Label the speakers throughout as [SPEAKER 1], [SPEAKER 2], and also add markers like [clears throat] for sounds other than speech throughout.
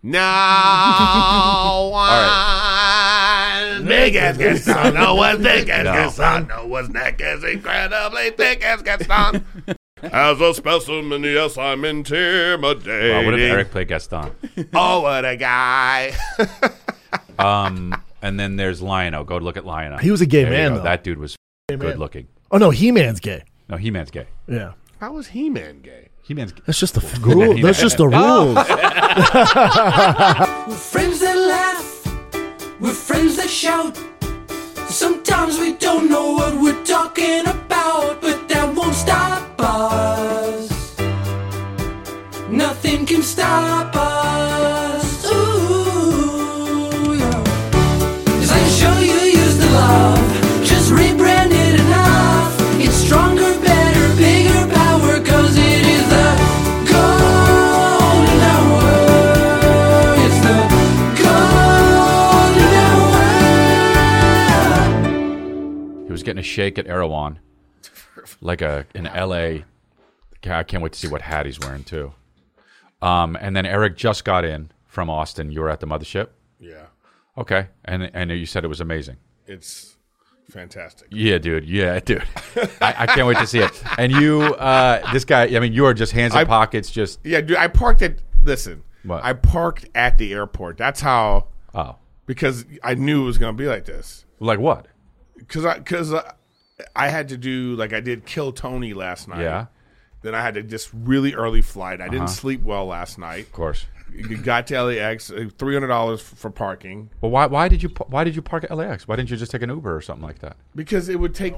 [SPEAKER 1] No one big as Gaston. No one's big as Gaston. [laughs] No one's neck is incredibly thick as Gaston. As a specimen, yes, I'm intimidating.
[SPEAKER 2] Wow, what if Eric played Gaston?
[SPEAKER 1] [laughs] Oh, what a guy! [laughs]
[SPEAKER 2] Um, and then there's Lionel. Go look at Lionel.
[SPEAKER 3] He was a gay
[SPEAKER 2] There you
[SPEAKER 3] man,
[SPEAKER 2] go.
[SPEAKER 3] though.
[SPEAKER 2] That dude was good
[SPEAKER 3] man.
[SPEAKER 2] looking.
[SPEAKER 3] Oh no, He Man's gay.
[SPEAKER 2] No, He Man's gay.
[SPEAKER 3] Yeah,
[SPEAKER 1] How was He-Man gay?
[SPEAKER 2] He Man's
[SPEAKER 3] that's just the f- rule.
[SPEAKER 2] He-Man.
[SPEAKER 3] That's just the rules.
[SPEAKER 4] Friends that laugh, we're friends that shout. Sometimes we don't know what we're talking about, but that won't stop us. Nothing can stop us. Ooh, yeah. 'Cause I can show you used to love, just rebrand it enough. It's stronger, better, bigger power, 'cause it is the golden hour. It's the golden hour.
[SPEAKER 2] He was getting a shake at Erewhon, like a in L.A. God, I can't wait to see what hat he's wearing too. Um, and then Eric just got in from Austin. You were at the mothership,
[SPEAKER 1] Yeah,
[SPEAKER 2] okay? And and you said it was amazing.
[SPEAKER 1] it's fantastic.
[SPEAKER 2] Yeah, dude. Yeah, dude. I, I can't wait to see it. And you, uh, this guy. I mean, you are just hands in
[SPEAKER 1] I-
[SPEAKER 2] pockets. Just
[SPEAKER 1] Yeah, dude, I parked at. Listen,
[SPEAKER 2] What?
[SPEAKER 1] I parked at the airport. That's how
[SPEAKER 2] oh,
[SPEAKER 1] because I knew it was gonna be like this.
[SPEAKER 2] like what?
[SPEAKER 1] Because I because I, I had to do like I did Kill Tony last night.
[SPEAKER 2] Yeah.
[SPEAKER 1] Then I had to just really early flight. I
[SPEAKER 3] Uh-huh.
[SPEAKER 1] didn't sleep well last night.
[SPEAKER 2] Of course.
[SPEAKER 1] Got to LAX, uh, three hundred dollars for parking
[SPEAKER 2] Well, why why did you pa- why did you park at LAX? Why didn't you just take an Uber or something like that?
[SPEAKER 1] because it would take.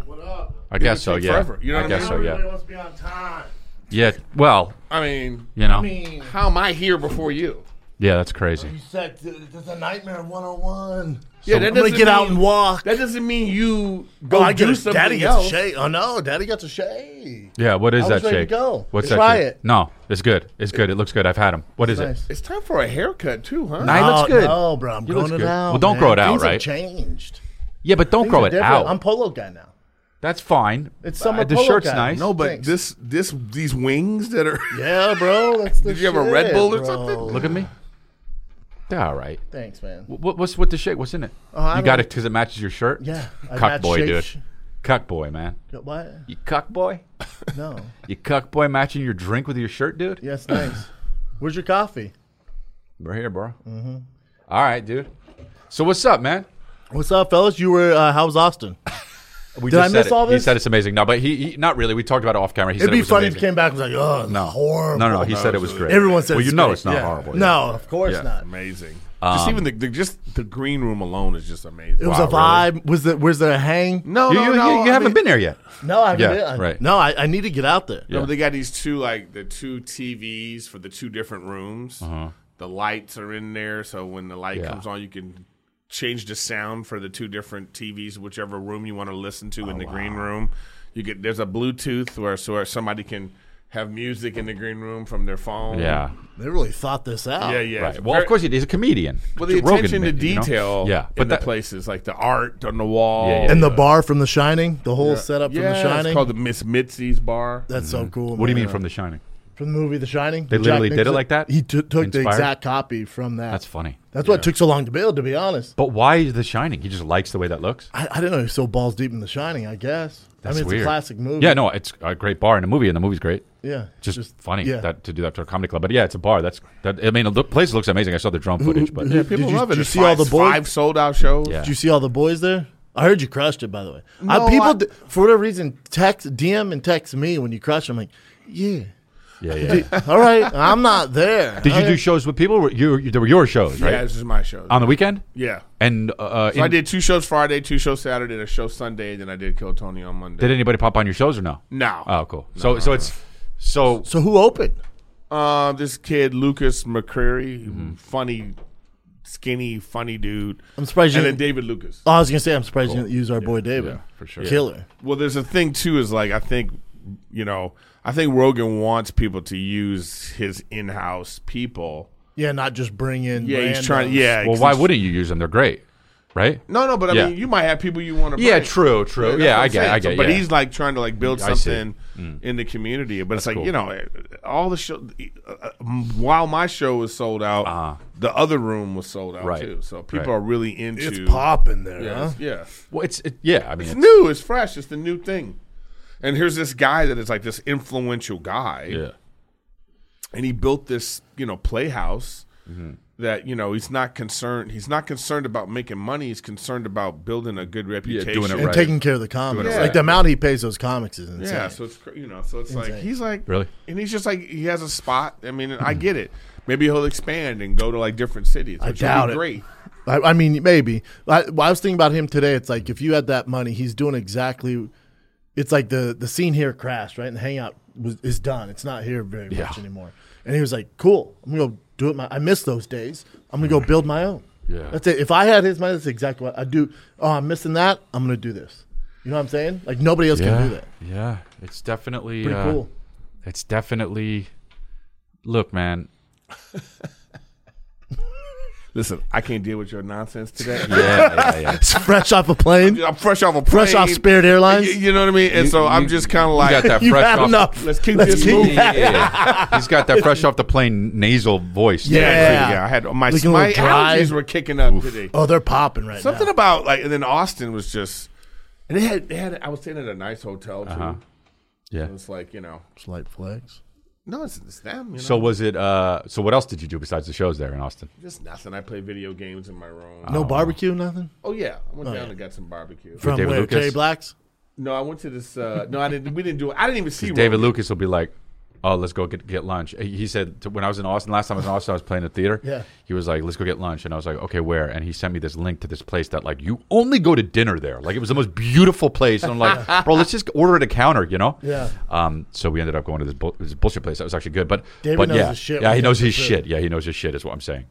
[SPEAKER 2] I guess so.
[SPEAKER 1] take
[SPEAKER 2] Yeah.
[SPEAKER 1] forever, you know
[SPEAKER 2] I
[SPEAKER 1] what I
[SPEAKER 2] guess
[SPEAKER 1] mean?
[SPEAKER 2] so. Yeah.
[SPEAKER 3] wants to be on time.
[SPEAKER 2] Yeah. Well,
[SPEAKER 1] I mean,
[SPEAKER 2] you know.
[SPEAKER 1] how am I here before you?
[SPEAKER 2] yeah, that's crazy.
[SPEAKER 3] That's a nightmare 101.
[SPEAKER 1] Yeah, that
[SPEAKER 3] I'm gonna
[SPEAKER 1] doesn't
[SPEAKER 3] get out
[SPEAKER 1] mean-
[SPEAKER 3] and walk.
[SPEAKER 1] That doesn't mean you go
[SPEAKER 3] Oh, I
[SPEAKER 1] do
[SPEAKER 3] get a,
[SPEAKER 1] something
[SPEAKER 3] daddy gets a
[SPEAKER 1] else.
[SPEAKER 3] shake. Oh no, daddy gets a shake.
[SPEAKER 2] Yeah, what is
[SPEAKER 3] I
[SPEAKER 2] that
[SPEAKER 3] was
[SPEAKER 2] shake?
[SPEAKER 3] ready to go.
[SPEAKER 2] What's that?
[SPEAKER 3] Try
[SPEAKER 2] shake?
[SPEAKER 3] it.
[SPEAKER 2] No, it's good. It's good. It looks good. I've had them. What is
[SPEAKER 3] nice.
[SPEAKER 2] it?
[SPEAKER 1] It's time for a haircut too, huh?
[SPEAKER 2] Nah, he looks
[SPEAKER 3] Oh,
[SPEAKER 2] good.
[SPEAKER 3] No, bro, I'm
[SPEAKER 2] He looks
[SPEAKER 3] growing it
[SPEAKER 2] good.
[SPEAKER 3] out.
[SPEAKER 2] Well, don't
[SPEAKER 3] man.
[SPEAKER 2] grow it out,
[SPEAKER 3] Things have
[SPEAKER 2] right?
[SPEAKER 3] changed.
[SPEAKER 2] Yeah, but don't
[SPEAKER 3] Things
[SPEAKER 2] grow
[SPEAKER 3] are
[SPEAKER 2] it
[SPEAKER 3] different.
[SPEAKER 2] out.
[SPEAKER 3] I'm polo guy now.
[SPEAKER 2] That's fine.
[SPEAKER 3] It's
[SPEAKER 2] Uh,
[SPEAKER 3] summer
[SPEAKER 2] The
[SPEAKER 3] polo
[SPEAKER 2] shirt's
[SPEAKER 3] guy.
[SPEAKER 2] nice.
[SPEAKER 1] no, but
[SPEAKER 3] Thanks.
[SPEAKER 1] this this these wings that are
[SPEAKER 3] Yeah, bro. That's
[SPEAKER 1] [laughs]
[SPEAKER 3] the
[SPEAKER 1] Did you have a Red
[SPEAKER 3] shit,
[SPEAKER 1] Bull or
[SPEAKER 3] bro.
[SPEAKER 1] something?
[SPEAKER 2] Look at me. They're all right.
[SPEAKER 3] Thanks, man.
[SPEAKER 2] Wh- What, what's with the shake? What's in it?
[SPEAKER 3] Oh, I
[SPEAKER 2] you got
[SPEAKER 3] don't-
[SPEAKER 2] it because it matches your shirt.
[SPEAKER 3] Yeah, I
[SPEAKER 2] cuck
[SPEAKER 3] match
[SPEAKER 2] boy,
[SPEAKER 3] shake- sh-
[SPEAKER 2] dude. Cuck boy, man.
[SPEAKER 3] What?
[SPEAKER 2] You cuck boy.
[SPEAKER 3] No.
[SPEAKER 2] You cuck boy matching your drink with your shirt, dude.
[SPEAKER 3] Yes, [laughs] thanks. Where's your coffee?
[SPEAKER 2] We're here, bro. Mm-hmm. right, dude. So what's up, man?
[SPEAKER 3] What's up, fellas? You were uh, how was Austin?
[SPEAKER 2] We
[SPEAKER 3] Did I
[SPEAKER 2] said
[SPEAKER 3] miss
[SPEAKER 2] it.
[SPEAKER 3] all
[SPEAKER 2] He
[SPEAKER 3] this?
[SPEAKER 2] said it's amazing. No, but he, he not really. We talked about it off camera. He
[SPEAKER 3] It'd
[SPEAKER 2] said it
[SPEAKER 3] be
[SPEAKER 2] was
[SPEAKER 3] funny if
[SPEAKER 2] amazing.
[SPEAKER 3] you came back and was like, oh, no, horrible.
[SPEAKER 2] No, no, he said it was great.
[SPEAKER 3] Everyone said
[SPEAKER 2] Well,
[SPEAKER 3] it's
[SPEAKER 2] you know
[SPEAKER 3] great.
[SPEAKER 2] it's not
[SPEAKER 3] Yeah.
[SPEAKER 2] horrible.
[SPEAKER 3] No, of course
[SPEAKER 2] Yeah.
[SPEAKER 3] not.
[SPEAKER 1] amazing. just even the, the just the green room alone is just amazing.
[SPEAKER 3] Um, It was
[SPEAKER 2] Wow,
[SPEAKER 3] a vibe. Was the was there a hang?
[SPEAKER 1] No,
[SPEAKER 2] You,
[SPEAKER 1] no,
[SPEAKER 2] you,
[SPEAKER 1] no,
[SPEAKER 2] you,
[SPEAKER 1] I
[SPEAKER 2] you haven't
[SPEAKER 1] mean-
[SPEAKER 2] been there yet.
[SPEAKER 3] No, I haven't
[SPEAKER 2] Yeah,
[SPEAKER 3] been- I-
[SPEAKER 2] right.
[SPEAKER 3] No, I, I need to get out there.
[SPEAKER 1] No,
[SPEAKER 2] Yeah.
[SPEAKER 1] but they got these two like the two TVs for the two different rooms. The lights are in there, so when the light
[SPEAKER 2] Uh-huh. Yeah.
[SPEAKER 1] comes on, you can change the sound for the two different TVs, whichever room you want to listen
[SPEAKER 2] Oh,
[SPEAKER 1] to in the green room. You get there's a Bluetooth where so where somebody can have music in the green room from their phone.
[SPEAKER 2] Yeah.
[SPEAKER 3] They really thought this out.
[SPEAKER 1] yeah, yeah.
[SPEAKER 2] Right. Well, of course he He's a comedian.
[SPEAKER 1] Well, the
[SPEAKER 2] Rogan
[SPEAKER 1] attention to
[SPEAKER 2] made it, you know?
[SPEAKER 1] detail,
[SPEAKER 2] Yeah, but
[SPEAKER 1] in
[SPEAKER 2] that-
[SPEAKER 1] the places like the art on the wall,
[SPEAKER 2] Yeah, yeah.
[SPEAKER 3] And the bar from The Shining, the whole setup from
[SPEAKER 1] Yeah,
[SPEAKER 3] The Shining.
[SPEAKER 1] It's called the Miss Mitzi's bar.
[SPEAKER 3] That's so cool.
[SPEAKER 2] Mm-hmm. What do you
[SPEAKER 3] man.
[SPEAKER 2] mean from The Shining?
[SPEAKER 3] from the movie The Shining?
[SPEAKER 2] They
[SPEAKER 3] Jack
[SPEAKER 2] literally did it
[SPEAKER 3] Nicholson-
[SPEAKER 2] like that?
[SPEAKER 3] He t- took the
[SPEAKER 2] Inspired?
[SPEAKER 3] exact copy from that.
[SPEAKER 2] That's funny.
[SPEAKER 3] That's why it took so long to build, to be honest.
[SPEAKER 2] But why The Shining? He just likes the way that looks.
[SPEAKER 3] I, I didn't know he was so balls deep in The Shining, I guess.
[SPEAKER 2] That's
[SPEAKER 3] I mean, it's
[SPEAKER 2] weird.
[SPEAKER 3] a classic movie.
[SPEAKER 2] Yeah, no, it's a great bar in a movie, and the movie's great.
[SPEAKER 3] Yeah.
[SPEAKER 2] Just, funny
[SPEAKER 3] yeah.
[SPEAKER 2] that to do that to a comedy club. But yeah, it's a bar. That's that. I mean, the place looks amazing. I saw the drone footage, but
[SPEAKER 3] Yeah,
[SPEAKER 1] People
[SPEAKER 3] did you,
[SPEAKER 1] love it.
[SPEAKER 3] Did you
[SPEAKER 1] It's
[SPEAKER 3] see all
[SPEAKER 1] five-
[SPEAKER 3] the boys?
[SPEAKER 1] five sold out shows?
[SPEAKER 2] Yeah.
[SPEAKER 3] Did you see all the boys there? I heard you crushed it, by the way.
[SPEAKER 1] No,
[SPEAKER 3] I, people,
[SPEAKER 1] I-
[SPEAKER 3] d- for whatever reason, text, DM, and text me when you crush. I'm like, yeah,
[SPEAKER 2] yeah, yeah.
[SPEAKER 3] all [laughs] right, I'm not there.
[SPEAKER 2] Did you
[SPEAKER 3] Okay.
[SPEAKER 2] do shows with people? Were You, you there were your shows, right?
[SPEAKER 1] Yeah, this is my show.
[SPEAKER 2] On the weekend.
[SPEAKER 1] yeah.
[SPEAKER 2] And uh,
[SPEAKER 1] So I
[SPEAKER 2] in-
[SPEAKER 1] did two shows Friday, two shows Saturday, and a show Sunday, and then I did Kill Tony on Monday.
[SPEAKER 2] Oh, Did anybody pop on your shows or no?
[SPEAKER 1] No.
[SPEAKER 2] Oh, cool. so so it's so
[SPEAKER 3] So who opened?
[SPEAKER 1] Uh, this kid Lucas McCreary, funny, skinny, funny dude.
[SPEAKER 3] I'm surprised
[SPEAKER 1] and
[SPEAKER 3] you-
[SPEAKER 1] then David Lucas.
[SPEAKER 3] Oh, I was gonna say I'm surprised you didn't use our boy David.
[SPEAKER 2] Yeah, for sure.
[SPEAKER 3] Killer.
[SPEAKER 1] Well, there's a thing too. Is like I think, you know, I think Rogan wants people to use his in-house people.
[SPEAKER 3] Yeah, not just bring in.
[SPEAKER 1] Yeah, he's trying.
[SPEAKER 3] randoms.
[SPEAKER 1] Yeah.
[SPEAKER 2] Well, why wouldn't you use them? They're great, right?
[SPEAKER 1] No, no, but I
[SPEAKER 2] Yeah.
[SPEAKER 1] mean, you might have people you want to.
[SPEAKER 2] Yeah, true, true. Yeah, I get, I get.
[SPEAKER 1] But
[SPEAKER 2] yeah.
[SPEAKER 1] he's like trying to like build
[SPEAKER 2] I see. Mm.
[SPEAKER 1] something in the community. But it's like you know, all the show. uh, uh, While my show was sold out, the other room was sold out
[SPEAKER 2] Uh-huh. Right.
[SPEAKER 1] too. So people
[SPEAKER 2] Right.
[SPEAKER 1] are really into.
[SPEAKER 3] It's popping there,
[SPEAKER 1] Yeah,
[SPEAKER 3] huh?
[SPEAKER 1] it's- yeah.
[SPEAKER 2] well, it's it, yeah. I mean,
[SPEAKER 1] It's
[SPEAKER 2] it's-
[SPEAKER 1] new. It's fresh. It's the new thing. And here's this guy that is like this influential guy.
[SPEAKER 2] yeah.
[SPEAKER 1] and he built this you know playhouse
[SPEAKER 2] Mm-hmm.
[SPEAKER 1] that you know he's not concerned he's not concerned about making money he's concerned about building a good reputation
[SPEAKER 2] it
[SPEAKER 3] And
[SPEAKER 2] Right.
[SPEAKER 3] taking care of the comics.
[SPEAKER 1] Yeah.
[SPEAKER 3] Like the amount he pays those comics is insane.
[SPEAKER 1] yeah so it's cr- you know so it's like
[SPEAKER 3] Insane.
[SPEAKER 1] he's like
[SPEAKER 2] Really?
[SPEAKER 1] and he's just like he has a spot i mean i get it maybe he'll expand and go to like different cities which would be
[SPEAKER 3] doubt it.
[SPEAKER 1] great
[SPEAKER 3] I, I mean, maybe. I, well, I was thinking about him today. It's like if you had that money, he's doing exactly. It's like the the scene here crashed, right? And the hangout was is done. It's not here very
[SPEAKER 2] Yeah.
[SPEAKER 3] much anymore. And he was like, "Cool, I'm gonna go do it. My I miss those days. I'm gonna go build my own.
[SPEAKER 2] Yeah.
[SPEAKER 3] that's it. If I had his money, that's exactly what I do. Oh, I'm missing that. I'm gonna do this. You know what I'm saying? Like nobody else
[SPEAKER 2] yeah,
[SPEAKER 3] can do that.
[SPEAKER 2] Yeah, it's definitely
[SPEAKER 3] Pretty
[SPEAKER 2] uh,
[SPEAKER 3] cool.
[SPEAKER 2] It's definitely. Look, man.
[SPEAKER 1] listen i can't deal with your nonsense today [laughs]
[SPEAKER 2] Yeah, yeah, yeah.
[SPEAKER 3] It's fresh off a plane.
[SPEAKER 1] i'm fresh off a plane.
[SPEAKER 3] Fresh off Spirit Airlines?
[SPEAKER 1] Y- you, know what i mean and so i'm just kind of like
[SPEAKER 2] got
[SPEAKER 1] [laughs]
[SPEAKER 2] that
[SPEAKER 3] You've
[SPEAKER 2] fresh
[SPEAKER 3] had
[SPEAKER 2] off.
[SPEAKER 3] enough.
[SPEAKER 1] let's keep
[SPEAKER 3] Let's
[SPEAKER 1] this
[SPEAKER 3] keep
[SPEAKER 1] moving
[SPEAKER 2] Yeah, yeah, yeah. he's got that fresh off the plane nasal voice. too.
[SPEAKER 3] Yeah.
[SPEAKER 1] i had my,
[SPEAKER 3] Looking a
[SPEAKER 1] my
[SPEAKER 3] little dry.
[SPEAKER 1] allergies were kicking up today
[SPEAKER 3] Oh, they're popping right
[SPEAKER 1] Something
[SPEAKER 3] now.
[SPEAKER 1] about like, and then Austin was just, and they had they had. I was staying at a nice hotel too.
[SPEAKER 2] Uh-huh. yeah.
[SPEAKER 1] It's like you know,
[SPEAKER 3] Slight flex.
[SPEAKER 1] no, it's, it's them. You know?
[SPEAKER 2] So was it? Uh, so what else did you do besides the shows there in Austin?
[SPEAKER 1] just nothing. I play video games in my room.
[SPEAKER 3] No barbecue, nothing.
[SPEAKER 1] Oh yeah, I went down
[SPEAKER 3] yeah.
[SPEAKER 1] and got some barbecue.
[SPEAKER 3] From
[SPEAKER 2] David
[SPEAKER 3] where?
[SPEAKER 2] Lucas?
[SPEAKER 3] Terry Black's.
[SPEAKER 1] no, I went to this. Uh, no, I didn't. We didn't do. it. I didn't even see
[SPEAKER 2] David
[SPEAKER 1] Rogan.
[SPEAKER 2] Lucas will be like, "Oh, let's go get get lunch." He said to, when I was in Austin last time I was in Austin, I was playing the theater.
[SPEAKER 3] Yeah.
[SPEAKER 2] He was like, "Let's go get lunch," and I was like, "Okay, where?" And he sent me this link to this place that like you only go to dinner there. Like it was the most beautiful place. And I'm like, "Bro, let's just order at a counter," you know?
[SPEAKER 3] Yeah.
[SPEAKER 2] Um. So we ended up going to this, bull this bullshit place that was actually good, but
[SPEAKER 3] David
[SPEAKER 2] but
[SPEAKER 3] knows
[SPEAKER 2] yeah,
[SPEAKER 3] his shit
[SPEAKER 2] yeah,
[SPEAKER 3] when
[SPEAKER 2] he
[SPEAKER 3] it
[SPEAKER 2] knows
[SPEAKER 3] comes to
[SPEAKER 2] his
[SPEAKER 3] food.
[SPEAKER 2] shit. Yeah, he knows his shit. Is what I'm saying.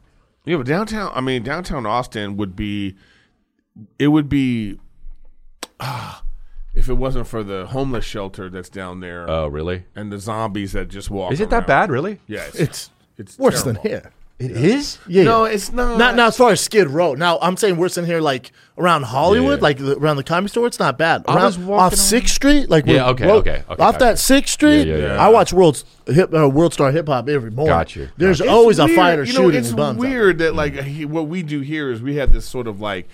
[SPEAKER 1] Yeah, but downtown. I mean, downtown Austin would be. It would be. ah, if it wasn't for the homeless shelter that's down there
[SPEAKER 2] Oh, really?
[SPEAKER 1] and the zombies that just walk.
[SPEAKER 2] Is it that
[SPEAKER 1] around.
[SPEAKER 2] bad? Really?
[SPEAKER 1] Yeah, it's,
[SPEAKER 3] It's
[SPEAKER 1] it's
[SPEAKER 3] worse
[SPEAKER 1] terrible.
[SPEAKER 3] than here.
[SPEAKER 2] It is.
[SPEAKER 3] Yeah.
[SPEAKER 1] No, it's not.
[SPEAKER 3] Not now as far as Skid Row. Now I'm saying worse than here, like around Hollywood,
[SPEAKER 2] Yeah.
[SPEAKER 3] like the, around the comedy store. It's not bad.
[SPEAKER 2] I
[SPEAKER 3] Around,
[SPEAKER 2] was walking
[SPEAKER 3] off
[SPEAKER 2] on-
[SPEAKER 3] Sixth Street, like
[SPEAKER 2] Yeah,
[SPEAKER 3] where-
[SPEAKER 2] okay,
[SPEAKER 3] Ro-
[SPEAKER 2] okay, okay,
[SPEAKER 3] off
[SPEAKER 2] gotcha.
[SPEAKER 3] that Sixth Street.
[SPEAKER 2] Yeah, yeah, yeah.
[SPEAKER 3] I watch World's Hip uh, World Star Hip Hop every morning.
[SPEAKER 2] Gotcha,
[SPEAKER 3] There's
[SPEAKER 2] gotcha.
[SPEAKER 3] always a
[SPEAKER 1] weird-
[SPEAKER 3] fighter
[SPEAKER 1] you know,
[SPEAKER 3] shooting
[SPEAKER 1] It's
[SPEAKER 3] bums. out there.
[SPEAKER 1] weird that like he, what we do here is we have this sort of like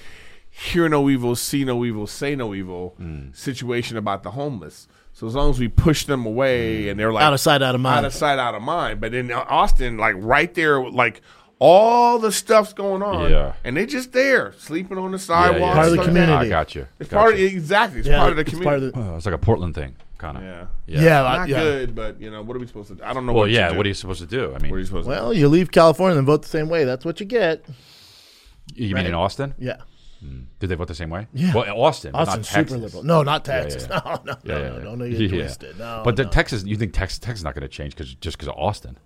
[SPEAKER 1] hear no evil, see no evil, say no evil
[SPEAKER 3] Mm.
[SPEAKER 1] situation about the homeless. So as long as we push them away and they're like
[SPEAKER 3] Mm. Out of sight, out of mind.
[SPEAKER 1] out of sight, out of mind. But in Austin, like right there, like all the stuff's going on,
[SPEAKER 2] Yeah.
[SPEAKER 1] and they just there sleeping on the
[SPEAKER 2] Yeah,
[SPEAKER 1] sidewalk.
[SPEAKER 2] yeah,
[SPEAKER 3] Part of the
[SPEAKER 2] yeah.
[SPEAKER 1] stuff like that.
[SPEAKER 3] community.
[SPEAKER 2] I got you.
[SPEAKER 1] It's
[SPEAKER 2] Got
[SPEAKER 1] part of
[SPEAKER 2] you.
[SPEAKER 1] exactly. It's
[SPEAKER 3] Yeah,
[SPEAKER 1] part of the
[SPEAKER 3] it's
[SPEAKER 1] community.
[SPEAKER 2] Oh, it's like a Portland thing, kind of.
[SPEAKER 1] yeah.
[SPEAKER 3] yeah, yeah, I-
[SPEAKER 1] Not
[SPEAKER 3] yeah.
[SPEAKER 1] good, but you know what are we supposed to? do? I don't know.
[SPEAKER 2] Well,
[SPEAKER 1] what
[SPEAKER 2] yeah.
[SPEAKER 1] To do.
[SPEAKER 2] What are you supposed to do? I
[SPEAKER 1] What are you
[SPEAKER 2] mean,
[SPEAKER 1] supposed to? do?
[SPEAKER 3] Well, you leave California and vote the same way. That's what you get.
[SPEAKER 2] you mean in Austin?
[SPEAKER 3] Yeah,
[SPEAKER 2] Did they vote the same way?
[SPEAKER 3] Yeah.
[SPEAKER 2] Well, Austin, but
[SPEAKER 3] Austin's
[SPEAKER 2] not Texas.
[SPEAKER 3] super liberal. No, not Texas.
[SPEAKER 2] yeah.
[SPEAKER 3] [laughs] No, no,
[SPEAKER 2] Yeah,
[SPEAKER 3] no,
[SPEAKER 2] yeah,
[SPEAKER 3] no,
[SPEAKER 2] yeah.
[SPEAKER 3] Don't get
[SPEAKER 2] Yeah.
[SPEAKER 3] twisted. No,
[SPEAKER 2] but the
[SPEAKER 3] no.
[SPEAKER 2] Texas, you think Texas, Texas is not going to change because just because of Austin?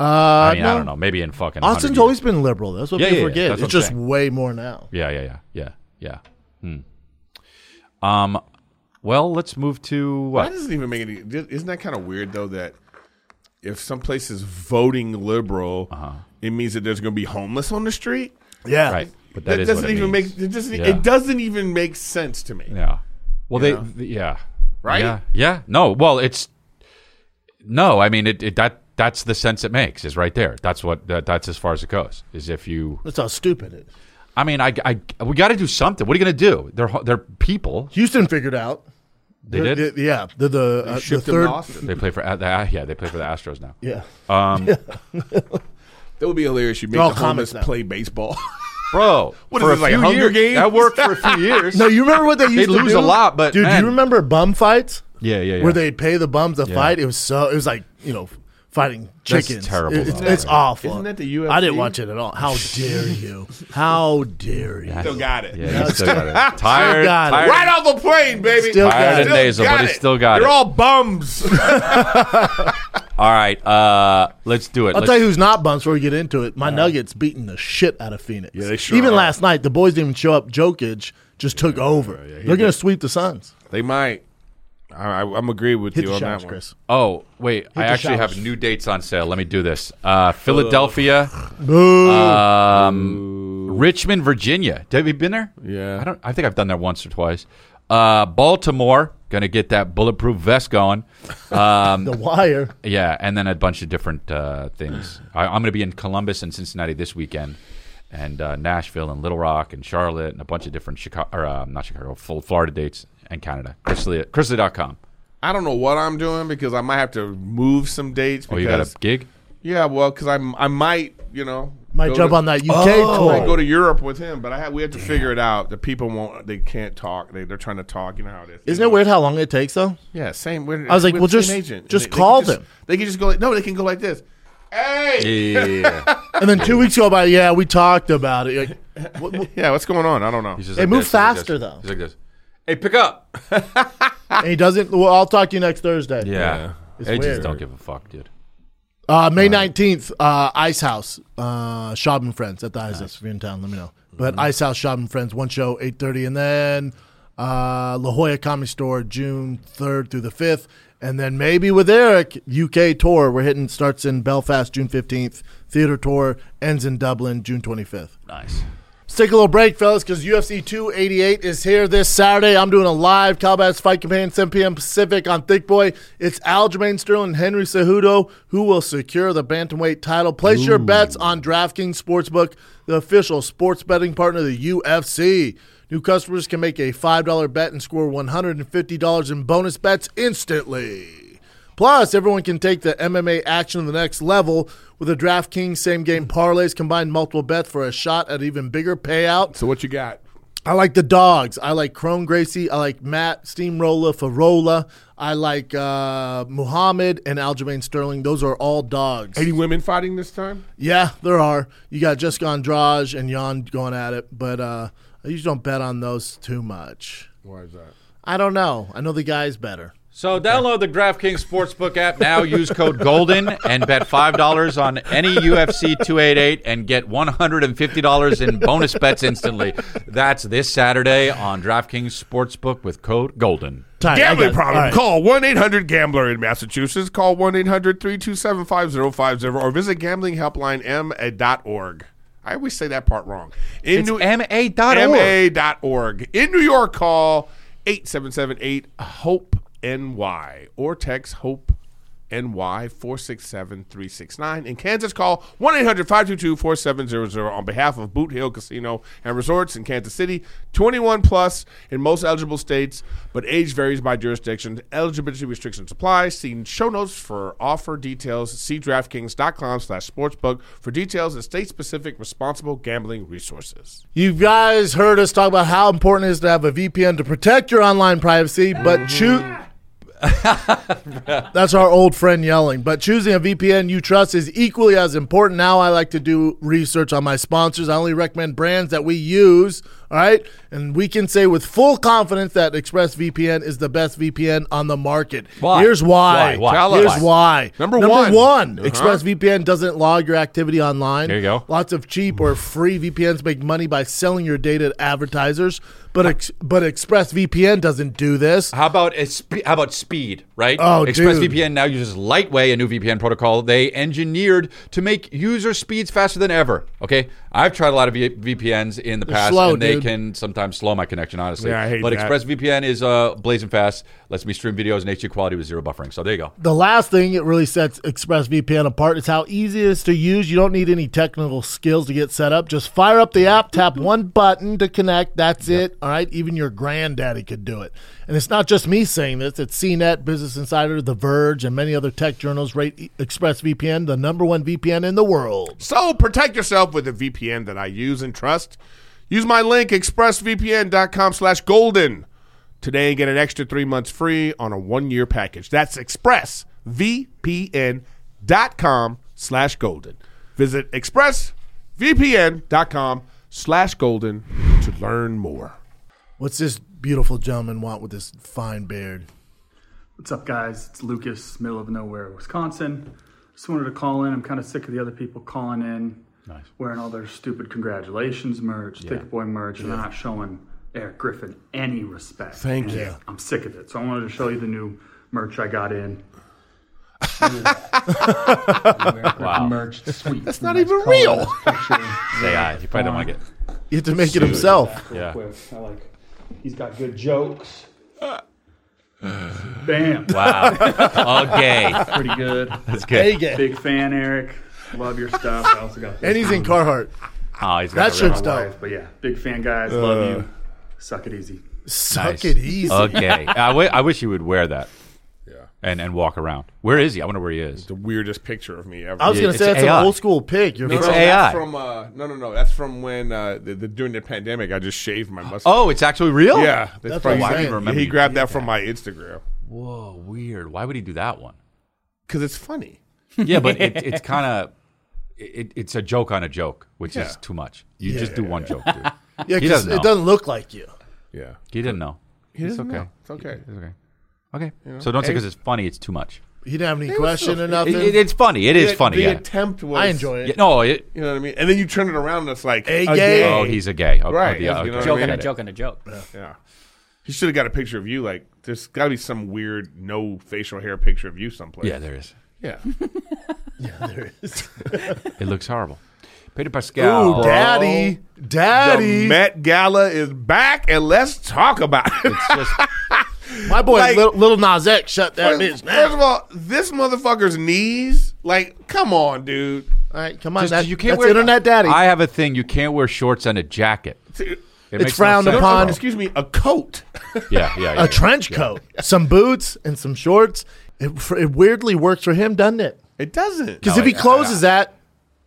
[SPEAKER 3] uh,
[SPEAKER 2] I mean, I don't know. Maybe in fucking 100
[SPEAKER 3] Austin's
[SPEAKER 2] years.
[SPEAKER 3] always been liberal. That's what
[SPEAKER 2] Yeah,
[SPEAKER 3] people
[SPEAKER 2] yeah, yeah.
[SPEAKER 3] forget.
[SPEAKER 2] That's
[SPEAKER 3] It's
[SPEAKER 2] what I'm
[SPEAKER 3] just
[SPEAKER 2] saying.
[SPEAKER 3] way more now.
[SPEAKER 2] Yeah, yeah, yeah, yeah, yeah. Hmm. Um, well, let's move to
[SPEAKER 1] That
[SPEAKER 2] what?
[SPEAKER 1] doesn't even make any. Isn't that kind of weird though that if some place is voting liberal,
[SPEAKER 2] Uh-huh.
[SPEAKER 1] it means that there's going to be homeless on the street?
[SPEAKER 3] Yeah,
[SPEAKER 2] Right, but
[SPEAKER 1] That,
[SPEAKER 2] is
[SPEAKER 1] doesn't
[SPEAKER 2] what it
[SPEAKER 1] even
[SPEAKER 2] means.
[SPEAKER 1] make. It doesn't.
[SPEAKER 2] Yeah.
[SPEAKER 1] It doesn't even make sense to me.
[SPEAKER 2] Yeah. Well, they, th- yeah.
[SPEAKER 1] Right?
[SPEAKER 2] Yeah. Yeah. No. Well, it's no. I mean, it, it that that's the sense it makes is right there. That's what that, that's as far as it goes. Is if you,
[SPEAKER 3] That's how stupid it is.
[SPEAKER 2] I mean, I, I we got to do something. What are you going to do? They're ho- they're people.
[SPEAKER 3] Houston figured out.
[SPEAKER 2] They did.
[SPEAKER 3] yeah, the the, uh, the
[SPEAKER 1] Shipped them
[SPEAKER 3] third.
[SPEAKER 1] to Austin.
[SPEAKER 2] They play for uh, the, uh, yeah. They play for the Astros now.
[SPEAKER 3] Yeah.
[SPEAKER 1] That would be hilarious. You make
[SPEAKER 3] all
[SPEAKER 1] the homeless
[SPEAKER 3] comics now.
[SPEAKER 1] play baseball. [laughs]
[SPEAKER 2] Bro,
[SPEAKER 1] What
[SPEAKER 2] for
[SPEAKER 1] is this,
[SPEAKER 2] a
[SPEAKER 1] like
[SPEAKER 2] few
[SPEAKER 1] Hunger
[SPEAKER 2] years,
[SPEAKER 1] Games?
[SPEAKER 2] that worked for a few years.
[SPEAKER 3] No, you remember
[SPEAKER 2] [laughs]
[SPEAKER 3] what they used to
[SPEAKER 2] lose
[SPEAKER 3] do?
[SPEAKER 2] a lot, but
[SPEAKER 3] dude,
[SPEAKER 2] man.
[SPEAKER 3] you remember bum fights?
[SPEAKER 2] Yeah, yeah, yeah.
[SPEAKER 3] Where they pay the bums to
[SPEAKER 2] Yeah.
[SPEAKER 3] fight? It was so. It was like you know, fighting
[SPEAKER 2] That's
[SPEAKER 3] chickens.
[SPEAKER 2] terrible,
[SPEAKER 3] It- it's,
[SPEAKER 2] though.
[SPEAKER 3] it's
[SPEAKER 2] Isn't
[SPEAKER 3] awful.
[SPEAKER 1] isn't that the
[SPEAKER 3] I didn't
[SPEAKER 1] UFC?
[SPEAKER 3] watch it at all. How dare you? How dare you?
[SPEAKER 1] Still got
[SPEAKER 2] [laughs]
[SPEAKER 1] it.
[SPEAKER 2] yeah, he still got it. Tired,
[SPEAKER 3] got it.
[SPEAKER 2] tired,
[SPEAKER 1] [laughs] Right off the plane, baby.
[SPEAKER 3] Still got
[SPEAKER 2] tired
[SPEAKER 3] it.
[SPEAKER 2] and nasal,
[SPEAKER 1] got
[SPEAKER 2] but he [laughs]
[SPEAKER 1] it.
[SPEAKER 2] still got
[SPEAKER 1] They're
[SPEAKER 2] it.
[SPEAKER 1] all bums.
[SPEAKER 2] All right, uh, let's do it.
[SPEAKER 3] I'll
[SPEAKER 2] Let's-
[SPEAKER 3] tell you who's not bumps before we get into it. My Nuggets beating the shit out of Phoenix. Yeah,
[SPEAKER 1] they sure
[SPEAKER 3] Even
[SPEAKER 1] are.
[SPEAKER 3] last night, the boys didn't even show up. Jokic just took over. They're going to sweep the Suns.
[SPEAKER 1] They might. I, I, I'm agree with
[SPEAKER 3] Hit
[SPEAKER 1] you
[SPEAKER 3] the
[SPEAKER 1] on that
[SPEAKER 3] shots,
[SPEAKER 1] one.
[SPEAKER 3] Chris.
[SPEAKER 2] oh, wait, I
[SPEAKER 3] the
[SPEAKER 2] actually
[SPEAKER 3] showers.
[SPEAKER 2] have new dates on sale. Let me do this. Uh, Philadelphia,
[SPEAKER 3] Boo.
[SPEAKER 2] um, Richmond, Virginia. Have you been there?
[SPEAKER 1] Yeah.
[SPEAKER 2] I don't. I think I've done that once or twice. Uh, Baltimore, gonna get that bulletproof vest going.
[SPEAKER 3] the wire.
[SPEAKER 2] Yeah, and then a bunch of different uh, things. I, I'm going to be in Columbus and Cincinnati this weekend, and uh, Nashville and Little Rock and Charlotte and a bunch of different Chicago, or, uh, not Chicago, full Florida dates and Canada. Chrisley, Chrisley.com.
[SPEAKER 1] I don't know what I'm doing because I might have to move some dates.
[SPEAKER 2] Oh,
[SPEAKER 1] Because,
[SPEAKER 2] you got a gig?
[SPEAKER 1] Yeah, well, because I'm I might you know
[SPEAKER 3] Might
[SPEAKER 1] go
[SPEAKER 3] jump
[SPEAKER 1] to-
[SPEAKER 3] on that UK
[SPEAKER 2] Oh.
[SPEAKER 1] I
[SPEAKER 3] tour.
[SPEAKER 1] go to Europe with him, but I have, we have to figure it out. The people won't. They can't talk. They, they're trying to talk. You know how it is.
[SPEAKER 3] Isn't it weird how long it takes, though?
[SPEAKER 1] Yeah, same. We're,
[SPEAKER 3] I was like,
[SPEAKER 1] we're
[SPEAKER 3] well,
[SPEAKER 1] the
[SPEAKER 3] just-
[SPEAKER 1] same agent.
[SPEAKER 3] just
[SPEAKER 1] They- they can
[SPEAKER 3] call
[SPEAKER 1] just-
[SPEAKER 3] them.
[SPEAKER 1] They can just go. like No, they can go like this. Hey.
[SPEAKER 2] Yeah.
[SPEAKER 3] And then two weeks go by, yeah, we talked about it. Like,
[SPEAKER 2] [laughs]
[SPEAKER 1] Yeah, what's going on? I don't know.
[SPEAKER 2] He's just
[SPEAKER 3] Hey, move
[SPEAKER 2] this, he's like
[SPEAKER 3] faster,
[SPEAKER 2] this.
[SPEAKER 3] though.
[SPEAKER 2] He's like this. Hey, pick up.
[SPEAKER 3] and he doesn't. Well, I'll talk to you next Thursday.
[SPEAKER 2] Yeah.
[SPEAKER 3] It's
[SPEAKER 2] Agents
[SPEAKER 3] weird.
[SPEAKER 2] don't give a fuck, dude.
[SPEAKER 3] Uh, May nineteenth, uh, Ice House, uh, Shab and Friends at the Ice House. If you're in town, let me know. But Ice House, Shab and Friends, one show, eight thirty, and then uh, La Jolla Comedy Store, June third through the fifth, and then maybe with Eric, UK tour. We're hitting starts in Belfast, June fifteenth. Theater tour ends in Dublin, June twenty fifth.
[SPEAKER 2] Nice.
[SPEAKER 3] Let's take a little break, fellas, because UFC 288 is here this Saturday. I'm doing a live Calabas Fight Campaign, 7 p.m. Pacific on Thick Boy. It's Aljamain Sterling and Henry Cejudo who will secure the bantamweight title. Place your bets on DraftKings Sportsbook, the official sports betting partner of the UFC. New customers can make a $5 bet and score $150 in bonus bets instantly. Plus, everyone can take the MMA action to the next level with a DraftKings same game parlays, combine multiple bets for a shot at even bigger payout.
[SPEAKER 1] So what you got?
[SPEAKER 3] I like the dogs. I like Crone Gracie. I like Matt Steamroller Farola. I like uh, Muhammad and Aljamain Sterling. Those are all dogs.
[SPEAKER 1] Any women fighting this time?
[SPEAKER 3] Yeah, there are. You got Jessica Andrade and Jan going at it, but uh, I usually don't bet on those too much.
[SPEAKER 1] Why is that?
[SPEAKER 3] I don't know. I know the guy's better.
[SPEAKER 2] So download the DraftKings Sportsbook app now. Use code GOLDEN and bet $5 on any UFC 288 and get $150 in bonus bets instantly. That's this Saturday on DraftKings Sportsbook with code GOLDEN.
[SPEAKER 3] Time.
[SPEAKER 1] Gambling problem. Call 1 800 Gambler in Massachusetts. Call 1 800 327 5050 or visit gamblinghelplinema.org. I always say that part wrong. In
[SPEAKER 2] It's MA dot org.
[SPEAKER 1] MA dot org. In New York, call 8778 HOPE NY or text HOPE NY 467 369. In Kansas, call 1 800 522 4700 on behalf of Boot Hill Casino and Resorts in Kansas City. 21 plus in most eligible states, but age varies by jurisdiction. Eligibility restrictions apply. See show notes for offer details. See DraftKings.com slash sportsbook for details and state specific responsible gambling resources.
[SPEAKER 3] You guys heard us talk about how important it is to have a VPN to protect your online privacy, but
[SPEAKER 2] [laughs]
[SPEAKER 3] choose. That's our old friend yelling. But choosing a VPN you trust is equally as important. Now I like to do research on my sponsors. I only recommend brands that we use. All right. And we can say with full confidence that ExpressVPN is the best VPN on the market.
[SPEAKER 2] Why?
[SPEAKER 3] Here's
[SPEAKER 2] Why?
[SPEAKER 3] why.
[SPEAKER 2] Why? Tell us.
[SPEAKER 3] Here's why.
[SPEAKER 1] Number one.
[SPEAKER 3] Number one.
[SPEAKER 1] Uh-huh.
[SPEAKER 3] ExpressVPN doesn't log your activity online.
[SPEAKER 2] There you go.
[SPEAKER 3] Lots of cheap or free VPNs make money by selling your data to advertisers, but ex- but ExpressVPN doesn't do this.
[SPEAKER 2] How about a spe- how about speed? Right?
[SPEAKER 3] Oh, dude.
[SPEAKER 2] ExpressVPN now uses Lightway, a new VPN protocol they engineered to make user speeds faster than ever. Okay, I've tried a lot of v- VPNs in the past,
[SPEAKER 3] slow,
[SPEAKER 2] and they
[SPEAKER 3] dude.
[SPEAKER 2] can sometimes slow my connection. Honestly,
[SPEAKER 1] Yeah, I hate
[SPEAKER 2] but
[SPEAKER 1] that.
[SPEAKER 2] ExpressVPN is uh, blazing fast. Lets me stream videos in HD quality with zero buffering. So there you go.
[SPEAKER 3] The last thing that really sets ExpressVPN apart is how easy it is to use. You don't need any technical skills to get set up. Just fire up the app, tap one button to connect. That's it. All right. Even your granddaddy could do it. And it's not just me saying this. It's CNET, Business Insider, The Verge, and many other tech journals rate E- ExpressVPN the number one VPN in the world.
[SPEAKER 1] So protect yourself with a VPN that I use and trust. Use my link expressvpn.com slash golden today and get an extra three months free on a one year package. That's expressvpn.com slash golden. Visit expressvpn.com slash golden to learn more.
[SPEAKER 3] What's this beautiful gentleman want with this fine beard?
[SPEAKER 5] What's up, guys? It's Lucas, middle of nowhere, Wisconsin. Just wanted to call in. I'm kind of sick of the other people calling in, nice. wearing all their stupid congratulations merch, thick boy merch, and not showing Eric Griffin any respect.
[SPEAKER 3] Thank
[SPEAKER 5] And
[SPEAKER 3] you.
[SPEAKER 5] I'm sick of it. So I wanted to show you the new merch I got in. wow. [laughs] Merch, sweet. That's
[SPEAKER 3] not even real.
[SPEAKER 2] Say aye. He probably don't like it.
[SPEAKER 3] You have to make it himself.
[SPEAKER 2] Yeah.
[SPEAKER 5] I like. He's got good
[SPEAKER 3] [sighs]
[SPEAKER 5] jokes. Bam.
[SPEAKER 2] All gay.
[SPEAKER 5] Pretty good.
[SPEAKER 3] [laughs]
[SPEAKER 2] That's good.
[SPEAKER 3] Again.
[SPEAKER 5] Big fan, Eric. Love your stuff. I also got
[SPEAKER 3] And he's in Carhartt.
[SPEAKER 2] Oh, he's got
[SPEAKER 3] That
[SPEAKER 2] the
[SPEAKER 3] shit's
[SPEAKER 2] shit's
[SPEAKER 3] dope.
[SPEAKER 5] but yeah, big fan, guys.
[SPEAKER 3] Uh,
[SPEAKER 5] Love you. Suck it easy.
[SPEAKER 3] Suck it easy.
[SPEAKER 2] Okay. I wi- I wish he would wear that. Yeah. And and walk around. Where is he? I wonder where he is.
[SPEAKER 1] The weirdest picture of me ever.
[SPEAKER 3] I was going to
[SPEAKER 2] It's
[SPEAKER 3] say that's
[SPEAKER 2] AI.
[SPEAKER 3] an old school pig. You're
[SPEAKER 2] It's
[SPEAKER 3] from-
[SPEAKER 2] AI.
[SPEAKER 1] That's from uh, no, no, no. That's from when uh, the, the, during the pandemic, I just shaved my mustache.
[SPEAKER 2] Oh, it's actually real.
[SPEAKER 1] yeah,
[SPEAKER 3] That's
[SPEAKER 1] probably-
[SPEAKER 3] what I'm
[SPEAKER 1] he-
[SPEAKER 3] saying.
[SPEAKER 2] Remember
[SPEAKER 1] He
[SPEAKER 2] you
[SPEAKER 1] grabbed that from my Instagram
[SPEAKER 2] Whoa, weird. Why would he do that one?
[SPEAKER 1] because it's funny.
[SPEAKER 2] [laughs] Yeah, but it, [laughs] it's kind of it, it's a joke on a joke, which
[SPEAKER 1] Yeah.
[SPEAKER 2] is too much. You just do one joke, dude.
[SPEAKER 3] [laughs] Yeah,
[SPEAKER 2] He
[SPEAKER 3] 'cause
[SPEAKER 2] doesn't know.
[SPEAKER 3] it doesn't look like you.
[SPEAKER 1] Yeah,
[SPEAKER 2] He didn't know.
[SPEAKER 1] it's
[SPEAKER 2] okay.
[SPEAKER 1] It's okay.
[SPEAKER 2] It's okay. Okay. So don't say because it's funny, it's too much.
[SPEAKER 3] He didn't have any question or
[SPEAKER 2] It,
[SPEAKER 3] nothing.
[SPEAKER 2] it- it's funny. It is
[SPEAKER 1] The-
[SPEAKER 2] funny.
[SPEAKER 1] The
[SPEAKER 2] Yeah.
[SPEAKER 1] attempt was.
[SPEAKER 3] I enjoy it.
[SPEAKER 2] Yeah, No, it,
[SPEAKER 1] You know what I mean? And then you turn it around, and it's like
[SPEAKER 3] Hey,
[SPEAKER 1] a
[SPEAKER 3] gay.
[SPEAKER 2] oh, he's a gay. Oh,
[SPEAKER 1] Right,
[SPEAKER 2] yeah,
[SPEAKER 1] you
[SPEAKER 2] okay.
[SPEAKER 1] know what I
[SPEAKER 6] joke
[SPEAKER 1] mean?
[SPEAKER 6] and a joke and a joke.
[SPEAKER 1] Yeah. He should have got a picture of you. Like, there's got to be some weird, no facial hair picture of you someplace.
[SPEAKER 2] Yeah, there is.
[SPEAKER 1] Yeah.
[SPEAKER 2] [laughs] It looks horrible. Peter
[SPEAKER 3] Ooh,
[SPEAKER 2] Pascal.
[SPEAKER 3] daddy. Daddy.
[SPEAKER 1] The Met Gala is back, and let's talk about it.
[SPEAKER 3] My boy,
[SPEAKER 1] Like-
[SPEAKER 3] little, little Nas X, shut that bitch
[SPEAKER 1] [laughs] first, first
[SPEAKER 3] down.
[SPEAKER 1] of all, this motherfucker's knees. Like, come on, dude.
[SPEAKER 3] All right, come on.
[SPEAKER 2] Just-
[SPEAKER 3] that,
[SPEAKER 2] you can't
[SPEAKER 3] that's
[SPEAKER 2] wear
[SPEAKER 3] internet daddy.
[SPEAKER 2] I have a thing. You can't wear shorts and a jacket.
[SPEAKER 1] Dude,
[SPEAKER 2] It
[SPEAKER 3] It's
[SPEAKER 2] makes
[SPEAKER 3] frowned
[SPEAKER 2] no sense.
[SPEAKER 3] upon.
[SPEAKER 1] Excuse me, a coat.
[SPEAKER 2] Yeah, yeah, yeah.
[SPEAKER 3] [laughs] a trench coat, some boots, and some shorts. It, it weirdly works for him, doesn't it?
[SPEAKER 1] It doesn't.
[SPEAKER 3] Because if he closes that,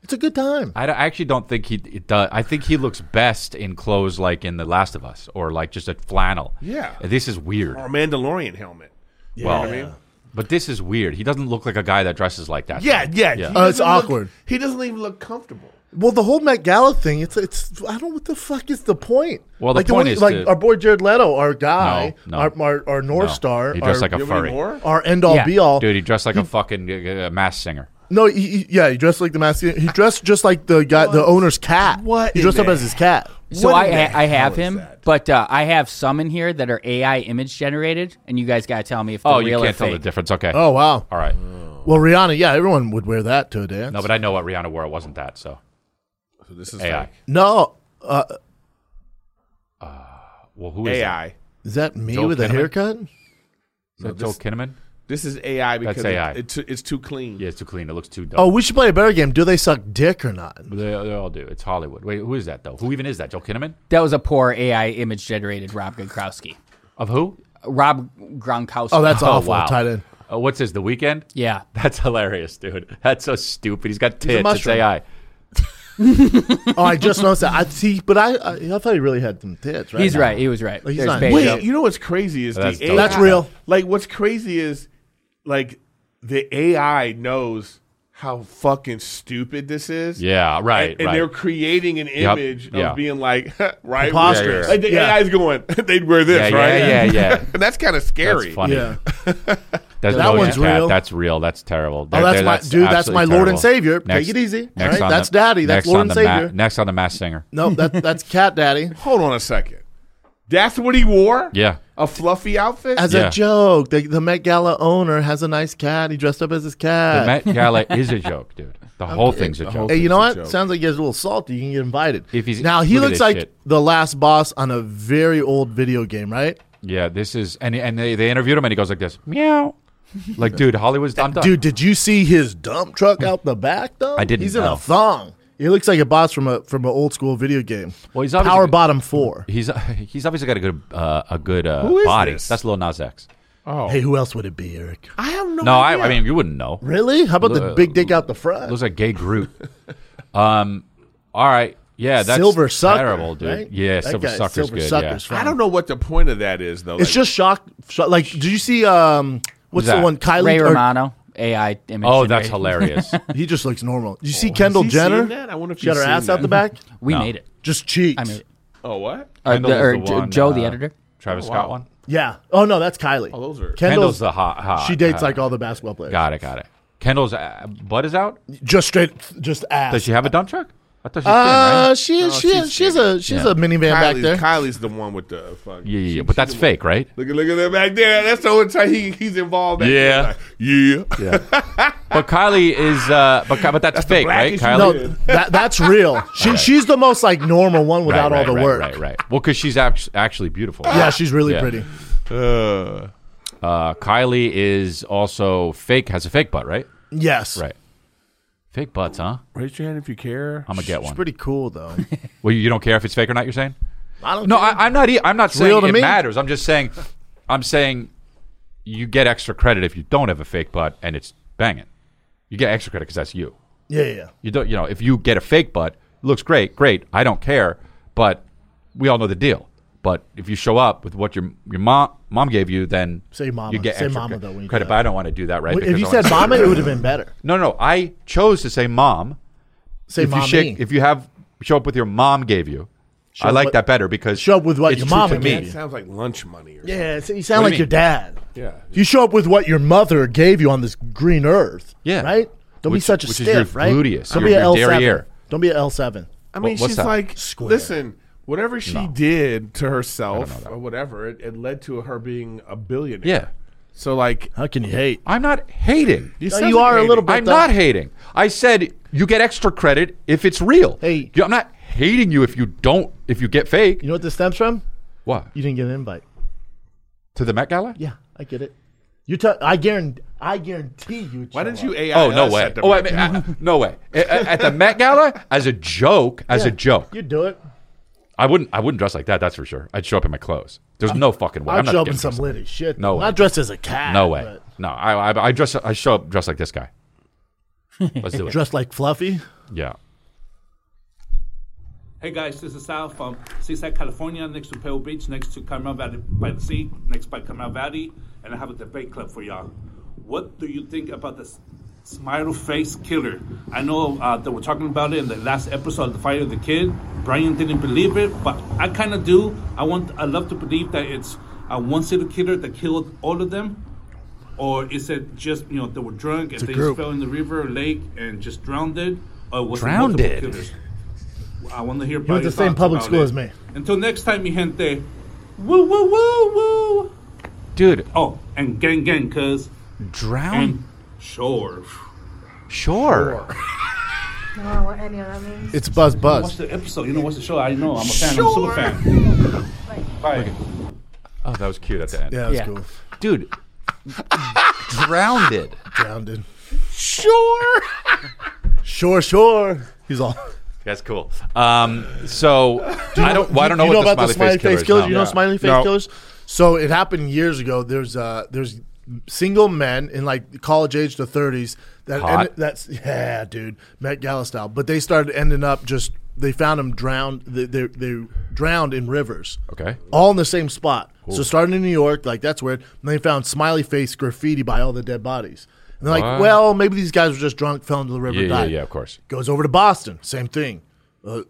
[SPEAKER 3] it's a good time.
[SPEAKER 2] I, don't- I actually don't think he it does. I think he looks best in clothes like in The Last of Us or like just a flannel.
[SPEAKER 1] Yeah.
[SPEAKER 2] This is weird.
[SPEAKER 1] Or a Mandalorian helmet.
[SPEAKER 2] well,
[SPEAKER 1] I mean?
[SPEAKER 2] but this is weird. He doesn't look like a guy that dresses like that.
[SPEAKER 1] Yeah, yeah.
[SPEAKER 2] Yeah.
[SPEAKER 1] He
[SPEAKER 3] Uh, it's
[SPEAKER 1] doesn't look-
[SPEAKER 3] awkward.
[SPEAKER 1] he doesn't even look comfortable.
[SPEAKER 3] Well, the whole Met Gala thing, it's it's I don't know what the fuck is the point.
[SPEAKER 2] Well, the
[SPEAKER 3] like
[SPEAKER 2] point
[SPEAKER 3] way-
[SPEAKER 2] is
[SPEAKER 3] like
[SPEAKER 2] to-
[SPEAKER 3] our boy Jared Leto, our guy,
[SPEAKER 2] No, no.
[SPEAKER 3] our, our our North
[SPEAKER 2] No.
[SPEAKER 3] Star,
[SPEAKER 2] He
[SPEAKER 3] our,
[SPEAKER 2] dressed like a
[SPEAKER 1] You have any
[SPEAKER 2] furry.
[SPEAKER 1] more?
[SPEAKER 3] our end all be all.
[SPEAKER 2] Dude, he dressed like a fucking uh, uh, mass singer.
[SPEAKER 3] No, he, he- yeah, he dressed like the mask. He dressed just like the guy, the owner's cat.
[SPEAKER 1] What
[SPEAKER 3] He
[SPEAKER 1] in
[SPEAKER 3] dressed up
[SPEAKER 1] the
[SPEAKER 3] as his cat.
[SPEAKER 6] So
[SPEAKER 1] What
[SPEAKER 6] I
[SPEAKER 1] in the
[SPEAKER 6] I have
[SPEAKER 1] hell is
[SPEAKER 6] him,
[SPEAKER 1] that?
[SPEAKER 6] but uh, I have some in here that are AI image generated, and you guys gotta tell me if they're
[SPEAKER 2] oh, you
[SPEAKER 6] real
[SPEAKER 2] can't
[SPEAKER 6] or
[SPEAKER 2] tell
[SPEAKER 6] fake.
[SPEAKER 2] the difference. Okay.
[SPEAKER 3] Oh wow.
[SPEAKER 2] All right.
[SPEAKER 3] Well, Rihanna, yeah, everyone would wear that to a dance.
[SPEAKER 2] No, but I know what Rihanna wore. It wasn't that. So
[SPEAKER 1] So this is
[SPEAKER 2] AI.
[SPEAKER 3] no, uh,
[SPEAKER 2] Well, who is that?
[SPEAKER 1] AI.
[SPEAKER 3] is that me
[SPEAKER 2] Joel
[SPEAKER 3] with a
[SPEAKER 2] Kinnaman?
[SPEAKER 3] haircut?
[SPEAKER 2] Is that Joel Kinnaman?
[SPEAKER 1] This is AI because
[SPEAKER 2] That's AI.
[SPEAKER 1] It, it's it's too clean.
[SPEAKER 2] Yeah, it's too clean. It looks too
[SPEAKER 3] Oh,
[SPEAKER 2] dumb.
[SPEAKER 3] we should play a better game. Do they suck dick or not?
[SPEAKER 2] They, they all do. It's Hollywood. Wait, who is that though? Who even is that? Joel Kinnaman?
[SPEAKER 6] That was a poor AI image generated Rob Gronkowski.
[SPEAKER 2] Of who?
[SPEAKER 6] Rob Gronkowski.
[SPEAKER 3] Oh,
[SPEAKER 2] [laughs]
[SPEAKER 3] that's
[SPEAKER 2] Oh,
[SPEAKER 3] awful.
[SPEAKER 2] wow.
[SPEAKER 3] Tight end.
[SPEAKER 2] Uh, what's his? The weekend?
[SPEAKER 6] yeah.
[SPEAKER 2] That's hilarious, dude. That's so stupid. He's got tits. it's
[SPEAKER 3] mushroom.
[SPEAKER 2] AI.
[SPEAKER 3] Oh, I just noticed that. I see, but I, I, I thought he really had some tits. Right?
[SPEAKER 6] He's
[SPEAKER 3] now.
[SPEAKER 6] right. He was right.
[SPEAKER 3] He's
[SPEAKER 6] There's
[SPEAKER 3] not-
[SPEAKER 6] Beige.
[SPEAKER 1] Wait, you know what's crazy is
[SPEAKER 2] That's
[SPEAKER 1] the
[SPEAKER 2] dope.
[SPEAKER 1] AI.
[SPEAKER 3] That's real.
[SPEAKER 1] Like what's crazy is like the AI knows how fucking stupid this is.
[SPEAKER 2] Yeah, right.
[SPEAKER 1] And, and
[SPEAKER 2] right.
[SPEAKER 1] they're creating an
[SPEAKER 2] Yep,
[SPEAKER 1] image of
[SPEAKER 2] yeah.
[SPEAKER 1] being like [laughs] right.
[SPEAKER 3] Preposterous.
[SPEAKER 1] Like the
[SPEAKER 3] Yeah.
[SPEAKER 1] AI's going, [laughs] they'd wear this,
[SPEAKER 2] Yeah, yeah,
[SPEAKER 1] right?
[SPEAKER 2] yeah,
[SPEAKER 3] [laughs]
[SPEAKER 2] yeah.
[SPEAKER 1] [laughs] and that's kind of scary.
[SPEAKER 2] That's funny.
[SPEAKER 3] Yeah.
[SPEAKER 2] That's,
[SPEAKER 3] That
[SPEAKER 2] oh,
[SPEAKER 3] one's
[SPEAKER 2] yeah,
[SPEAKER 3] real.
[SPEAKER 2] That's real. That's terrible.
[SPEAKER 3] Oh, that's my dude. That's
[SPEAKER 2] absolutely
[SPEAKER 3] my Lord and
[SPEAKER 2] terrible.
[SPEAKER 3] Savior. Take it easy. All right,
[SPEAKER 2] on
[SPEAKER 3] that's
[SPEAKER 2] the-
[SPEAKER 3] Daddy. That's
[SPEAKER 2] next
[SPEAKER 3] Lord
[SPEAKER 2] on
[SPEAKER 3] and
[SPEAKER 2] the Ma-
[SPEAKER 3] Savior.
[SPEAKER 2] next on the Mass Singer.
[SPEAKER 3] No, that, that's cat daddy.
[SPEAKER 1] Hold on a second. That's what he wore?
[SPEAKER 2] Yeah.
[SPEAKER 1] A fluffy outfit?
[SPEAKER 3] As
[SPEAKER 2] Yeah.
[SPEAKER 3] a joke, the, the Met Gala owner has a nice cat. He dressed up as his cat.
[SPEAKER 2] The Met
[SPEAKER 3] [laughs]
[SPEAKER 2] Gala is a joke, dude. The whole thing's a
[SPEAKER 1] the
[SPEAKER 2] joke.
[SPEAKER 1] whole
[SPEAKER 3] Hey, you know
[SPEAKER 1] It's
[SPEAKER 3] what?
[SPEAKER 1] a joke.
[SPEAKER 3] Sounds like he gets a little salty. You can get invited.
[SPEAKER 2] If he's-
[SPEAKER 3] now he
[SPEAKER 2] look at
[SPEAKER 3] looks
[SPEAKER 2] this
[SPEAKER 3] like
[SPEAKER 2] shit.
[SPEAKER 3] the last boss on a very old video game, right?
[SPEAKER 2] yeah, this is and and they, they interviewed him and he goes like this, meow. Like, dude, Hollywood's I'm done. Hmm.
[SPEAKER 3] Dude, did you see his dump truck out the back though?
[SPEAKER 2] I didn't
[SPEAKER 3] He's in
[SPEAKER 2] know.
[SPEAKER 3] a thong. He looks like a boss from a from an old school video game.
[SPEAKER 2] Well, he's obviously
[SPEAKER 3] Power
[SPEAKER 2] good-
[SPEAKER 3] Bottom Four.
[SPEAKER 2] he's he's obviously got a good uh, a good uh,
[SPEAKER 1] Who is
[SPEAKER 2] body.
[SPEAKER 1] this?
[SPEAKER 2] That's Lil Nas X. Oh.
[SPEAKER 3] Hey, who else would it be, Eric?
[SPEAKER 1] I have no,
[SPEAKER 2] No, I,
[SPEAKER 1] idea.
[SPEAKER 2] I mean you wouldn't know.
[SPEAKER 3] Really? How about the
[SPEAKER 2] Uh,
[SPEAKER 3] big dick out the front?
[SPEAKER 2] Looks like gay Groot. um, all right, yeah, that's
[SPEAKER 3] Silver Sucker.
[SPEAKER 2] terrible, dude.
[SPEAKER 3] right?
[SPEAKER 2] Yeah,
[SPEAKER 3] That
[SPEAKER 2] Silver
[SPEAKER 3] guy,
[SPEAKER 2] Sucker's
[SPEAKER 3] Silver
[SPEAKER 2] good.
[SPEAKER 3] Sucker's
[SPEAKER 2] yeah.
[SPEAKER 3] fine.
[SPEAKER 1] I don't know what the point of that is, though.
[SPEAKER 3] It's
[SPEAKER 1] Like,
[SPEAKER 3] just shock, shock. Like, did you see? Um, what's the
[SPEAKER 2] that?
[SPEAKER 3] one? Kylie.
[SPEAKER 6] Ray
[SPEAKER 3] or-
[SPEAKER 6] Romano, AI image.
[SPEAKER 2] Oh, that's
[SPEAKER 6] generated.
[SPEAKER 3] [laughs]
[SPEAKER 2] hilarious.
[SPEAKER 3] he just looks normal. You
[SPEAKER 2] Oh,
[SPEAKER 3] see
[SPEAKER 1] has
[SPEAKER 3] Kendall
[SPEAKER 1] he
[SPEAKER 3] Jenner?
[SPEAKER 1] seen that? I wonder if
[SPEAKER 3] she got
[SPEAKER 1] he's
[SPEAKER 3] her
[SPEAKER 1] seen
[SPEAKER 3] ass out
[SPEAKER 1] that.
[SPEAKER 3] the back.
[SPEAKER 6] We
[SPEAKER 2] No.
[SPEAKER 6] made it.
[SPEAKER 3] Just cheeks.
[SPEAKER 6] I mean,
[SPEAKER 1] oh, what?
[SPEAKER 6] or,
[SPEAKER 2] Kendall
[SPEAKER 6] the,
[SPEAKER 2] is
[SPEAKER 6] or
[SPEAKER 2] the
[SPEAKER 6] er, J-
[SPEAKER 2] one,
[SPEAKER 6] Joe, the
[SPEAKER 2] uh,
[SPEAKER 6] editor.
[SPEAKER 2] Travis
[SPEAKER 1] Oh,
[SPEAKER 2] Scott
[SPEAKER 1] wow.
[SPEAKER 2] one.
[SPEAKER 3] Yeah. Oh no, that's Kylie. Oh,
[SPEAKER 1] those are-
[SPEAKER 2] Kendall's the hot- hot-
[SPEAKER 3] She dates
[SPEAKER 2] hot.
[SPEAKER 3] like all the basketball players.
[SPEAKER 2] Got it, got it. Kendall's uh, butt is out.
[SPEAKER 3] Just straight, just ass.
[SPEAKER 2] Does she have a dump truck? I thought she
[SPEAKER 3] Uh,
[SPEAKER 2] was
[SPEAKER 3] she
[SPEAKER 1] No,
[SPEAKER 3] she
[SPEAKER 1] she's
[SPEAKER 3] she's, a she's
[SPEAKER 2] Yeah.
[SPEAKER 3] a minivan back
[SPEAKER 1] Kylie's-
[SPEAKER 3] there.
[SPEAKER 1] Kylie's the one with the fucking.
[SPEAKER 2] thin, right? Yeah, yeah, yeah. But that's fake, right?
[SPEAKER 1] Look at look at that back there. That's the only time he, he's involved. Back
[SPEAKER 2] Yeah.
[SPEAKER 1] there. Like, yeah,
[SPEAKER 2] Yeah. but Kylie is. Uh, but Ky- but that's, fake, right?
[SPEAKER 1] blackest
[SPEAKER 2] Kylie.
[SPEAKER 3] No,
[SPEAKER 2] [laughs]
[SPEAKER 3] that that's real. She she's the most like normal one
[SPEAKER 2] Right,
[SPEAKER 3] without
[SPEAKER 2] right,
[SPEAKER 3] all the
[SPEAKER 2] right,
[SPEAKER 3] work.
[SPEAKER 2] Right, right. Well, because she's act- actually beautiful.
[SPEAKER 3] Yeah, she's really
[SPEAKER 2] Yeah.
[SPEAKER 3] pretty.
[SPEAKER 1] [laughs] Uh,
[SPEAKER 2] Uh, Kylie is also fake. Has a fake butt, right?
[SPEAKER 3] Yes,
[SPEAKER 2] Right. Fake butts, huh?
[SPEAKER 1] raise your hand if you care.
[SPEAKER 2] I'm gonna get one.
[SPEAKER 3] Pretty cool though.
[SPEAKER 2] Well, you don't care if it's fake or not. You're saying?
[SPEAKER 3] I
[SPEAKER 2] [laughs]
[SPEAKER 3] don't
[SPEAKER 2] No, I, I'm not. e- I'm not saying
[SPEAKER 3] real to
[SPEAKER 2] it
[SPEAKER 3] me.
[SPEAKER 2] matters. I'm just saying. I'm saying you get extra credit if you don't have a fake butt and it's banging. You get extra credit because that's you.
[SPEAKER 3] Yeah, yeah.
[SPEAKER 2] You don't. You know, if you get a fake butt, it looks great. Great. I don't care. But we all know the deal. But if you show up with what your your mom mom gave you, then
[SPEAKER 3] Say mama.
[SPEAKER 2] You get
[SPEAKER 3] Say
[SPEAKER 2] extra
[SPEAKER 3] mama,
[SPEAKER 2] cre-
[SPEAKER 3] though, when you do
[SPEAKER 2] credit.
[SPEAKER 3] that.
[SPEAKER 2] But I don't want to do that, right?
[SPEAKER 3] If
[SPEAKER 2] Because
[SPEAKER 3] you
[SPEAKER 2] I wanna-
[SPEAKER 3] said mama, it would have been better.
[SPEAKER 2] no, no, I chose to say mom
[SPEAKER 3] Say
[SPEAKER 2] if
[SPEAKER 3] mommy.
[SPEAKER 2] you shake, if you have show up with your mom gave you, I
[SPEAKER 3] up
[SPEAKER 2] like
[SPEAKER 3] with-
[SPEAKER 2] that better because
[SPEAKER 3] show up with what
[SPEAKER 2] it's
[SPEAKER 3] your
[SPEAKER 2] true
[SPEAKER 3] mama
[SPEAKER 2] to me.
[SPEAKER 3] gave
[SPEAKER 1] It
[SPEAKER 3] you.
[SPEAKER 1] sounds like lunch money. Or
[SPEAKER 3] yeah, it's- you sound
[SPEAKER 2] What do
[SPEAKER 3] like
[SPEAKER 2] you
[SPEAKER 3] your
[SPEAKER 2] mean?
[SPEAKER 3] dad.
[SPEAKER 1] Yeah.
[SPEAKER 3] If you show up with what your mother gave you on this green earth.
[SPEAKER 2] Yeah.
[SPEAKER 3] Right. Don't
[SPEAKER 2] Which-
[SPEAKER 3] be such a
[SPEAKER 2] which is
[SPEAKER 3] stiff.
[SPEAKER 2] your
[SPEAKER 3] right.
[SPEAKER 2] gluteus,
[SPEAKER 3] Don't
[SPEAKER 2] your-
[SPEAKER 3] be
[SPEAKER 2] your
[SPEAKER 3] an L seven.
[SPEAKER 2] derriere.
[SPEAKER 3] Don't be an L seven.
[SPEAKER 1] I mean,
[SPEAKER 2] Wha- what's
[SPEAKER 1] she's
[SPEAKER 2] that?
[SPEAKER 1] like,
[SPEAKER 3] Square.
[SPEAKER 1] listen, whatever she did to herself or whatever, it, it led to her being a billionaire.
[SPEAKER 2] Yeah.
[SPEAKER 1] So like,
[SPEAKER 3] How can you hate?
[SPEAKER 2] I'm not hating.
[SPEAKER 1] you,
[SPEAKER 3] you are a little bit.
[SPEAKER 2] I'm
[SPEAKER 3] though.
[SPEAKER 2] not hating. I said you get extra credit if it's real.
[SPEAKER 3] Hey.
[SPEAKER 2] You- I'm not hating you if you don't if you get fake.
[SPEAKER 3] You know what this stems from?
[SPEAKER 2] What
[SPEAKER 3] You didn't get an invite.
[SPEAKER 2] to the Met Gala?
[SPEAKER 3] Yeah, I get it. You tell. I guarantee. I guarantee you.
[SPEAKER 1] Why didn't you AI?
[SPEAKER 2] Oh no
[SPEAKER 1] us
[SPEAKER 2] way!
[SPEAKER 1] at the
[SPEAKER 2] Oh, I
[SPEAKER 1] Met
[SPEAKER 2] mean, I- [laughs] no way! A- a- At the Met Gala, as a joke, as a joke,
[SPEAKER 3] You do it.
[SPEAKER 2] I wouldn't. I wouldn't dress like that. That's for sure. I'd show up in my clothes. There's no fucking way.
[SPEAKER 3] I'll
[SPEAKER 2] I'm not
[SPEAKER 3] show up in
[SPEAKER 2] getting
[SPEAKER 3] some
[SPEAKER 2] dressed like
[SPEAKER 3] litty shit.
[SPEAKER 2] No
[SPEAKER 3] Not
[SPEAKER 2] way.
[SPEAKER 3] dressed as a
[SPEAKER 2] that.
[SPEAKER 3] cat.
[SPEAKER 2] No way.
[SPEAKER 3] but
[SPEAKER 2] No, I, I, I dress. I show up dressed like this
[SPEAKER 3] [laughs]
[SPEAKER 2] guy. Let's do it.
[SPEAKER 3] Dressed like Fluffy.
[SPEAKER 2] Yeah.
[SPEAKER 7] Hey guys, this is Sal from Seaside, California, next to Pebble Beach, next to Carmel Valley by the sea, next by Carmel Valley, and I have a debate club for y'all. What do you think about this smile face killer? I know uh, that we're talking about it in the last episode of the Fight of the Kid. Brian didn't believe it, but I kind of do. I want, I love to believe that it's uh, one serial killer that killed all of them, or is it just you know they were drunk and they just fell in the river, or lake, and just drowned it, or was it multiple
[SPEAKER 2] Drowned.
[SPEAKER 7] killers? I want to hear.
[SPEAKER 3] went to the same public school as me.
[SPEAKER 7] Until next time, mi gente. Woo woo woo woo.
[SPEAKER 2] Dude,
[SPEAKER 7] Oh, and gang gang, cause
[SPEAKER 2] drown.
[SPEAKER 7] and sure.
[SPEAKER 2] Sure.
[SPEAKER 3] It's Buzz
[SPEAKER 7] Watch
[SPEAKER 3] Buzz.
[SPEAKER 7] the episode. You know what's the show? I know. I'm a fan. I'm a super fan. Bye.
[SPEAKER 2] Oh, that was cute at the end.
[SPEAKER 3] Yeah, that's
[SPEAKER 6] Yeah.
[SPEAKER 3] cool.
[SPEAKER 2] Dude, drowned. it.
[SPEAKER 3] Grounded. Sure. sure, sure. He's all.
[SPEAKER 2] That's cool. Um, so I don't. Well, I don't know
[SPEAKER 3] you
[SPEAKER 2] what
[SPEAKER 3] know
[SPEAKER 2] the
[SPEAKER 3] about
[SPEAKER 2] smiley face killer is now.
[SPEAKER 3] You know
[SPEAKER 2] Yeah.
[SPEAKER 3] smiley face
[SPEAKER 1] No.
[SPEAKER 3] killers. So it happened years ago. There's uh there's single men in like college age to thirties that
[SPEAKER 2] Hot.
[SPEAKER 3] ended- that's yeah, dude, Met Gala style. But they started ending up just they found them drowned. They they, they drowned in rivers.
[SPEAKER 2] Okay.
[SPEAKER 3] all in the same spot. So starting in New York, like that's weird. And they found smiley face graffiti by all the dead bodies. And they're like,
[SPEAKER 2] What?
[SPEAKER 3] well, maybe these guys were just drunk, fell into the river,
[SPEAKER 2] Yeah, yeah,
[SPEAKER 3] died
[SPEAKER 2] yeah. Of course.
[SPEAKER 3] goes over to Boston, same thing. A,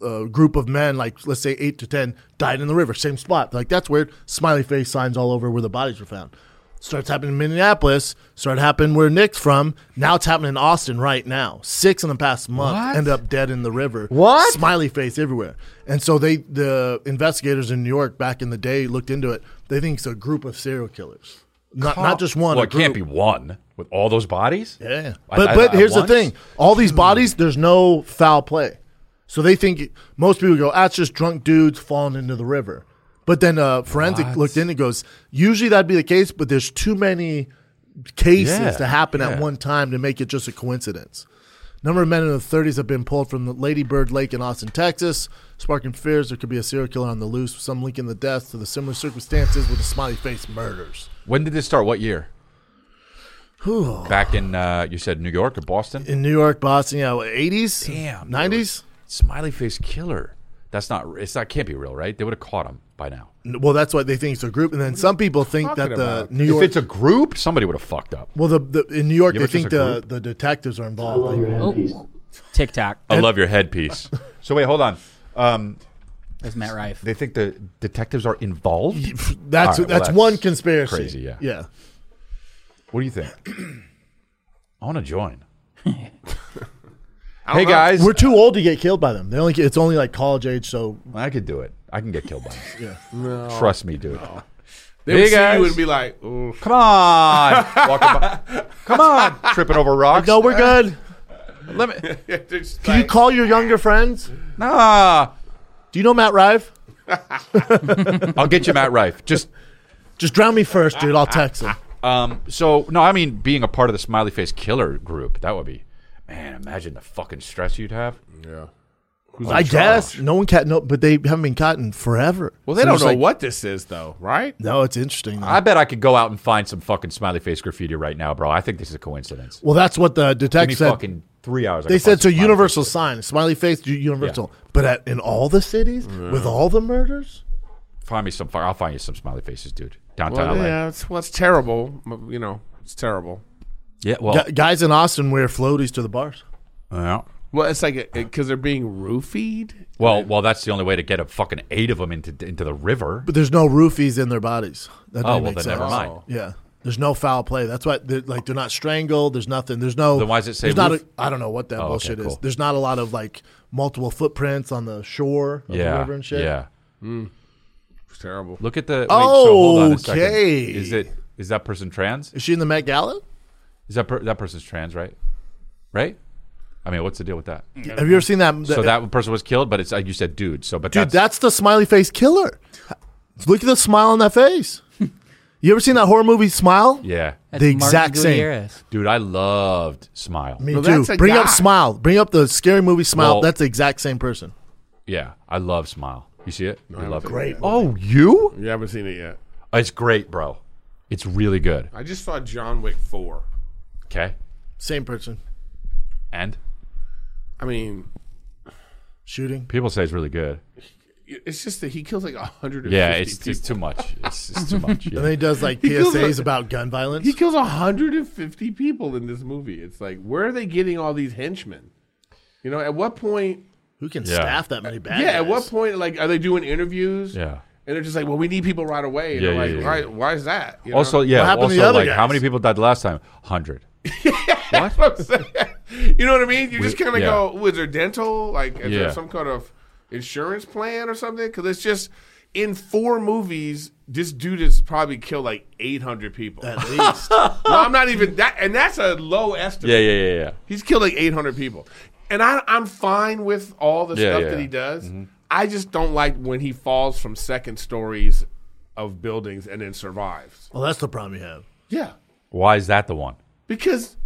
[SPEAKER 3] a, a group of men, like let's say eight to ten, died in the river, same spot. Like that's weird. Smiley face signs all over where the bodies were found. Starts happening in Minneapolis. Started happening where Nick's from. Now it's happening in Austin right now. Six in the past month end up dead in the river. What? Smiley face everywhere. And so they, the investigators in New York back in the day, looked into it. They think it's a group of serial killers, not not just one.
[SPEAKER 2] Well,
[SPEAKER 3] a
[SPEAKER 2] it can't
[SPEAKER 3] group.
[SPEAKER 2] be one with all those bodies.
[SPEAKER 3] Oh. Yeah.
[SPEAKER 2] I-
[SPEAKER 3] But
[SPEAKER 2] I-
[SPEAKER 3] but
[SPEAKER 2] I-
[SPEAKER 3] here's
[SPEAKER 2] once?
[SPEAKER 3] the thing. All these bodies, there's no foul play. So they think most people go, that's just drunk dudes falling into the river. But then uh, forensic looked in and goes, usually that'd be the case, but there's too many cases
[SPEAKER 2] Yeah,
[SPEAKER 3] to happen
[SPEAKER 2] yeah.
[SPEAKER 3] at one time to make it just a coincidence. Number of men in the 30s have been pulled from the Lady Bird Lake in Austin, Texas, sparking fears there could be a serial killer on the loose. Some linking the deaths to the similar circumstances with the smiley face murders.
[SPEAKER 2] When did this start? What year? Back in uh, you said New York or Boston?
[SPEAKER 3] In New York, Boston, yeah, what, 80s,
[SPEAKER 2] Damn,
[SPEAKER 3] 90s.
[SPEAKER 2] smiley face killer. That's not. It's that can't be real, right? They would have caught him by now.
[SPEAKER 3] Well, that's what they think it's a group, and then some people think that the
[SPEAKER 1] about?
[SPEAKER 3] New York.
[SPEAKER 2] If it's a group, somebody would have fucked up.
[SPEAKER 3] well, the, the in New York,
[SPEAKER 2] Yeah,
[SPEAKER 3] they
[SPEAKER 2] but just
[SPEAKER 3] think
[SPEAKER 2] a
[SPEAKER 3] the,
[SPEAKER 2] group.
[SPEAKER 3] the detectives are involved. Like,
[SPEAKER 6] [laughs] TikTok.
[SPEAKER 2] [laughs] I love your headpiece. so wait, hold on. Um,
[SPEAKER 6] as Matt Rife.
[SPEAKER 2] They think the detectives are involved.
[SPEAKER 3] That's
[SPEAKER 2] All right, well,
[SPEAKER 3] that's, one conspiracy.
[SPEAKER 2] Crazy, yeah.
[SPEAKER 3] Yeah.
[SPEAKER 2] What do you think? [clears throat] I want to
[SPEAKER 1] [laughs]
[SPEAKER 2] join.
[SPEAKER 3] Hey guys, we're too old to get killed by them. They only it's only like college age, so
[SPEAKER 2] I could do it. I can get killed
[SPEAKER 1] [laughs]
[SPEAKER 2] by them.
[SPEAKER 3] yeah.
[SPEAKER 2] Trust me, dude.
[SPEAKER 1] They would
[SPEAKER 2] Hey,
[SPEAKER 1] see
[SPEAKER 2] guys.
[SPEAKER 1] you and be like, "Ooh,
[SPEAKER 2] Come on,
[SPEAKER 1] [laughs]
[SPEAKER 2] Walking by- come on, tripping over rocks.
[SPEAKER 3] No, we're good.
[SPEAKER 2] Let me.
[SPEAKER 1] Just
[SPEAKER 3] Can you
[SPEAKER 1] like,
[SPEAKER 3] call your younger friends?
[SPEAKER 2] Nah,
[SPEAKER 3] Do you know Matt Rive?
[SPEAKER 2] I'll get you, Matt Rife. Just
[SPEAKER 3] Just drown me first, dude. I'll text him.
[SPEAKER 2] um. So no, I mean being a part of the Smiley Face Killer group. That would be, man. Imagine the fucking stress you'd have.
[SPEAKER 1] yeah.
[SPEAKER 3] I guess no one cat no, but they haven't been caught in forever.
[SPEAKER 1] Well, they
[SPEAKER 3] So
[SPEAKER 1] don't
[SPEAKER 3] it's
[SPEAKER 1] know
[SPEAKER 3] like-
[SPEAKER 1] what this is, though, right?
[SPEAKER 3] No, it's interesting. though.
[SPEAKER 2] I bet I could go out and find some fucking smiley face graffiti right now, bro. I think this is a coincidence.
[SPEAKER 3] well, that's what the
[SPEAKER 2] Give me
[SPEAKER 3] detective said.
[SPEAKER 2] fucking three hours. I
[SPEAKER 3] they
[SPEAKER 2] can find
[SPEAKER 3] said so.
[SPEAKER 2] some smiley
[SPEAKER 3] Universal sign, smiley face, u- universal. But at, in all the cities with all the murders,
[SPEAKER 2] face. Find me some. I'll find you some smiley faces, dude. Downtown
[SPEAKER 1] Well,
[SPEAKER 2] LA.
[SPEAKER 1] yeah, it's, well, it's terrible. but, You know, it's terrible.
[SPEAKER 2] Yeah. Well.
[SPEAKER 3] gu- guys in Austin wear floaties to the bars.
[SPEAKER 2] yeah.
[SPEAKER 1] Well, it's like because they're being roofied.
[SPEAKER 2] Well, well, that's the only way to get a fucking eight of them into into the river.
[SPEAKER 3] But there's no roofies in their bodies. That
[SPEAKER 2] Oh
[SPEAKER 3] doesn't
[SPEAKER 2] well,
[SPEAKER 3] make
[SPEAKER 2] then never
[SPEAKER 3] sense.
[SPEAKER 2] mind.
[SPEAKER 3] Yeah. There's no foul play. That's why, they're, like, they're not strangled. There's nothing. There's no.
[SPEAKER 2] Then why does it say
[SPEAKER 3] There's not. A,
[SPEAKER 2] roof? Oh,
[SPEAKER 3] I don't know what that
[SPEAKER 2] okay,
[SPEAKER 3] bullshit is.
[SPEAKER 2] cool.
[SPEAKER 3] There's not a lot of like multiple footprints on the shore of the
[SPEAKER 2] Yeah.
[SPEAKER 3] river and shit.
[SPEAKER 2] Yeah.
[SPEAKER 1] It's terrible.
[SPEAKER 2] Look at the. Wait, so hold on a second.
[SPEAKER 3] Okay.
[SPEAKER 2] Is it? Is that person trans?
[SPEAKER 3] Is she in the Met Gala?
[SPEAKER 2] Is that per, that person's trans? Right. Right. I mean, what's the deal with that?
[SPEAKER 3] Have you ever seen that?
[SPEAKER 2] So that person was killed, but it's like you said, dude. So, but
[SPEAKER 3] dude, that's, the smiley face killer. Look at the smile on that face. you ever seen that horror movie Smile?
[SPEAKER 2] yeah,
[SPEAKER 6] That's
[SPEAKER 3] the
[SPEAKER 6] Martin
[SPEAKER 3] exact same.
[SPEAKER 6] Gutierrez.
[SPEAKER 2] dude. I loved Smile.
[SPEAKER 3] Me
[SPEAKER 1] Well,
[SPEAKER 3] too.
[SPEAKER 1] that's a
[SPEAKER 3] Bring up
[SPEAKER 1] guy.
[SPEAKER 3] Smile. Bring up the scary movie Smile.
[SPEAKER 2] Well-
[SPEAKER 3] that's the exact same person.
[SPEAKER 2] Yeah, I love Smile. You see it? I love
[SPEAKER 3] Great.
[SPEAKER 2] it. Oh, you?
[SPEAKER 1] You haven't seen it yet.
[SPEAKER 2] It's great, bro. It's really good.
[SPEAKER 1] I just saw John Wick four.
[SPEAKER 2] Okay.
[SPEAKER 3] Same person.
[SPEAKER 2] And
[SPEAKER 1] I mean,
[SPEAKER 3] Shooting.
[SPEAKER 2] people say it's really good.
[SPEAKER 1] it's just that he kills like a hundred.
[SPEAKER 2] Yeah, it's,
[SPEAKER 1] people.
[SPEAKER 2] it's too much. It's, it's too
[SPEAKER 3] [laughs]
[SPEAKER 2] much.
[SPEAKER 3] And then
[SPEAKER 2] Yeah.
[SPEAKER 3] he
[SPEAKER 1] [laughs]
[SPEAKER 3] does like
[SPEAKER 1] kills
[SPEAKER 3] PSAs
[SPEAKER 1] a-
[SPEAKER 3] about gun violence.
[SPEAKER 1] He kills 150 people in this movie. It's like, where are they getting all these henchmen? You know, at what point?
[SPEAKER 3] Who can
[SPEAKER 2] Yeah.
[SPEAKER 3] staff that many bad
[SPEAKER 1] yeah, at
[SPEAKER 3] guys?
[SPEAKER 1] what point? Like, are they doing interviews?
[SPEAKER 2] Yeah.
[SPEAKER 1] And they're just like, well, we need people right away. And
[SPEAKER 2] Yeah,
[SPEAKER 1] yeah,
[SPEAKER 2] yeah,
[SPEAKER 1] like,
[SPEAKER 2] yeah,
[SPEAKER 1] why,
[SPEAKER 2] yeah.
[SPEAKER 1] why is that? You know?
[SPEAKER 2] Also, yeah.
[SPEAKER 3] happened to
[SPEAKER 2] also,
[SPEAKER 3] the other
[SPEAKER 2] like, how
[SPEAKER 3] guys?
[SPEAKER 2] many people died last time? Hundred.
[SPEAKER 1] That's what I'm saying. [laughs] you know what I mean? You just
[SPEAKER 2] We-
[SPEAKER 1] kind of
[SPEAKER 2] yeah.
[SPEAKER 1] go, was there dental? Like, is
[SPEAKER 2] Yeah.
[SPEAKER 1] there some kind of insurance plan or something? Because it's just in four movies, this dude has probably killed like 800 people. no,
[SPEAKER 3] [laughs]
[SPEAKER 1] [laughs]
[SPEAKER 3] At least.
[SPEAKER 1] I'm not even that. And that's a low estimate.
[SPEAKER 2] Yeah, yeah, yeah, yeah.
[SPEAKER 1] He's killed like 800 people. And I, I'm fine with all the
[SPEAKER 2] Yeah,
[SPEAKER 1] stuff
[SPEAKER 2] yeah. Mm-hmm.
[SPEAKER 1] that he does. I just don't like when he falls from second stories of buildings and then survives.
[SPEAKER 3] well, that's the problem you have.
[SPEAKER 1] Yeah.
[SPEAKER 2] Why is that the one?
[SPEAKER 1] Because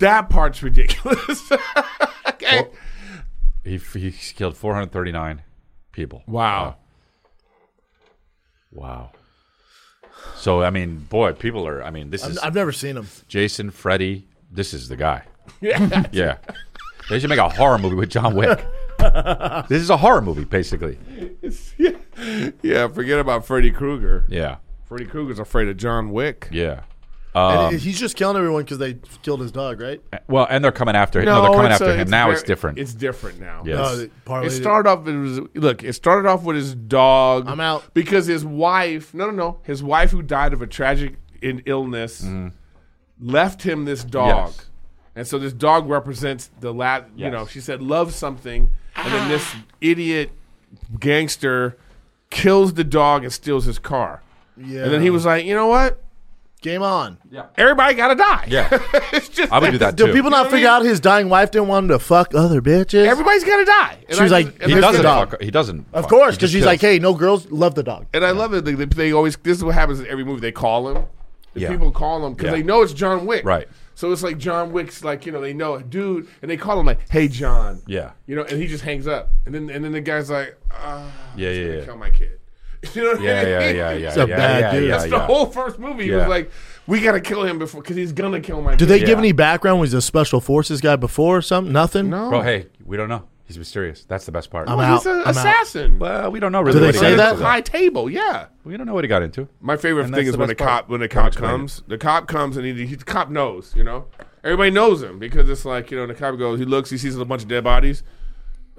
[SPEAKER 1] that part's ridiculous. [laughs] okay.
[SPEAKER 2] He he killed 439 people.
[SPEAKER 1] wow.
[SPEAKER 2] Wow. So I mean, boy, people are. I mean, this is
[SPEAKER 3] I've never seen him.
[SPEAKER 2] Jason, Freddy. This is the guy. Yeah. yeah. They should make a horror movie with John Wick. this is a horror movie, basically.
[SPEAKER 1] Yeah. [laughs] yeah, forget about Freddy Krueger.
[SPEAKER 2] Yeah.
[SPEAKER 1] Freddy Krueger's afraid of John Wick.
[SPEAKER 2] Yeah.
[SPEAKER 3] And he's just killing everyone because they killed his dog, right?
[SPEAKER 2] Well, and they're coming after him. No, they're coming
[SPEAKER 1] it's
[SPEAKER 2] after
[SPEAKER 1] a-
[SPEAKER 2] him. now
[SPEAKER 1] very-
[SPEAKER 2] it's different.
[SPEAKER 1] It's different now.
[SPEAKER 2] yes.
[SPEAKER 3] No, they parlayed
[SPEAKER 1] It started off. It was look. It started off with his dog.
[SPEAKER 3] I'm out.
[SPEAKER 1] because his wife. No, no, no. His wife, who died of a tragic in illness, left him this dog,
[SPEAKER 2] Mm-hmm. Yes.
[SPEAKER 1] and so this dog represents the lat. You
[SPEAKER 2] Yes.
[SPEAKER 1] know, she said love something, and then this idiot gangster kills the dog and steals his car.
[SPEAKER 3] Yeah.
[SPEAKER 1] And then he was like, you know what?
[SPEAKER 3] Game on.
[SPEAKER 1] Everybody gotta die.
[SPEAKER 2] Yeah.
[SPEAKER 1] it's just
[SPEAKER 2] I would do that
[SPEAKER 3] Do
[SPEAKER 2] too.
[SPEAKER 3] people not figure out his dying wife didn't want him to fuck other bitches?
[SPEAKER 1] Everybody's gotta die. And
[SPEAKER 3] She was
[SPEAKER 1] I
[SPEAKER 3] like,
[SPEAKER 1] just- and
[SPEAKER 2] he
[SPEAKER 1] I
[SPEAKER 2] doesn't.
[SPEAKER 1] just-
[SPEAKER 3] dog.
[SPEAKER 2] Fuck, he doesn't.
[SPEAKER 3] of
[SPEAKER 2] fuck.
[SPEAKER 3] course,
[SPEAKER 2] He
[SPEAKER 3] because
[SPEAKER 2] just
[SPEAKER 3] she's like,
[SPEAKER 2] kills.
[SPEAKER 3] hey, no girls love the dog.
[SPEAKER 1] And I love it. They, they- they always. This is what happens in every movie. They call him. The
[SPEAKER 2] Yeah.
[SPEAKER 1] people call him because
[SPEAKER 2] Yeah.
[SPEAKER 1] they know it's John Wick.
[SPEAKER 2] Right.
[SPEAKER 1] So it's like John Wick's like you know they know it, dude, and they call him like, hey John.
[SPEAKER 2] Yeah.
[SPEAKER 1] You know, and he just hangs up, and then and then the guy's like, ah,
[SPEAKER 2] Yeah,
[SPEAKER 1] he's
[SPEAKER 2] yeah,
[SPEAKER 1] gonna
[SPEAKER 2] yeah.
[SPEAKER 1] kill my kid. [laughs] You know what I
[SPEAKER 2] Yeah,
[SPEAKER 1] mean?
[SPEAKER 2] yeah, yeah, yeah.
[SPEAKER 3] a
[SPEAKER 2] yeah,
[SPEAKER 3] bad
[SPEAKER 2] yeah,
[SPEAKER 3] dude.
[SPEAKER 2] Yeah,
[SPEAKER 1] That's the
[SPEAKER 2] yeah.
[SPEAKER 1] whole first movie. He
[SPEAKER 2] Yeah.
[SPEAKER 1] was like, we gotta kill him before because he's gonna kill my. kid.
[SPEAKER 3] Did they give
[SPEAKER 2] Yeah.
[SPEAKER 3] any background? Was he a special forces guy before or something? Nothing.
[SPEAKER 1] No.
[SPEAKER 2] Bro, hey, we don't know. He's mysterious. That's the best part.
[SPEAKER 3] I'm
[SPEAKER 1] Well, he's
[SPEAKER 3] out.
[SPEAKER 1] an
[SPEAKER 3] I'm out.
[SPEAKER 1] assassin.
[SPEAKER 2] Well, we don't know really.
[SPEAKER 3] they
[SPEAKER 2] what he got
[SPEAKER 3] say that?
[SPEAKER 2] into.
[SPEAKER 1] high table. Yeah.
[SPEAKER 2] We don't know what he got into.
[SPEAKER 1] My favorite
[SPEAKER 2] And
[SPEAKER 1] thing
[SPEAKER 2] that's
[SPEAKER 1] is
[SPEAKER 2] the
[SPEAKER 1] when a
[SPEAKER 2] best part.
[SPEAKER 1] cop when a
[SPEAKER 2] Can't
[SPEAKER 1] cop
[SPEAKER 2] explain it.
[SPEAKER 1] comes, the cop comes and he, he the cop knows, you know. Everybody knows him because it's like you know the cop goes, he looks, he sees a bunch of dead bodies.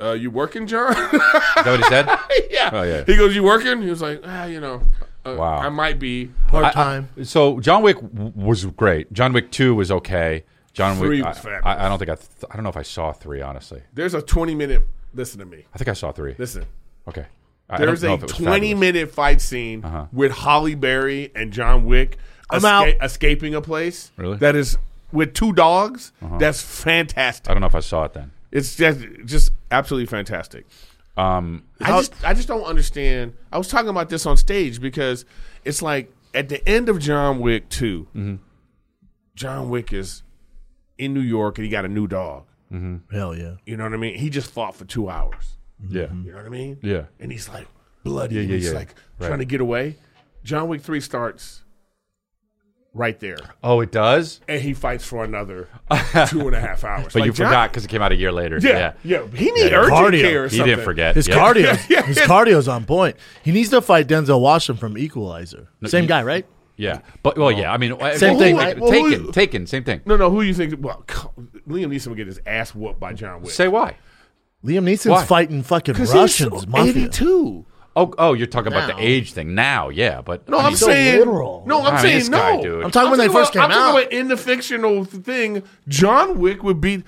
[SPEAKER 1] uh, "You working, John?" [laughs]
[SPEAKER 2] Is that what he said?
[SPEAKER 1] yeah.
[SPEAKER 2] Oh, yeah.
[SPEAKER 1] He goes, "You working?" He was like, "Ah, you know, uh,
[SPEAKER 2] Wow.
[SPEAKER 1] I might be
[SPEAKER 2] I- I- so John Wick w- was great. John Wick Two was okay. John
[SPEAKER 1] Three
[SPEAKER 2] Wick.
[SPEAKER 1] was
[SPEAKER 2] I-
[SPEAKER 1] fabulous.
[SPEAKER 2] I, I don't think I. Th- I don't know if I saw three. Honestly,
[SPEAKER 1] There's a 20 minute. Listen to me.
[SPEAKER 2] I think I saw three.
[SPEAKER 1] Listen.
[SPEAKER 2] Okay. I- I don't
[SPEAKER 1] There's
[SPEAKER 2] know
[SPEAKER 1] a
[SPEAKER 2] if it was
[SPEAKER 1] 20
[SPEAKER 2] fabulous.
[SPEAKER 1] minute fight scene
[SPEAKER 2] Uh-huh.
[SPEAKER 1] with Holly Berry and John Wick
[SPEAKER 3] I'm out.
[SPEAKER 1] escaping a place.
[SPEAKER 2] Really?
[SPEAKER 1] That is with two dogs.
[SPEAKER 2] Uh-huh.
[SPEAKER 1] That's fantastic.
[SPEAKER 2] I don't know if I saw it then.
[SPEAKER 1] It's just just absolutely fantastic.
[SPEAKER 2] Um,
[SPEAKER 1] I just I just don't understand. I was talking about this on stage because it's like at the end of John Wick 2
[SPEAKER 2] Mm-hmm.
[SPEAKER 1] John Wick is in New York and he got a new dog.
[SPEAKER 3] Hell yeah.
[SPEAKER 1] You know what I mean? He just fought for two hours.
[SPEAKER 2] yeah,
[SPEAKER 1] You know what I mean?
[SPEAKER 2] yeah.
[SPEAKER 1] And he's like bloody.
[SPEAKER 2] Yeah,
[SPEAKER 1] and
[SPEAKER 2] yeah,
[SPEAKER 1] he's
[SPEAKER 2] yeah.
[SPEAKER 1] like
[SPEAKER 2] Right.
[SPEAKER 1] trying to get away. John Wick 3 starts right there.
[SPEAKER 2] Oh, it does.
[SPEAKER 1] And he fights for another
[SPEAKER 2] [laughs]
[SPEAKER 1] two and a half hours.
[SPEAKER 2] But you
[SPEAKER 1] Like, John-
[SPEAKER 2] forgot because it came out a year later.
[SPEAKER 1] Yeah, yeah. He need
[SPEAKER 2] Yeah.
[SPEAKER 1] urgent
[SPEAKER 3] Cardio.
[SPEAKER 1] care or
[SPEAKER 2] He
[SPEAKER 1] something.
[SPEAKER 2] didn't forget. [laughs]
[SPEAKER 3] His
[SPEAKER 2] Yeah.
[SPEAKER 3] cardio, his cardio's on point. He needs to fight Denzel Washington from Equalizer. Same guy, right?
[SPEAKER 2] Yeah, but well, yeah. I mean, uh,
[SPEAKER 3] Same
[SPEAKER 2] well,
[SPEAKER 3] thing.
[SPEAKER 2] Like,
[SPEAKER 1] Well, who-
[SPEAKER 2] taken, taken, same thing.
[SPEAKER 1] No, no. Who you think? Well, c- Liam Neeson will get his ass whooped by John Wick.
[SPEAKER 2] Say why?
[SPEAKER 3] Liam Neeson's
[SPEAKER 2] Why?
[SPEAKER 3] fighting fucking
[SPEAKER 1] he's
[SPEAKER 3] Russians, mafia.
[SPEAKER 1] eighty-two.
[SPEAKER 2] Oh, oh, you're talking about
[SPEAKER 3] Now.
[SPEAKER 2] the age thing now. Yeah, but
[SPEAKER 1] No,
[SPEAKER 2] I
[SPEAKER 1] I'm
[SPEAKER 2] mean,
[SPEAKER 1] saying
[SPEAKER 3] literal.
[SPEAKER 1] No, I'm
[SPEAKER 2] I mean,
[SPEAKER 1] saying
[SPEAKER 2] this
[SPEAKER 1] no.
[SPEAKER 2] guy, dude.
[SPEAKER 3] I'm talking when they
[SPEAKER 1] talking
[SPEAKER 3] first
[SPEAKER 1] about-
[SPEAKER 3] came
[SPEAKER 1] I'm
[SPEAKER 3] out.
[SPEAKER 1] talking about in the fictional thing, John Wick would beat.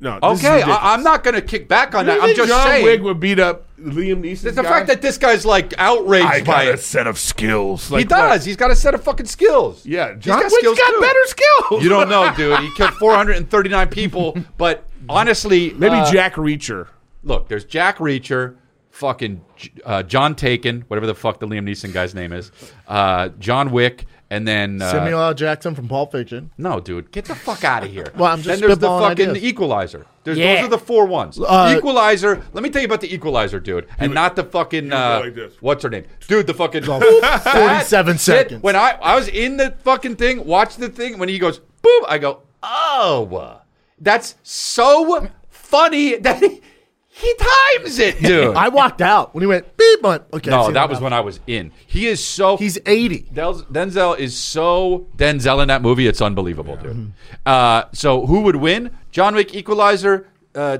[SPEAKER 1] No, this is
[SPEAKER 2] okay,
[SPEAKER 1] ridiculous.
[SPEAKER 2] I, I'm not going to kick back on
[SPEAKER 1] You
[SPEAKER 2] that. I'm
[SPEAKER 1] think
[SPEAKER 2] just
[SPEAKER 1] John
[SPEAKER 2] saying
[SPEAKER 1] Wick would beat up Liam Neeson.
[SPEAKER 2] the fact that this guy's like outraged
[SPEAKER 1] I
[SPEAKER 2] by
[SPEAKER 1] got a
[SPEAKER 2] it.
[SPEAKER 1] set of skills.
[SPEAKER 2] he
[SPEAKER 1] Like,
[SPEAKER 2] does.
[SPEAKER 1] what?
[SPEAKER 2] He's got a set of fucking skills.
[SPEAKER 1] Yeah,
[SPEAKER 2] He's
[SPEAKER 1] John Wick's got
[SPEAKER 2] too.
[SPEAKER 1] better skills. [laughs]
[SPEAKER 2] You don't know, dude. He killed 439 people, but honestly,
[SPEAKER 1] Maybe
[SPEAKER 2] uh,
[SPEAKER 1] Jack Reacher.
[SPEAKER 2] look, there's Jack Reacher, fucking J- uh, John Taken, whatever the fuck the Liam Neeson guy's name is, uh, John Wick, and then uh,
[SPEAKER 3] Samuel L. Jackson from
[SPEAKER 2] [laughs]
[SPEAKER 3] Pulp Fiction.
[SPEAKER 2] No, dude, get the fuck out of here.
[SPEAKER 3] Well, I'm
[SPEAKER 2] then
[SPEAKER 3] just
[SPEAKER 2] there's the
[SPEAKER 3] spitballing
[SPEAKER 2] fucking
[SPEAKER 3] ideas.
[SPEAKER 2] Equalizer. There's,
[SPEAKER 6] Yeah.
[SPEAKER 2] Those are the four ones.
[SPEAKER 3] Uh,
[SPEAKER 2] equalizer. Let me tell you about the Equalizer, dude, and not the fucking uh,
[SPEAKER 1] like this.
[SPEAKER 2] what's her name, dude. The fucking [laughs]
[SPEAKER 3] Forty-seven
[SPEAKER 2] That shit,
[SPEAKER 3] seconds.
[SPEAKER 2] When I I was in the fucking thing, watch the thing. When he goes boom, I go oh, uh, that's so funny that he, he times it, dude.
[SPEAKER 3] [laughs] I walked out when he went beep. But okay, I've
[SPEAKER 2] no,
[SPEAKER 3] seen
[SPEAKER 2] that
[SPEAKER 3] him
[SPEAKER 2] was
[SPEAKER 3] now.
[SPEAKER 2] when I was in. He is so
[SPEAKER 3] He's eighty.
[SPEAKER 2] Del- Denzel is so Denzel in that movie. It's unbelievable, dude. Uh, so who would win? John Wick, Equalizer, uh,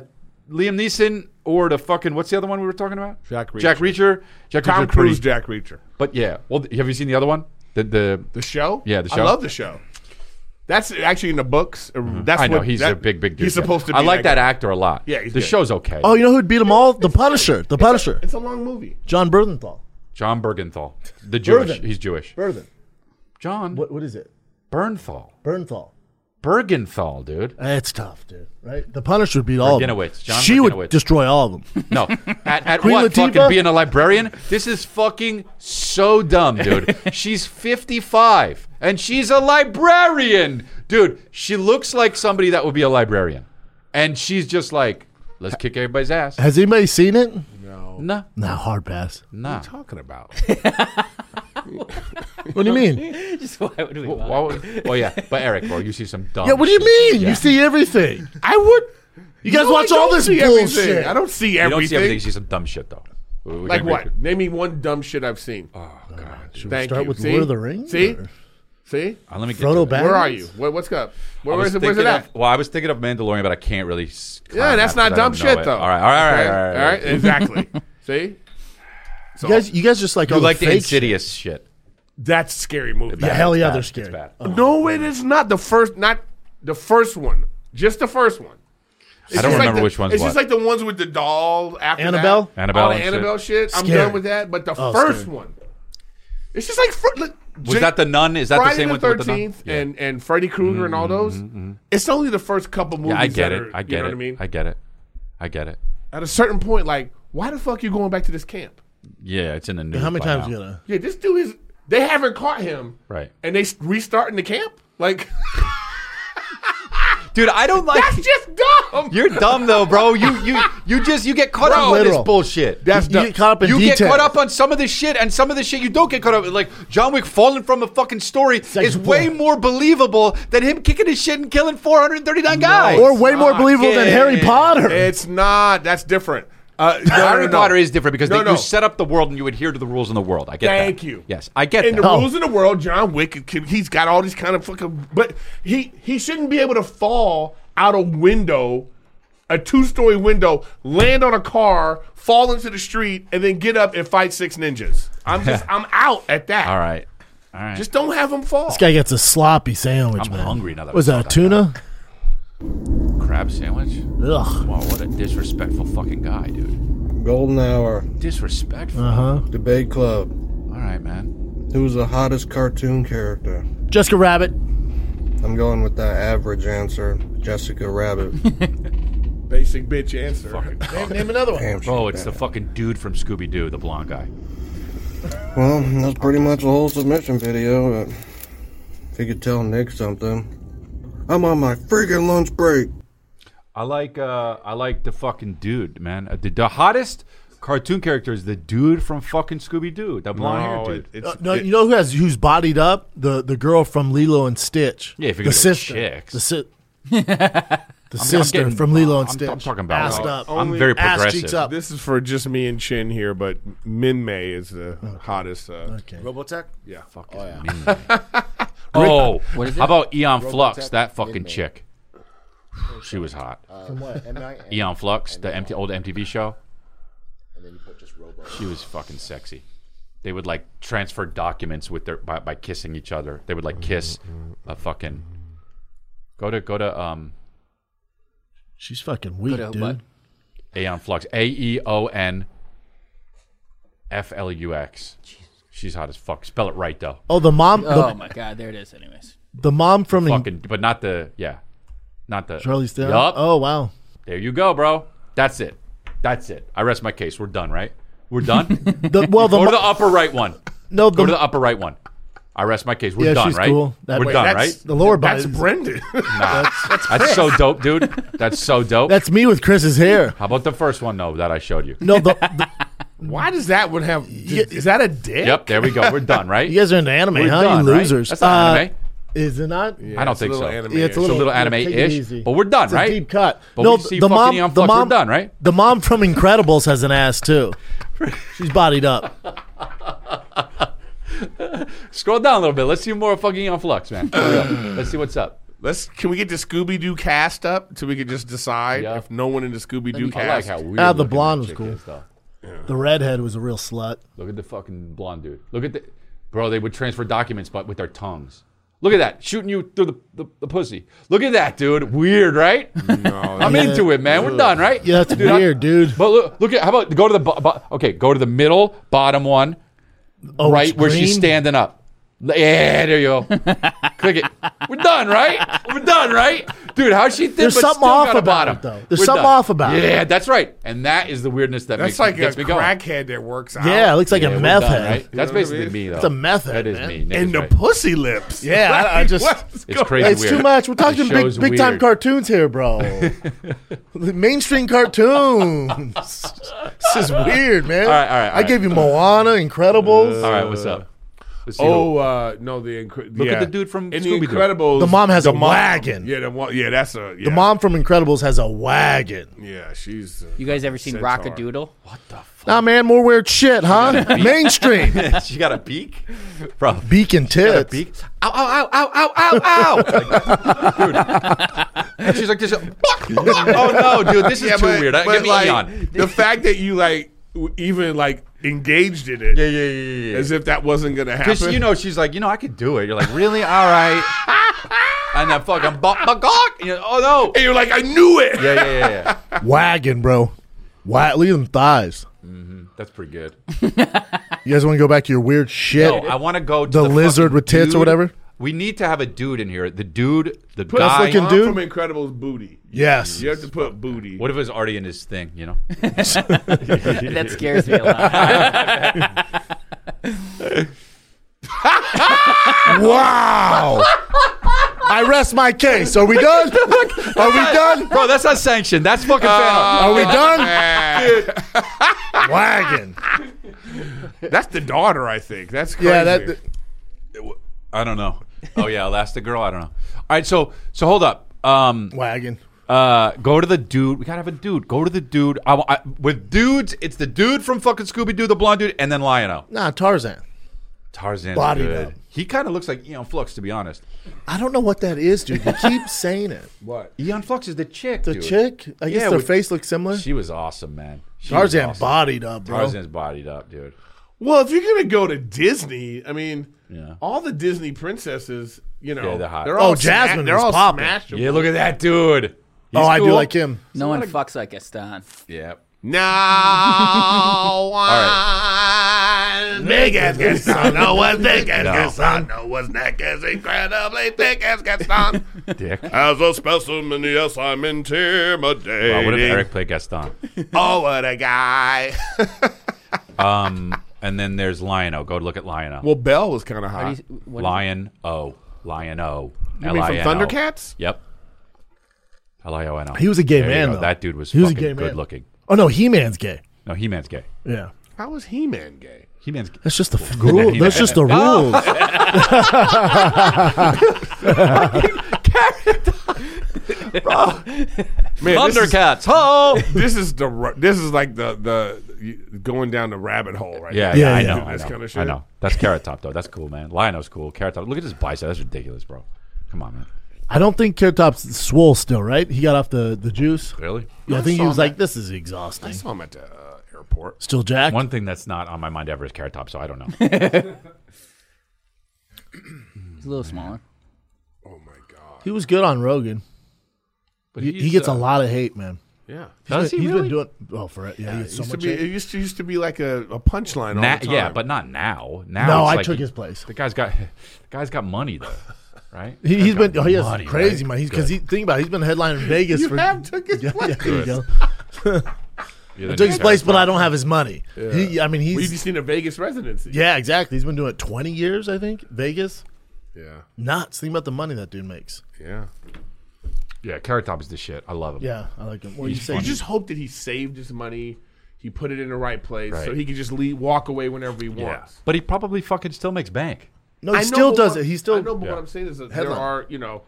[SPEAKER 2] Liam Neeson, or the fucking what's the other one we were talking about?
[SPEAKER 1] Jack Reacher.
[SPEAKER 2] Jack Reacher. Jack
[SPEAKER 1] Tom
[SPEAKER 2] Reacher. Pretty,
[SPEAKER 1] Cruise, Jack Reacher.
[SPEAKER 2] But yeah. Well, th- have you seen the other one? The the.
[SPEAKER 1] The show?
[SPEAKER 2] Yeah, the show.
[SPEAKER 1] I
[SPEAKER 2] Mm-hmm.
[SPEAKER 1] love the show. That's actually in the books. Uh, That's
[SPEAKER 2] I know
[SPEAKER 1] what-
[SPEAKER 2] he's
[SPEAKER 1] that-
[SPEAKER 2] a big big dude.
[SPEAKER 1] He's
[SPEAKER 2] yeah.
[SPEAKER 1] supposed to. be
[SPEAKER 2] I like that
[SPEAKER 1] guy.
[SPEAKER 2] actor a lot.
[SPEAKER 1] Yeah, he's
[SPEAKER 2] the
[SPEAKER 1] good.
[SPEAKER 2] show's okay.
[SPEAKER 3] Oh, you know who'd beat them all? The Punisher. The Punisher.
[SPEAKER 1] It's a long movie.
[SPEAKER 3] John Bernthal.
[SPEAKER 2] John Bergenthal, the Jewish.
[SPEAKER 3] Bergen.
[SPEAKER 2] He's Jewish.
[SPEAKER 3] Bernthal.
[SPEAKER 2] John
[SPEAKER 3] What? What is it?
[SPEAKER 2] Bernthal.
[SPEAKER 3] Bernthal.
[SPEAKER 2] Bergenthal, dude.
[SPEAKER 3] It's tough, dude. Right? The Punisher would beat all of them.
[SPEAKER 2] Bergenowitz. John
[SPEAKER 3] she
[SPEAKER 2] Bergenowitz.
[SPEAKER 3] would destroy all
[SPEAKER 2] [laughs]
[SPEAKER 3] of them.
[SPEAKER 1] [laughs]
[SPEAKER 2] No, at, at
[SPEAKER 3] Queen
[SPEAKER 2] what
[SPEAKER 3] Latifah?
[SPEAKER 2] fucking being a librarian? This is fucking so dumb,
[SPEAKER 1] [laughs]
[SPEAKER 2] dude. she's 55 and she's a librarian, dude. She looks like somebody that would be a librarian, and she's just like, let's kick everybody's ass.
[SPEAKER 3] Has anybody seen it?
[SPEAKER 2] No,
[SPEAKER 3] Nah, hard pass.
[SPEAKER 2] no.
[SPEAKER 1] Talking about.
[SPEAKER 3] What do
[SPEAKER 2] [laughs]
[SPEAKER 3] you mean?
[SPEAKER 6] Just why would we? lie?
[SPEAKER 2] Well, would- well, oh, yeah, but Eric, bro, you see some dumb.
[SPEAKER 3] yeah, what do you
[SPEAKER 2] shit.
[SPEAKER 3] mean?
[SPEAKER 2] Yeah.
[SPEAKER 3] You see everything.
[SPEAKER 1] I would.
[SPEAKER 3] You guys
[SPEAKER 1] No, I
[SPEAKER 3] watch
[SPEAKER 1] don't
[SPEAKER 3] all this
[SPEAKER 1] see
[SPEAKER 3] bullshit.
[SPEAKER 1] everything. I don't see
[SPEAKER 2] You
[SPEAKER 1] everything.
[SPEAKER 2] don't see everything. You see some dumb shit though. We- we can
[SPEAKER 1] Like
[SPEAKER 2] agree
[SPEAKER 1] what?
[SPEAKER 2] to-
[SPEAKER 1] Name me one dumb shit I've seen. Oh God. Should
[SPEAKER 3] Uh, we start with Lord of the Rings,
[SPEAKER 1] See?
[SPEAKER 3] or-
[SPEAKER 1] See?
[SPEAKER 2] Uh, let me get
[SPEAKER 3] Frodo
[SPEAKER 2] to it.
[SPEAKER 3] Baggins?
[SPEAKER 1] Where are you? What, what's up? Where,
[SPEAKER 2] I was
[SPEAKER 1] where's, it, where's it
[SPEAKER 2] thinking
[SPEAKER 1] at?
[SPEAKER 2] of- well, I was thinking of Mandalorian, but I can't really. s-
[SPEAKER 1] yeah, that's
[SPEAKER 2] climb
[SPEAKER 1] not
[SPEAKER 2] that
[SPEAKER 1] dumb
[SPEAKER 2] 'cause I don't
[SPEAKER 1] shit
[SPEAKER 2] know it.
[SPEAKER 1] though.
[SPEAKER 2] All right, all right, all right, all right. [laughs]
[SPEAKER 1] exactly. see?
[SPEAKER 3] You guys, you guys just like
[SPEAKER 2] You
[SPEAKER 3] all
[SPEAKER 2] like
[SPEAKER 3] the
[SPEAKER 2] the
[SPEAKER 3] fake
[SPEAKER 2] insidious shit.
[SPEAKER 1] That's scary movie.
[SPEAKER 3] shit. Yeah, hell yeah,
[SPEAKER 2] bad.
[SPEAKER 3] they're
[SPEAKER 2] It's
[SPEAKER 3] scary.
[SPEAKER 2] bad.
[SPEAKER 1] No, it is not the first. Not the first one. Just the first one. It's
[SPEAKER 2] I don't
[SPEAKER 1] just
[SPEAKER 2] remember
[SPEAKER 1] like the,
[SPEAKER 2] which one's
[SPEAKER 1] It's
[SPEAKER 2] what.
[SPEAKER 1] just like the ones with the doll after
[SPEAKER 3] Annabelle?
[SPEAKER 1] That.
[SPEAKER 2] Annabelle
[SPEAKER 1] All the
[SPEAKER 2] and shit.
[SPEAKER 1] Annabelle shit. I'm
[SPEAKER 3] Scary.
[SPEAKER 1] done with that. But the
[SPEAKER 3] Oh,
[SPEAKER 1] first
[SPEAKER 3] scary.
[SPEAKER 1] one, it's just like fr- look,
[SPEAKER 2] Was
[SPEAKER 1] J-
[SPEAKER 2] that the nun? Is that
[SPEAKER 1] Friday
[SPEAKER 2] the same with, with the nun? Mm-hmm,
[SPEAKER 1] Thirteenth and and Freddy Krueger and all those? It's only the first couple movies.
[SPEAKER 2] yeah, I get
[SPEAKER 1] that
[SPEAKER 2] it.
[SPEAKER 1] are-
[SPEAKER 2] I get
[SPEAKER 1] you know
[SPEAKER 2] it.
[SPEAKER 1] What I mean,
[SPEAKER 2] I get it. I get it.
[SPEAKER 1] at a certain point, like, why the fuck you going back to this camp?
[SPEAKER 2] Yeah, it's in the news.
[SPEAKER 3] How many
[SPEAKER 2] by
[SPEAKER 3] times
[SPEAKER 2] now.
[SPEAKER 3] you gonna?
[SPEAKER 1] Yeah, this dude is. They haven't caught him,
[SPEAKER 2] Right.
[SPEAKER 1] And they s- restarting the camp. Like [laughs]
[SPEAKER 2] Dude, I don't like.
[SPEAKER 1] that's just dumb.
[SPEAKER 2] You're dumb though, bro. You you you just you get caught up
[SPEAKER 3] Bro.
[SPEAKER 2] on this
[SPEAKER 3] Literal.
[SPEAKER 2] bullshit.
[SPEAKER 3] That's You dumb. get caught up in
[SPEAKER 2] You get
[SPEAKER 3] details.
[SPEAKER 2] caught up on some of this shit, and some of this shit you don't get caught up. in. Like John Wick falling from a fucking story
[SPEAKER 3] like
[SPEAKER 2] is
[SPEAKER 3] bull-
[SPEAKER 2] way more believable than him kicking his shit and killing 439 guys.
[SPEAKER 3] Or way more believable than Harry
[SPEAKER 2] yeah.
[SPEAKER 3] Potter.
[SPEAKER 1] It's not. That's different. Uh, no,
[SPEAKER 2] Harry
[SPEAKER 1] no, no.
[SPEAKER 2] Potter is different because
[SPEAKER 1] No,
[SPEAKER 2] they,
[SPEAKER 1] no.
[SPEAKER 2] you set up the world and you adhere to the rules in the world. I get that.
[SPEAKER 1] Thank you.
[SPEAKER 2] Yes, I get
[SPEAKER 1] in the
[SPEAKER 2] that.
[SPEAKER 1] rules in the world, John Wick, can- he's got all these kind of fucking. But he he shouldn't be able to fall out a window a two story window, land on a car, fall into the street, and then get up and fight six ninjas. I'm
[SPEAKER 3] [laughs]
[SPEAKER 1] just I'm out at that.
[SPEAKER 2] All right. All right.
[SPEAKER 1] Just don't have them fall.
[SPEAKER 3] This guy gets a sloppy sandwich,
[SPEAKER 2] I'm
[SPEAKER 3] man.
[SPEAKER 2] hungry now that
[SPEAKER 3] Was
[SPEAKER 2] we
[SPEAKER 3] that a
[SPEAKER 2] talked
[SPEAKER 3] tuna?
[SPEAKER 2] Crab sandwich?
[SPEAKER 3] Ugh.
[SPEAKER 2] Wow, what a disrespectful fucking guy, dude.
[SPEAKER 8] Golden Hour,
[SPEAKER 2] Disrespectful.
[SPEAKER 3] Uh huh.
[SPEAKER 8] Debate Club.
[SPEAKER 2] All right, man.
[SPEAKER 8] Who's the hottest cartoon character?
[SPEAKER 3] Jessica Rabbit.
[SPEAKER 8] I'm going with the average answer, Jessica Rabbit.
[SPEAKER 1] Basic bitch answer.
[SPEAKER 3] Name, name another one.
[SPEAKER 8] Damn, she's
[SPEAKER 2] Oh, it's the
[SPEAKER 8] bad.
[SPEAKER 2] fucking dude from Scooby Doo, the blonde guy.
[SPEAKER 8] Well, that's pretty much the whole submission video. But if you could tell Nick something, I'm on my freaking lunch break.
[SPEAKER 2] I like uh I like the fucking dude, man. Uh, The, the hottest cartoon character is the dude from fucking Scooby Doo, the blonde
[SPEAKER 1] No,
[SPEAKER 2] hair dude.
[SPEAKER 1] it- it's,
[SPEAKER 3] Uh, no,
[SPEAKER 1] it-
[SPEAKER 3] you know who has who's bodied up? The the girl from Lilo and Stitch.
[SPEAKER 2] Yeah, if you're
[SPEAKER 3] the
[SPEAKER 2] gonna go
[SPEAKER 3] sister,
[SPEAKER 2] chicks.
[SPEAKER 6] [laughs]
[SPEAKER 3] the si- the sister from Lilo and
[SPEAKER 2] I'm-
[SPEAKER 3] Stitch.
[SPEAKER 2] I'm talking about
[SPEAKER 3] assed
[SPEAKER 2] uh,
[SPEAKER 3] up.
[SPEAKER 2] I'm very
[SPEAKER 3] ass
[SPEAKER 2] progressive.
[SPEAKER 3] cheeks up.
[SPEAKER 1] this is for just me and Chin here, but Min May is the hottest. Uh,
[SPEAKER 3] Okay.
[SPEAKER 9] Robotech?
[SPEAKER 1] Yeah.
[SPEAKER 2] Fuck is mean. oh,
[SPEAKER 6] What is it?
[SPEAKER 2] how about Eon Flux?
[SPEAKER 9] Robotech
[SPEAKER 2] That fucking
[SPEAKER 9] Midnight.
[SPEAKER 2] chick. She was hot.
[SPEAKER 9] From what? M9?
[SPEAKER 2] [laughs] Eon Flux, the MT, old MTV show.
[SPEAKER 9] And then you put just Robo.
[SPEAKER 2] She was fucking sexy. They would like transfer documents with their by, by kissing each other. They would like kiss a fucking. Go to go to um
[SPEAKER 3] She's fucking weak,
[SPEAKER 9] to
[SPEAKER 3] dude.
[SPEAKER 9] what?
[SPEAKER 2] Aeon Flux. A E O N F L U X. She's hot as fuck. Spell it right though.
[SPEAKER 3] Oh, the mom,
[SPEAKER 6] Oh
[SPEAKER 3] the,
[SPEAKER 6] my god, there it is. Anyways,
[SPEAKER 3] the mom from the
[SPEAKER 2] Fucking, but not the yeah, not the
[SPEAKER 3] Charlie's Theron.
[SPEAKER 2] Yup.
[SPEAKER 3] Oh wow,
[SPEAKER 2] There you go, bro. That's it. That's it. I rest my case. We're done, right? We're
[SPEAKER 3] [laughs]
[SPEAKER 2] done.
[SPEAKER 3] the,
[SPEAKER 2] [laughs]
[SPEAKER 3] well the,
[SPEAKER 2] go to
[SPEAKER 3] mo-
[SPEAKER 2] the upper right one.
[SPEAKER 3] no
[SPEAKER 2] Go to
[SPEAKER 3] the,
[SPEAKER 2] the upper right one. I rest my case. We're
[SPEAKER 3] Yeah,
[SPEAKER 2] done,
[SPEAKER 3] she's
[SPEAKER 2] right?
[SPEAKER 3] cool. That-
[SPEAKER 2] We're
[SPEAKER 3] Wait,
[SPEAKER 2] done,
[SPEAKER 1] that's-
[SPEAKER 2] right?
[SPEAKER 3] the lower body.
[SPEAKER 1] That's
[SPEAKER 3] That's,
[SPEAKER 1] Brendan.
[SPEAKER 2] That's so dope,
[SPEAKER 3] [laughs]
[SPEAKER 2] dude. That's so dope.
[SPEAKER 3] that's me with Chris's hair.
[SPEAKER 2] How about the first one though that I showed you?
[SPEAKER 3] No, the,
[SPEAKER 2] [laughs]
[SPEAKER 3] the-
[SPEAKER 1] Why does that one have? Is that a dick?
[SPEAKER 2] Yep, there we go. We're done, right?
[SPEAKER 3] you guys are into anime,
[SPEAKER 2] We're
[SPEAKER 3] huh?
[SPEAKER 2] done,
[SPEAKER 3] you
[SPEAKER 2] right?
[SPEAKER 3] losers.
[SPEAKER 2] That's not anime.
[SPEAKER 3] Uh, is it not?
[SPEAKER 2] I don't
[SPEAKER 1] it's a
[SPEAKER 2] think so.
[SPEAKER 1] little anime.
[SPEAKER 3] Yeah, it's a little,
[SPEAKER 2] little
[SPEAKER 3] yeah, take it
[SPEAKER 2] anime-ish,
[SPEAKER 3] easy.
[SPEAKER 2] but we're done,
[SPEAKER 3] It's a
[SPEAKER 2] right?
[SPEAKER 3] deep cut.
[SPEAKER 2] But
[SPEAKER 3] no,
[SPEAKER 2] we see
[SPEAKER 3] the
[SPEAKER 2] fucking
[SPEAKER 3] mom,
[SPEAKER 2] Eon
[SPEAKER 3] the
[SPEAKER 2] Flux, we're
[SPEAKER 3] mom,
[SPEAKER 2] done, right?
[SPEAKER 3] The mom from Incredibles has an
[SPEAKER 2] [laughs]
[SPEAKER 3] ass too. She's bodied up.
[SPEAKER 2] Scroll down a little bit. Let's see more fucking on Flux, man. For real. Let's see what's up.
[SPEAKER 1] Let's. Can we get the Scooby Doo cast up so we could just decide
[SPEAKER 2] Yeah.
[SPEAKER 1] if no one in the Scooby Doo
[SPEAKER 2] I like
[SPEAKER 1] cast?
[SPEAKER 2] how weird.
[SPEAKER 3] Ah, the
[SPEAKER 2] looking
[SPEAKER 3] blonde
[SPEAKER 2] that
[SPEAKER 3] was
[SPEAKER 2] chick
[SPEAKER 3] cool.
[SPEAKER 2] is, though.
[SPEAKER 3] The redhead was a real slut.
[SPEAKER 2] Look at the fucking blonde dude. Look at the bro. They would transfer documents, but with their tongues. Look at that shooting you through the, the, the pussy. Look at that, dude. Weird, right? I'm into it, man. We're done, right?
[SPEAKER 3] Yeah, that's
[SPEAKER 2] I'm-
[SPEAKER 3] weird, dude.
[SPEAKER 2] But look, look at how about go to the bo- bo- okay, go to the middle bottom one,
[SPEAKER 3] Oh,
[SPEAKER 2] right
[SPEAKER 3] it's
[SPEAKER 2] where she's
[SPEAKER 3] green?
[SPEAKER 2] standing up. Yeah, there
[SPEAKER 3] [laughs]
[SPEAKER 2] you go. Click it. We're done, right? We're done, right? Dude, how's she thin
[SPEAKER 3] There's
[SPEAKER 2] but
[SPEAKER 3] something
[SPEAKER 2] still
[SPEAKER 3] off
[SPEAKER 2] got a
[SPEAKER 3] about it,
[SPEAKER 2] bottom?
[SPEAKER 3] though. There's
[SPEAKER 2] We're
[SPEAKER 3] something
[SPEAKER 2] done.
[SPEAKER 3] off about it.
[SPEAKER 2] Yeah, that's right. And that is the weirdness that
[SPEAKER 1] That's
[SPEAKER 2] makes
[SPEAKER 1] like a
[SPEAKER 2] gets me going.
[SPEAKER 1] crackhead that works out.
[SPEAKER 3] Yeah, it looks like
[SPEAKER 2] Yeah,
[SPEAKER 3] a
[SPEAKER 2] we're
[SPEAKER 3] meth
[SPEAKER 2] done,
[SPEAKER 3] head.
[SPEAKER 2] right? That's
[SPEAKER 1] know what I
[SPEAKER 2] basically
[SPEAKER 1] mean?
[SPEAKER 2] me, though.
[SPEAKER 3] It's a meth head,
[SPEAKER 2] That is
[SPEAKER 3] man.
[SPEAKER 2] me. Nick
[SPEAKER 1] And
[SPEAKER 2] is
[SPEAKER 1] the
[SPEAKER 2] right.
[SPEAKER 1] pussy lips. [laughs]
[SPEAKER 3] [laughs] Yeah, I, I just
[SPEAKER 1] What's
[SPEAKER 2] It's
[SPEAKER 1] going-
[SPEAKER 2] crazy.
[SPEAKER 3] it's
[SPEAKER 2] weird.
[SPEAKER 3] too much. We're
[SPEAKER 2] The
[SPEAKER 3] talking
[SPEAKER 2] show's
[SPEAKER 3] big big time
[SPEAKER 2] weird.
[SPEAKER 3] cartoons
[SPEAKER 2] [laughs]
[SPEAKER 3] here, bro. The
[SPEAKER 2] [laughs]
[SPEAKER 3] Mainstream cartoons. this is weird, man.
[SPEAKER 2] All right, all right, all
[SPEAKER 3] I gave you Moana, Incredibles.
[SPEAKER 2] All right, what's up? Let's see
[SPEAKER 1] Oh
[SPEAKER 2] who-
[SPEAKER 1] uh, no, the incre-
[SPEAKER 2] Look at
[SPEAKER 1] yeah.
[SPEAKER 2] the dude from
[SPEAKER 1] in
[SPEAKER 2] Scooby-Doo.
[SPEAKER 1] the Incredibles.
[SPEAKER 3] The mom has a wagon.
[SPEAKER 1] Yeah, the one, yeah, that's a yeah.
[SPEAKER 3] The mom from Incredibles has a wagon.
[SPEAKER 1] Yeah, she's. Uh,
[SPEAKER 6] you guys ever seen
[SPEAKER 1] Centaur.
[SPEAKER 6] Rockadoodle?
[SPEAKER 3] Nah, man, more weird shit, huh?
[SPEAKER 2] [laughs]
[SPEAKER 3] Mainstream.
[SPEAKER 2] she got a beak, bro.
[SPEAKER 3] Beak and
[SPEAKER 2] Got a
[SPEAKER 3] tits.
[SPEAKER 2] beak. Ow! Ow! Ow! Ow! Ow! Ow! Ow! Like,
[SPEAKER 3] [laughs]
[SPEAKER 2] dude. And she's like this. oh no, dude, this is
[SPEAKER 1] Yeah,
[SPEAKER 2] too
[SPEAKER 1] but,
[SPEAKER 2] weird. I,
[SPEAKER 1] but
[SPEAKER 2] get me
[SPEAKER 1] like,
[SPEAKER 2] Eon.
[SPEAKER 1] the fact that you like w- even like engaged in it,
[SPEAKER 2] Yeah, yeah, yeah, yeah.
[SPEAKER 1] as if that wasn't gonna
[SPEAKER 2] Because
[SPEAKER 1] happen.
[SPEAKER 2] you know she's like, you know, I could do it. You're like, really? All right. and that fucking bu- bu- gawk. And you're, oh no.
[SPEAKER 1] and you're like, I knew it.
[SPEAKER 2] Yeah, yeah, yeah, yeah.
[SPEAKER 3] Wagon, bro. Wa- Look at them thighs.
[SPEAKER 2] That's pretty good.
[SPEAKER 3] You guys want to go back to your weird shit?
[SPEAKER 2] No, I want to go to
[SPEAKER 3] The lizard
[SPEAKER 2] fucking
[SPEAKER 3] with tits or
[SPEAKER 2] dude.
[SPEAKER 3] whatever?
[SPEAKER 2] We need to have a dude in here. The dude, the
[SPEAKER 3] us
[SPEAKER 2] guy.
[SPEAKER 3] looking
[SPEAKER 1] Mom
[SPEAKER 3] dude.
[SPEAKER 1] from Incredibles booty.
[SPEAKER 3] yes.
[SPEAKER 1] You have to put booty.
[SPEAKER 2] What if it was already in his thing? You know, [laughs]
[SPEAKER 6] That scares me a lot.
[SPEAKER 3] [laughs] Wow. I rest my case. Are we
[SPEAKER 2] [laughs]
[SPEAKER 3] done? Are we done?
[SPEAKER 2] bro, that's not sanctioned. That's fucking foul.
[SPEAKER 3] Are
[SPEAKER 2] [laughs]
[SPEAKER 3] we done? Wagon.
[SPEAKER 1] That's the daughter, I think. That's crazy.
[SPEAKER 3] Yeah, that.
[SPEAKER 2] I don't know. Oh yeah, Elastigirl. I don't know. All right, so so hold up. Um,
[SPEAKER 3] wagon.
[SPEAKER 2] uh, go to the dude. We gotta have a dude. Go to the dude. I, wa- I, with dudes, it's the dude from fucking Scooby Doo, the blonde dude, and then Lion-O.
[SPEAKER 3] Nah, Tarzan.
[SPEAKER 2] Tarzan's
[SPEAKER 3] Bodied
[SPEAKER 2] good.
[SPEAKER 3] up.
[SPEAKER 2] He kind of looks like Eon Flux, to be honest.
[SPEAKER 3] I don't know what that is, dude. You keep saying it.
[SPEAKER 2] What? Eon Flux is the chick.
[SPEAKER 3] The
[SPEAKER 2] dude.
[SPEAKER 3] chick? I guess their
[SPEAKER 2] with-
[SPEAKER 3] face looks similar.
[SPEAKER 2] She was awesome, man. She was
[SPEAKER 3] Tarzan bodied up, bro.
[SPEAKER 2] Tarzan's bodied up, dude.
[SPEAKER 1] Well, if you're gonna go to Disney, I mean,
[SPEAKER 2] Yeah.
[SPEAKER 1] all the Disney princesses, you know,
[SPEAKER 2] Yeah, they're hot.
[SPEAKER 1] all
[SPEAKER 2] Oh, Jasmine
[SPEAKER 1] sma- they're
[SPEAKER 2] was
[SPEAKER 1] all
[SPEAKER 2] popping.
[SPEAKER 1] smashable.
[SPEAKER 2] Yeah, look at that dude.
[SPEAKER 3] Oh, I do like him.
[SPEAKER 6] No one fucks like Gaston.
[SPEAKER 2] Yeah. [laughs]
[SPEAKER 1] No
[SPEAKER 10] one big as Gaston. No
[SPEAKER 2] [laughs]
[SPEAKER 10] one thick as
[SPEAKER 1] No.
[SPEAKER 10] Gaston. No one's neck is incredibly thick as Gaston.
[SPEAKER 2] [laughs] Dick.
[SPEAKER 10] As a specimen, yes, I'm intimidating.
[SPEAKER 2] Wow, Oh, what if Eric played Gaston?
[SPEAKER 10] Oh, what a guy.
[SPEAKER 1] [laughs]
[SPEAKER 2] Um, and then there's Lion O. Go look at Lion O.
[SPEAKER 1] Well, Bell was kind of
[SPEAKER 2] How
[SPEAKER 1] hot.
[SPEAKER 2] do you- Lion O. Lion O.
[SPEAKER 1] You mean from
[SPEAKER 2] L I N O.
[SPEAKER 1] Thundercats?
[SPEAKER 2] Yep. L I O N O.
[SPEAKER 3] He was a gay
[SPEAKER 2] There you
[SPEAKER 3] man,
[SPEAKER 2] go.
[SPEAKER 3] though.
[SPEAKER 2] That dude was
[SPEAKER 3] He was a
[SPEAKER 2] fucking
[SPEAKER 3] gay man.
[SPEAKER 2] good looking.
[SPEAKER 3] Oh no, He Man's gay.
[SPEAKER 2] No, He Man's gay.
[SPEAKER 3] Yeah,
[SPEAKER 1] How was He Man gay?
[SPEAKER 2] He Man's
[SPEAKER 3] that's just the f-
[SPEAKER 2] Good that
[SPEAKER 3] rule.
[SPEAKER 2] He
[SPEAKER 3] That's
[SPEAKER 2] Man.
[SPEAKER 3] just the
[SPEAKER 2] Oh.
[SPEAKER 3] rules.
[SPEAKER 2] Bro.
[SPEAKER 1] Man, this is-
[SPEAKER 2] Thundercats. Ho!
[SPEAKER 1] [laughs] This is the ru- this is like the the you- going down the rabbit hole right
[SPEAKER 2] Yeah,
[SPEAKER 1] now.
[SPEAKER 2] yeah, I know. I
[SPEAKER 1] This
[SPEAKER 2] know,
[SPEAKER 1] kind of
[SPEAKER 2] I
[SPEAKER 1] shit.
[SPEAKER 2] know. That's Carrot Top, though. That's cool, man. Lionel's cool. Carrot Top. Look at his bicep. That's ridiculous, bro. Come on, man.
[SPEAKER 3] I don't think Carrot Top's swole still, right? He got off the, the juice.
[SPEAKER 2] Really?
[SPEAKER 3] Yeah, I think
[SPEAKER 1] saw
[SPEAKER 3] he was
[SPEAKER 1] him
[SPEAKER 3] like,
[SPEAKER 1] at-
[SPEAKER 3] "This is exhausting."
[SPEAKER 1] I saw him at the uh, airport.
[SPEAKER 3] Still Jack.
[SPEAKER 2] One thing that's not on my mind ever is Carrot Top, so I
[SPEAKER 1] [laughs]
[SPEAKER 2] don't know.
[SPEAKER 6] He's a little smaller.
[SPEAKER 3] He was good on Rogan.
[SPEAKER 1] But
[SPEAKER 3] he, he
[SPEAKER 1] he's,
[SPEAKER 3] gets
[SPEAKER 1] uh,
[SPEAKER 3] a lot of hate, man.
[SPEAKER 1] Yeah.
[SPEAKER 3] He's
[SPEAKER 2] Does
[SPEAKER 3] been-
[SPEAKER 2] he
[SPEAKER 3] he's
[SPEAKER 2] really?
[SPEAKER 3] been doing well for it. Yeah, he gets so
[SPEAKER 1] used to
[SPEAKER 3] much
[SPEAKER 1] be,
[SPEAKER 3] hate.
[SPEAKER 1] it used to, used to be like a, a punchline all
[SPEAKER 2] Na-
[SPEAKER 1] the time.
[SPEAKER 2] yeah, but not now. Now
[SPEAKER 3] No,
[SPEAKER 2] it's
[SPEAKER 3] I
[SPEAKER 2] like-
[SPEAKER 3] took his place.
[SPEAKER 2] The guy's got [laughs] the guy's got money
[SPEAKER 3] [laughs]
[SPEAKER 2] though, right?
[SPEAKER 3] He,
[SPEAKER 2] Guy's
[SPEAKER 3] he's
[SPEAKER 2] got
[SPEAKER 3] been oh, he has
[SPEAKER 2] money,
[SPEAKER 3] crazy
[SPEAKER 2] right?
[SPEAKER 3] money. He's because he think about it, he's been headlining Vegas
[SPEAKER 1] You
[SPEAKER 3] for
[SPEAKER 1] have took his
[SPEAKER 3] [laughs] yeah,
[SPEAKER 1] place.
[SPEAKER 3] yeah, there you go.
[SPEAKER 2] You're
[SPEAKER 3] I
[SPEAKER 2] the
[SPEAKER 3] took
[SPEAKER 2] new
[SPEAKER 3] his place,
[SPEAKER 2] Carrot
[SPEAKER 3] but
[SPEAKER 2] Top.
[SPEAKER 3] I don't have his money.
[SPEAKER 1] Yeah.
[SPEAKER 3] He, I mean,
[SPEAKER 1] Well, you
[SPEAKER 3] he's
[SPEAKER 1] just need a Vegas residency.
[SPEAKER 3] yeah, exactly. He's been doing it twenty years, I think. Vegas,
[SPEAKER 1] Yeah.
[SPEAKER 3] nuts. Think about the money that dude makes.
[SPEAKER 1] Yeah.
[SPEAKER 2] Yeah, Carrot Top is the shit. I love him.
[SPEAKER 3] Yeah, I like him. Well,
[SPEAKER 2] He's
[SPEAKER 3] you say
[SPEAKER 1] You just hope that he saved his money. He put it in the right place so
[SPEAKER 2] Right.
[SPEAKER 1] he could just leave, walk away whenever he wants.
[SPEAKER 2] but he probably fucking still makes bank.
[SPEAKER 3] no, he
[SPEAKER 1] I know,
[SPEAKER 3] still
[SPEAKER 1] but
[SPEAKER 3] does
[SPEAKER 1] what-
[SPEAKER 3] it. He still
[SPEAKER 1] I know, but
[SPEAKER 2] Yeah.
[SPEAKER 1] what I'm saying is that
[SPEAKER 3] Headline.
[SPEAKER 1] there are, you know,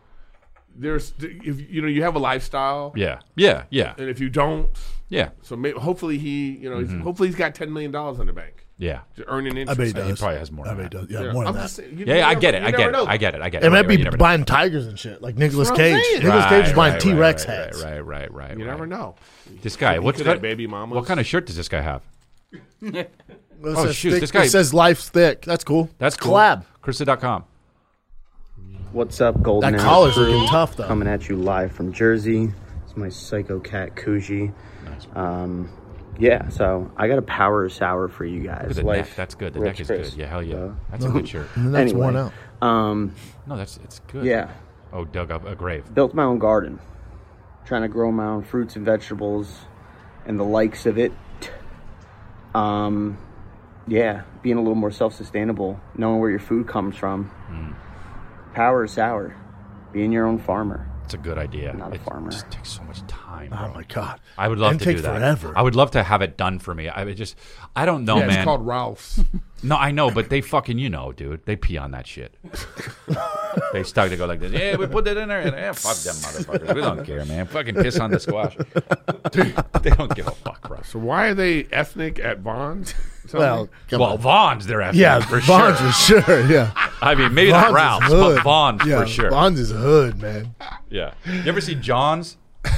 [SPEAKER 1] there's if you know you have a lifestyle,
[SPEAKER 2] Yeah, yeah, yeah,
[SPEAKER 1] and if you don't,
[SPEAKER 2] yeah,
[SPEAKER 1] so may, hopefully he, you know,
[SPEAKER 2] Mm-hmm.
[SPEAKER 1] he's, hopefully he's got ten million dollars in the bank,
[SPEAKER 2] yeah.
[SPEAKER 1] to earning
[SPEAKER 3] I
[SPEAKER 1] interest.
[SPEAKER 3] bet he does.
[SPEAKER 2] Uh, probably has more
[SPEAKER 3] I
[SPEAKER 2] than
[SPEAKER 3] bet he
[SPEAKER 2] that.
[SPEAKER 3] does. Yeah,
[SPEAKER 1] You know,
[SPEAKER 3] more than
[SPEAKER 1] I'm
[SPEAKER 3] that.
[SPEAKER 1] just saying, you-
[SPEAKER 2] Yeah,
[SPEAKER 1] you
[SPEAKER 2] yeah, I
[SPEAKER 1] never-
[SPEAKER 2] get it.
[SPEAKER 1] you
[SPEAKER 2] I get
[SPEAKER 1] never
[SPEAKER 2] it.
[SPEAKER 1] know.
[SPEAKER 2] I get it. I get it.
[SPEAKER 3] It might
[SPEAKER 2] Right, right,
[SPEAKER 3] be
[SPEAKER 2] you never know.
[SPEAKER 3] buying tigers and shit, like Nicolas
[SPEAKER 1] what I'm
[SPEAKER 3] Cage.
[SPEAKER 1] saying.
[SPEAKER 3] Nicolas Cage was
[SPEAKER 2] Right,
[SPEAKER 3] buying
[SPEAKER 2] right,
[SPEAKER 3] T Rex
[SPEAKER 2] right,
[SPEAKER 3] hats.
[SPEAKER 2] Right, right, right, right.
[SPEAKER 1] You never know.
[SPEAKER 2] This guy.
[SPEAKER 1] He
[SPEAKER 2] What's
[SPEAKER 1] could have
[SPEAKER 2] got-
[SPEAKER 1] baby mamas.
[SPEAKER 2] What kind of shirt does this guy have?
[SPEAKER 3] Well, it
[SPEAKER 2] Oh,
[SPEAKER 3] says
[SPEAKER 2] shoot,
[SPEAKER 3] thick-
[SPEAKER 2] this guy-
[SPEAKER 3] it says life's thick. That's cool.
[SPEAKER 2] That's cool.
[SPEAKER 3] collab.
[SPEAKER 2] Krista.com.
[SPEAKER 11] What's up, Golden
[SPEAKER 3] That
[SPEAKER 11] Hour
[SPEAKER 3] collar's
[SPEAKER 11] crew?
[SPEAKER 3] looking tough, though.
[SPEAKER 11] Coming at you live from Jersey. It's my psycho cat, Kuji. Um, yeah, so I got a power sour for you guys.
[SPEAKER 2] Look at the
[SPEAKER 11] Life,
[SPEAKER 2] neck. That's good. The
[SPEAKER 11] Rich
[SPEAKER 2] neck is
[SPEAKER 11] Chris.
[SPEAKER 2] good. Yeah, hell yeah.
[SPEAKER 11] Uh,
[SPEAKER 2] That's a good
[SPEAKER 11] [laughs]
[SPEAKER 2] shirt.
[SPEAKER 3] And that's worn
[SPEAKER 11] Anyway,
[SPEAKER 3] out.
[SPEAKER 11] Um,
[SPEAKER 2] No, that's it's good.
[SPEAKER 11] Yeah.
[SPEAKER 2] Oh, dug up a grave.
[SPEAKER 11] built my own garden, trying to grow my own fruits and vegetables and the likes of it. Um, yeah, being a little more self sustainable, knowing where your food comes from.
[SPEAKER 2] Hmm.
[SPEAKER 11] Power sour, being your own farmer.
[SPEAKER 2] It's a good idea.
[SPEAKER 11] Not a
[SPEAKER 2] it
[SPEAKER 11] farmer. Uh,
[SPEAKER 2] just takes so much time.
[SPEAKER 3] Oh
[SPEAKER 2] bro.
[SPEAKER 3] my god.
[SPEAKER 2] I would love
[SPEAKER 3] And
[SPEAKER 2] to
[SPEAKER 3] take
[SPEAKER 2] do that.
[SPEAKER 3] forever.
[SPEAKER 2] I would love to have it done for me. I would just, I don't know,
[SPEAKER 1] yeah,
[SPEAKER 2] man.
[SPEAKER 1] it's called Ralph's.
[SPEAKER 2] no, I know, but they fucking, you know, dude, they pee on that
[SPEAKER 1] [laughs]
[SPEAKER 2] shit. they start to go like this. Yeah, we put that in there, and yeah, fuck them motherfuckers. We don't care, man. Fucking piss on the
[SPEAKER 1] [laughs]
[SPEAKER 2] squash. Dude, they don't give a fuck, bro.
[SPEAKER 1] so why are they ethnic at Vons?
[SPEAKER 3] Well, come
[SPEAKER 2] Well,
[SPEAKER 3] on.
[SPEAKER 2] Vaughn's they're after.
[SPEAKER 3] yeah,
[SPEAKER 2] for
[SPEAKER 3] Bonds
[SPEAKER 2] sure.
[SPEAKER 3] for sure. Yeah,
[SPEAKER 2] I mean, maybe
[SPEAKER 3] Bonds
[SPEAKER 2] not Ralph's,
[SPEAKER 3] is
[SPEAKER 2] but
[SPEAKER 3] hood.
[SPEAKER 2] Vaughn's
[SPEAKER 3] yeah,
[SPEAKER 2] for sure.
[SPEAKER 3] Bonds is hood, man.
[SPEAKER 2] Yeah. You ever see John's?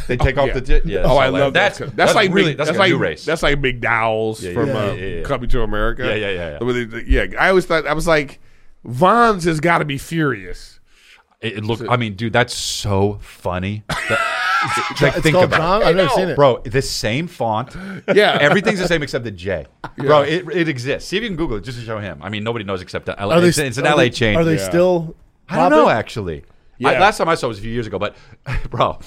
[SPEAKER 2] They take off
[SPEAKER 1] Yeah.
[SPEAKER 2] the tit. Yeah.
[SPEAKER 1] oh, I
[SPEAKER 2] so
[SPEAKER 1] love that.
[SPEAKER 2] That's,
[SPEAKER 1] That's,
[SPEAKER 2] that's, that's
[SPEAKER 1] like
[SPEAKER 2] really
[SPEAKER 1] big,
[SPEAKER 2] that's,
[SPEAKER 1] that's,
[SPEAKER 2] like
[SPEAKER 1] like
[SPEAKER 2] new race.
[SPEAKER 1] That's like McDowell's
[SPEAKER 2] Yeah,
[SPEAKER 1] from
[SPEAKER 2] yeah,
[SPEAKER 1] uh,
[SPEAKER 2] yeah, yeah, yeah.
[SPEAKER 1] Coming to America.
[SPEAKER 2] Yeah, yeah, yeah, yeah.
[SPEAKER 1] With the- yeah. I always thought I was like, Vons has got to be furious.
[SPEAKER 2] It, it looked. I mean, dude, that's so funny.
[SPEAKER 3] [laughs]
[SPEAKER 2] That, like,
[SPEAKER 3] It's
[SPEAKER 2] think
[SPEAKER 3] called
[SPEAKER 2] about
[SPEAKER 3] John.
[SPEAKER 2] it.
[SPEAKER 3] I've never seen it.
[SPEAKER 2] Bro, the same
[SPEAKER 3] [laughs]
[SPEAKER 2] font.
[SPEAKER 1] Yeah.
[SPEAKER 2] Everything's the same except the J. Bro, it, it exists. See if you can Google it just to show him. I mean, nobody knows except the LA.
[SPEAKER 3] Are they
[SPEAKER 2] It's,
[SPEAKER 3] st-
[SPEAKER 2] it's an
[SPEAKER 3] are
[SPEAKER 2] LA
[SPEAKER 3] they-
[SPEAKER 2] chain.
[SPEAKER 3] Are they
[SPEAKER 2] Yeah.
[SPEAKER 3] still?
[SPEAKER 2] I don't know,
[SPEAKER 3] popping?
[SPEAKER 2] actually.
[SPEAKER 1] Yeah.
[SPEAKER 2] I, last time I saw it was a few years ago, but [laughs] bro,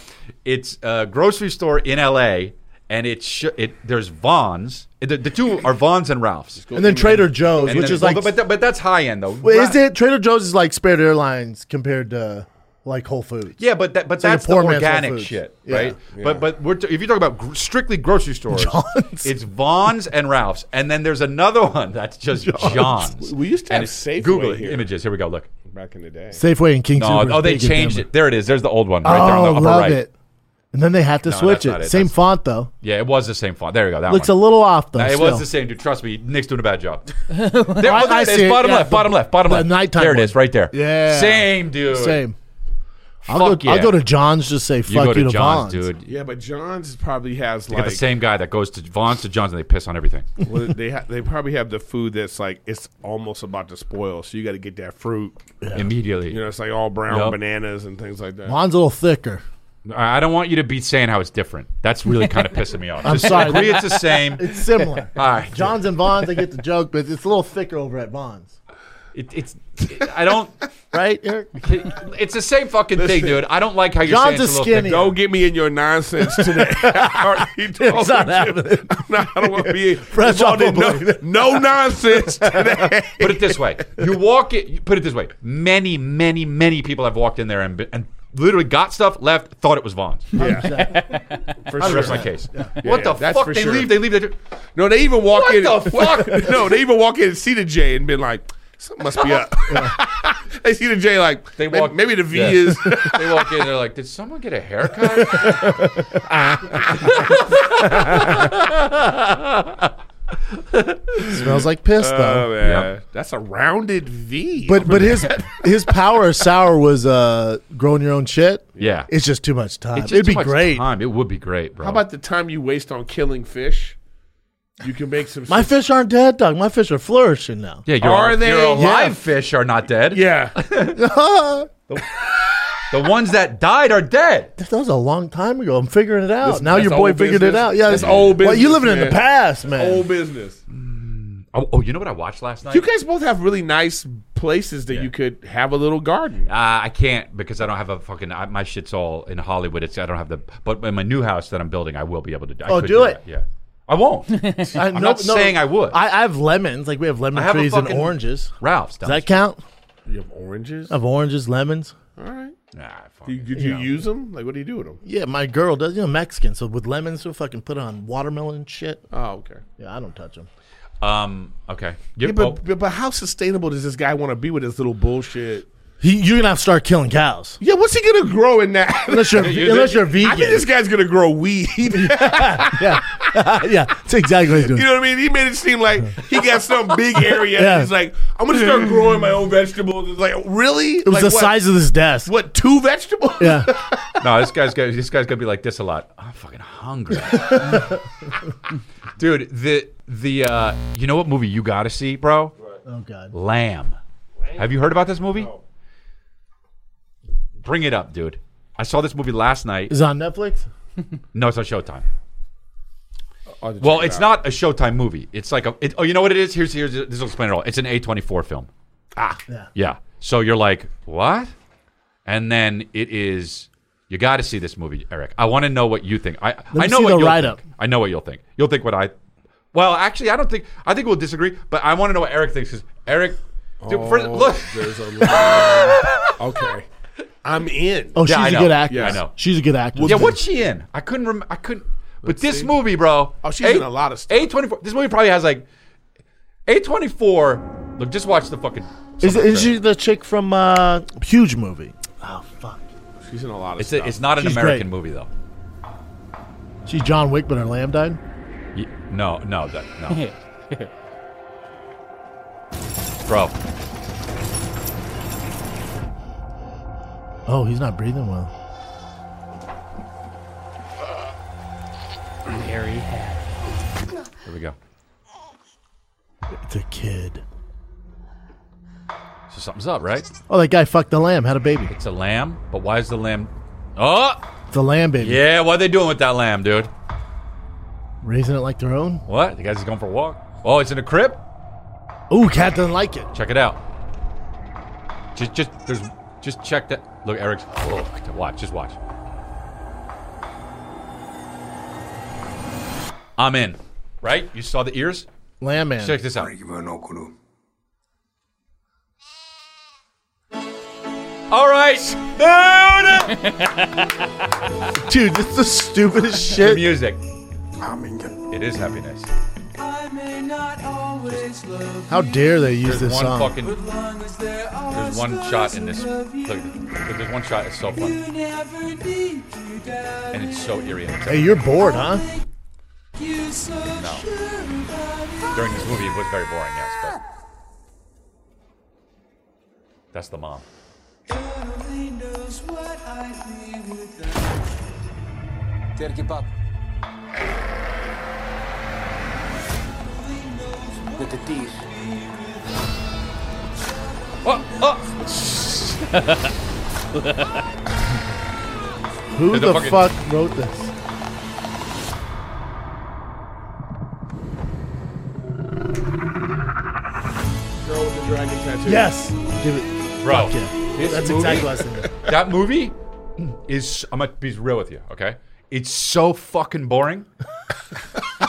[SPEAKER 2] it's a grocery store in LA, and it sh- it there's Vons. The, the two are Vons and Ralph's,
[SPEAKER 3] And then Trader Joe's,
[SPEAKER 2] And
[SPEAKER 3] which
[SPEAKER 2] then-
[SPEAKER 3] is like,
[SPEAKER 2] but, but that's high end though.
[SPEAKER 3] Wait, is
[SPEAKER 2] Ra-
[SPEAKER 3] it Trader Joe's is like Spirit Airlines compared to like Whole Foods?
[SPEAKER 2] Yeah, but that, but
[SPEAKER 3] like a
[SPEAKER 2] that's the
[SPEAKER 3] poor man's Whole
[SPEAKER 2] organic
[SPEAKER 3] Foods.
[SPEAKER 2] shit,
[SPEAKER 3] Yeah.
[SPEAKER 2] right? But but we're t- if you talk about gr- strictly grocery stores,
[SPEAKER 3] [laughs] John's.
[SPEAKER 2] it's Vaughn's and Ralph's, and then there's another [laughs] one that's just John's.
[SPEAKER 1] We used to
[SPEAKER 2] And
[SPEAKER 1] have
[SPEAKER 2] it's-
[SPEAKER 1] Safeway
[SPEAKER 2] Google it.
[SPEAKER 1] here.
[SPEAKER 2] images. Here we go. Look.
[SPEAKER 1] Back in the day.
[SPEAKER 3] Safeway and King
[SPEAKER 2] No,
[SPEAKER 3] Supers,
[SPEAKER 2] oh, they
[SPEAKER 3] big at
[SPEAKER 2] changed
[SPEAKER 3] them.
[SPEAKER 2] it. There it is. There's the old one right there on
[SPEAKER 3] oh,
[SPEAKER 2] the upper
[SPEAKER 3] love
[SPEAKER 2] right.
[SPEAKER 3] it. And then they had to
[SPEAKER 2] No,
[SPEAKER 3] switch
[SPEAKER 2] that's not
[SPEAKER 3] it.
[SPEAKER 2] it.
[SPEAKER 3] Same
[SPEAKER 2] That's-
[SPEAKER 3] font though.
[SPEAKER 2] Yeah, it was the same font. There you go. That
[SPEAKER 3] Looks
[SPEAKER 2] one.
[SPEAKER 3] a little off, though,
[SPEAKER 2] Nah, it
[SPEAKER 3] still.
[SPEAKER 2] was the same, dude. Trust me, Nick's doing a bad
[SPEAKER 3] [laughs]
[SPEAKER 2] job. there,
[SPEAKER 3] I-
[SPEAKER 2] look, there
[SPEAKER 3] I
[SPEAKER 2] it is.
[SPEAKER 3] see it,
[SPEAKER 2] Bottom
[SPEAKER 3] yeah,
[SPEAKER 2] left, bottom left, bottom
[SPEAKER 3] the
[SPEAKER 2] left.
[SPEAKER 3] nighttime
[SPEAKER 2] There it
[SPEAKER 3] one.
[SPEAKER 2] is, right there.
[SPEAKER 3] Yeah.
[SPEAKER 2] same dude.
[SPEAKER 3] Same. I'll
[SPEAKER 2] Fuck
[SPEAKER 3] go. I'll
[SPEAKER 2] yeah.
[SPEAKER 3] go to John's. Just say
[SPEAKER 2] you
[SPEAKER 3] fuck
[SPEAKER 2] go to,
[SPEAKER 3] you to,
[SPEAKER 2] John's,
[SPEAKER 3] Vons.
[SPEAKER 2] dude.
[SPEAKER 1] Yeah, but John's probably has
[SPEAKER 2] They
[SPEAKER 1] like
[SPEAKER 2] got the same guy that goes to Vaughn's to John's and they piss on everything.
[SPEAKER 1] well, they ha- they probably have the food that's like it's almost about to spoil, so you got to get that fruit
[SPEAKER 2] Immediately.
[SPEAKER 1] You know, it's like all brown
[SPEAKER 2] Yep.
[SPEAKER 1] bananas and things like that.
[SPEAKER 3] Vaughn's a little thicker.
[SPEAKER 2] I I don't want you to be saying how it's different. That's really
[SPEAKER 3] [laughs]
[SPEAKER 2] kind of pissing me off.
[SPEAKER 3] I'm
[SPEAKER 2] Just
[SPEAKER 3] sorry.
[SPEAKER 2] agree it's the same.
[SPEAKER 3] [laughs] It's similar.
[SPEAKER 2] [laughs] All right.
[SPEAKER 3] John's and Vons. I get the joke, but it's a little thicker over at Vons.
[SPEAKER 2] It, it's. I don't.
[SPEAKER 3] right, Eric.
[SPEAKER 2] It's the same fucking thing, dude. I don't like how you're saying it's a little thick.
[SPEAKER 1] Don't get me in your
[SPEAKER 2] [laughs]
[SPEAKER 1] nonsense today. I already told
[SPEAKER 2] It's not
[SPEAKER 1] you.
[SPEAKER 2] happening.
[SPEAKER 1] [laughs] I'm not, I don't want to be
[SPEAKER 2] Fresh off
[SPEAKER 1] involved in
[SPEAKER 2] a
[SPEAKER 1] no,
[SPEAKER 2] plane.
[SPEAKER 1] no
[SPEAKER 2] [laughs]
[SPEAKER 1] nonsense today.
[SPEAKER 2] put it this way: you walk it. you Put it this way: many, many, many people have walked in there and been- and literally got stuff, left, thought it was Vaughn's.
[SPEAKER 1] For
[SPEAKER 2] That's
[SPEAKER 1] sure.
[SPEAKER 2] my case.
[SPEAKER 1] Yeah.
[SPEAKER 2] What the
[SPEAKER 1] Yeah, that's
[SPEAKER 2] fuck?
[SPEAKER 1] for
[SPEAKER 2] They
[SPEAKER 1] sure.
[SPEAKER 2] leave. They leave. They
[SPEAKER 1] No, they even walk
[SPEAKER 2] What
[SPEAKER 1] in. [laughs]
[SPEAKER 2] the fuck?
[SPEAKER 1] no, they even walk in and see the J and been like, something must be up. [laughs] they see the J like, they
[SPEAKER 2] walk-
[SPEAKER 1] walk, maybe the V
[SPEAKER 2] yeah.
[SPEAKER 3] [laughs]
[SPEAKER 1] is. [laughs]
[SPEAKER 2] they walk in. They're like, "Did someone get a haircut?" [laughs]
[SPEAKER 3] Smells like piss, though.
[SPEAKER 1] Oh, man.
[SPEAKER 3] Yep.
[SPEAKER 1] That's a rounded V.
[SPEAKER 3] But
[SPEAKER 2] [laughs]
[SPEAKER 3] but his his power of sour was uh growing your own shit.
[SPEAKER 2] Yeah.
[SPEAKER 3] it's just too much time.
[SPEAKER 2] It's just
[SPEAKER 3] It'd
[SPEAKER 2] too
[SPEAKER 3] be
[SPEAKER 2] much
[SPEAKER 3] great.
[SPEAKER 2] Time. It would be great, bro.
[SPEAKER 1] How about the time you waste on killing fish? You can make some.
[SPEAKER 3] My fish aren't dead, dog. My fish are flourishing now.
[SPEAKER 2] yeah, your,
[SPEAKER 1] Are
[SPEAKER 2] your
[SPEAKER 1] they-
[SPEAKER 2] alive
[SPEAKER 1] Yeah.
[SPEAKER 2] fish are not dead.
[SPEAKER 1] [laughs]
[SPEAKER 3] [laughs]
[SPEAKER 1] Yeah,
[SPEAKER 3] that
[SPEAKER 2] the ones that died are dead.
[SPEAKER 3] was a long time ago. I'm figuring it out.
[SPEAKER 2] This-
[SPEAKER 3] now your
[SPEAKER 2] that's
[SPEAKER 3] boy
[SPEAKER 2] old
[SPEAKER 3] figured it
[SPEAKER 2] business.
[SPEAKER 3] out. Yeah,
[SPEAKER 2] That's
[SPEAKER 3] this-
[SPEAKER 2] old
[SPEAKER 3] Well, you
[SPEAKER 2] business,
[SPEAKER 3] living in the
[SPEAKER 2] man.
[SPEAKER 3] past, man.
[SPEAKER 1] Old business.
[SPEAKER 2] Oh, oh, you know what I watched last night?
[SPEAKER 1] You guys both have really nice places that you could have a little garden.
[SPEAKER 2] Uh, I can't because I don't have a fucking. I, my shit's all in Hollywood. It's I don't have the. But in my new house that I'm building, I will be able to. I
[SPEAKER 3] Oh,
[SPEAKER 2] could
[SPEAKER 3] do it.
[SPEAKER 2] that, Yeah, I won't.
[SPEAKER 3] I-
[SPEAKER 2] I'm
[SPEAKER 3] no-
[SPEAKER 2] not
[SPEAKER 3] no,
[SPEAKER 2] saying I would.
[SPEAKER 3] I, I have lemons. Like we have lemon
[SPEAKER 2] I have a
[SPEAKER 3] trees
[SPEAKER 2] fucking-
[SPEAKER 3] and oranges.
[SPEAKER 2] Ralph's down
[SPEAKER 3] Does
[SPEAKER 2] the
[SPEAKER 3] that count?
[SPEAKER 1] You have oranges.
[SPEAKER 3] I have oranges, lemons.
[SPEAKER 1] All right.
[SPEAKER 2] Nah,
[SPEAKER 1] Do you, did you use them? Like, what do you do with them?
[SPEAKER 3] Yeah, my girl does. You know, Mexican. So with lemons, she'll fucking put on watermelon and shit.
[SPEAKER 1] Oh, okay.
[SPEAKER 3] Yeah, I don't touch them.
[SPEAKER 2] Um. Okay.
[SPEAKER 1] Yeah,
[SPEAKER 2] You-
[SPEAKER 1] but,
[SPEAKER 2] oh,
[SPEAKER 1] but but how sustainable does this guy want to be with his little bullshit?
[SPEAKER 3] He, you're gonna have to start
[SPEAKER 2] [laughs]
[SPEAKER 3] killing cows.
[SPEAKER 1] Yeah, what's he gonna grow in that?
[SPEAKER 3] Unless
[SPEAKER 1] [laughs]
[SPEAKER 3] you're- You- unless you're
[SPEAKER 1] I
[SPEAKER 3] vegan.
[SPEAKER 1] think this guy's gonna grow weed. [laughs] you
[SPEAKER 3] yeah, [laughs] yeah, that's exactly what he's doing.
[SPEAKER 1] know what I mean? He made it seem like he got some big area.
[SPEAKER 3] Yeah.
[SPEAKER 1] And he's like, I'm gonna start growing my own vegetables. It's like, really?
[SPEAKER 3] it was the size of this desk.
[SPEAKER 1] what two vegetables?
[SPEAKER 2] [laughs]
[SPEAKER 3] Yeah,
[SPEAKER 2] oh, no, this guy's gonna, this guy's gonna be like this a lot. I'm fucking hungry, dude. The the uh, you know what movie you gotta see, bro?
[SPEAKER 3] Oh god.
[SPEAKER 2] Lamb. Have you heard about this movie? Bring it up, dude. I saw this movie last night.
[SPEAKER 3] Is it on Netflix?
[SPEAKER 2] No, it's on Showtime. Well, it's not a Showtime movie. It's like a. It, oh, you know what it is? Here's here's this will explain it all. It's an A24 film.
[SPEAKER 1] Ah,
[SPEAKER 3] yeah.
[SPEAKER 2] Yeah. So you're like, what? And then it is. You got to see this movie, Eric. I want to know what you think. I
[SPEAKER 3] me
[SPEAKER 2] I know
[SPEAKER 3] see
[SPEAKER 2] what
[SPEAKER 3] the
[SPEAKER 2] you'll
[SPEAKER 3] write-up.
[SPEAKER 2] think. I know what you'll think. You'll think what I. Well, actually, I don't think. I think we'll disagree. But I want to know what Eric thinks. Because Eric, dude, for- look,
[SPEAKER 1] There's a lot. okay, I'm in.
[SPEAKER 3] Oh,
[SPEAKER 2] Yeah, I
[SPEAKER 3] she's a
[SPEAKER 2] know.
[SPEAKER 3] good actress.
[SPEAKER 2] Yeah, I know.
[SPEAKER 3] She's a good actress.
[SPEAKER 2] yeah, what's she in? I couldn't remember. I couldn't. but this
[SPEAKER 1] see.
[SPEAKER 2] movie, bro.
[SPEAKER 1] Oh, she's in a lot of stuff.
[SPEAKER 2] A twenty four. This movie probably has like A twenty four. Look, just watch the fucking.
[SPEAKER 3] Is, is she the chick from uh, Huge Movie? Oh fuck.
[SPEAKER 1] She's in a lot of
[SPEAKER 2] It's
[SPEAKER 1] stuff.
[SPEAKER 2] a, it's not an
[SPEAKER 3] She's
[SPEAKER 2] American
[SPEAKER 3] great.
[SPEAKER 2] movie though.
[SPEAKER 3] She's John Wick, but her lamb died.
[SPEAKER 2] Ye- no, no, that,
[SPEAKER 3] [laughs]
[SPEAKER 2] no, bro.
[SPEAKER 3] Oh, he's not breathing well.
[SPEAKER 6] Hairy hat.
[SPEAKER 2] Here we go.
[SPEAKER 3] It's a kid.
[SPEAKER 2] So something's up, right?
[SPEAKER 3] Oh, that guy fucked the lamb, had a baby.
[SPEAKER 2] It's a lamb, but why is the lamb? Oh,
[SPEAKER 3] It's a lamb baby.
[SPEAKER 2] yeah. What are they doing with that lamb, dude?
[SPEAKER 3] Raising it like their own.
[SPEAKER 2] What? The guy's just going for a walk. Oh, it's in a crib.
[SPEAKER 3] Ooh, cat doesn't like it.
[SPEAKER 2] Check it out. Just, just there's, just check that. Look, Eric's. Oh, watch, just watch. I'm in. Right? You saw the ears?
[SPEAKER 3] Lamb man.
[SPEAKER 2] Check this out. All right. Dude.
[SPEAKER 3] Dude, it's
[SPEAKER 2] [laughs]
[SPEAKER 3] the stupidest
[SPEAKER 2] The
[SPEAKER 3] shit.
[SPEAKER 2] music. It is happiness.
[SPEAKER 4] I may not always
[SPEAKER 3] How dare they use
[SPEAKER 2] There's
[SPEAKER 3] this
[SPEAKER 2] one
[SPEAKER 3] song?
[SPEAKER 2] fucking. There's one shot in this. Look, there's one shot. It's so funny, and it's so eerie. and it's-
[SPEAKER 3] Hey, you're bored, huh?
[SPEAKER 2] No. During this movie, it was very boring. Yes, but that's the mom.
[SPEAKER 9] Dad, give up. With the teeth.
[SPEAKER 2] Oh,
[SPEAKER 3] Who
[SPEAKER 2] There's
[SPEAKER 3] the
[SPEAKER 2] a fucking-
[SPEAKER 3] fuck wrote this?
[SPEAKER 1] Girl with the dragon tattoo.
[SPEAKER 3] Yes. Give it.
[SPEAKER 2] Bro,
[SPEAKER 3] Fuck yeah.
[SPEAKER 2] this
[SPEAKER 3] That's
[SPEAKER 2] movie-
[SPEAKER 3] exactly what I said.
[SPEAKER 2] That movie is. I'm gonna be real with you, okay? It's so fucking boring. [laughs]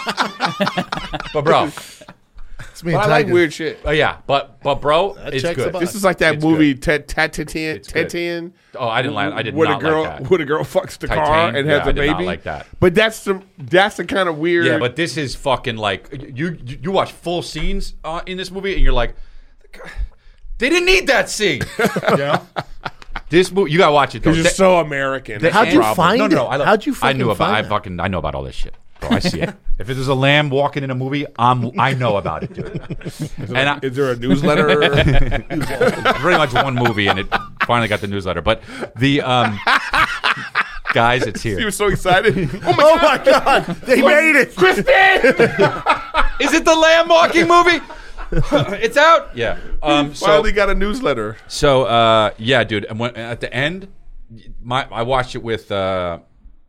[SPEAKER 2] but bro,
[SPEAKER 3] it's
[SPEAKER 1] me and But I like Tiger. weird shit.
[SPEAKER 2] Oh yeah, but but bro,
[SPEAKER 1] That
[SPEAKER 2] it's
[SPEAKER 1] checks
[SPEAKER 2] good.
[SPEAKER 1] the box. This is like that
[SPEAKER 2] It's
[SPEAKER 1] movie
[SPEAKER 2] good.
[SPEAKER 1] Tet- Tatatian.
[SPEAKER 2] good.
[SPEAKER 1] Tatian.
[SPEAKER 2] Oh, I didn't like- I did
[SPEAKER 1] where
[SPEAKER 2] not
[SPEAKER 1] the girl,
[SPEAKER 2] like that.
[SPEAKER 1] Where the girl fucks the car
[SPEAKER 2] Titan,
[SPEAKER 1] and
[SPEAKER 2] yeah,
[SPEAKER 1] has
[SPEAKER 2] I
[SPEAKER 1] a
[SPEAKER 2] did
[SPEAKER 1] baby.
[SPEAKER 2] not like that.
[SPEAKER 1] But that's the that's the kind of weird.
[SPEAKER 2] Yeah, but this is fucking like you you, you watch full scenes uh, in this movie and you're like, they didn't need that
[SPEAKER 1] [laughs]
[SPEAKER 2] scene. you
[SPEAKER 3] [laughs]
[SPEAKER 2] know? This movie, you gotta watch it. though.
[SPEAKER 1] 'Cause you're
[SPEAKER 2] The-
[SPEAKER 1] so American.
[SPEAKER 2] the
[SPEAKER 1] How'd you
[SPEAKER 2] end-
[SPEAKER 1] find
[SPEAKER 2] no, no, no,
[SPEAKER 1] it?
[SPEAKER 2] I love-
[SPEAKER 1] How'd you
[SPEAKER 2] I knew
[SPEAKER 1] fucking
[SPEAKER 2] about.
[SPEAKER 1] find
[SPEAKER 2] I fucking I know about all this shit, bro. I see it. if there's a lamb walking in a movie, I'm I know about it, dude.
[SPEAKER 1] there- is there a newsletter?
[SPEAKER 2] [laughs] pretty much one movie, and it finally got the newsletter. But the um, guys, it's here.
[SPEAKER 1] He was so excited. oh my,
[SPEAKER 2] [laughs]
[SPEAKER 3] god. They made
[SPEAKER 1] [laughs]
[SPEAKER 3] it.
[SPEAKER 2] Crispin! [laughs] is it the lamb walking movie? [laughs] it's out. Yeah. Um, so,
[SPEAKER 1] Finally got a newsletter.
[SPEAKER 2] So uh, yeah, dude. And when, at the end, my I watched it with uh,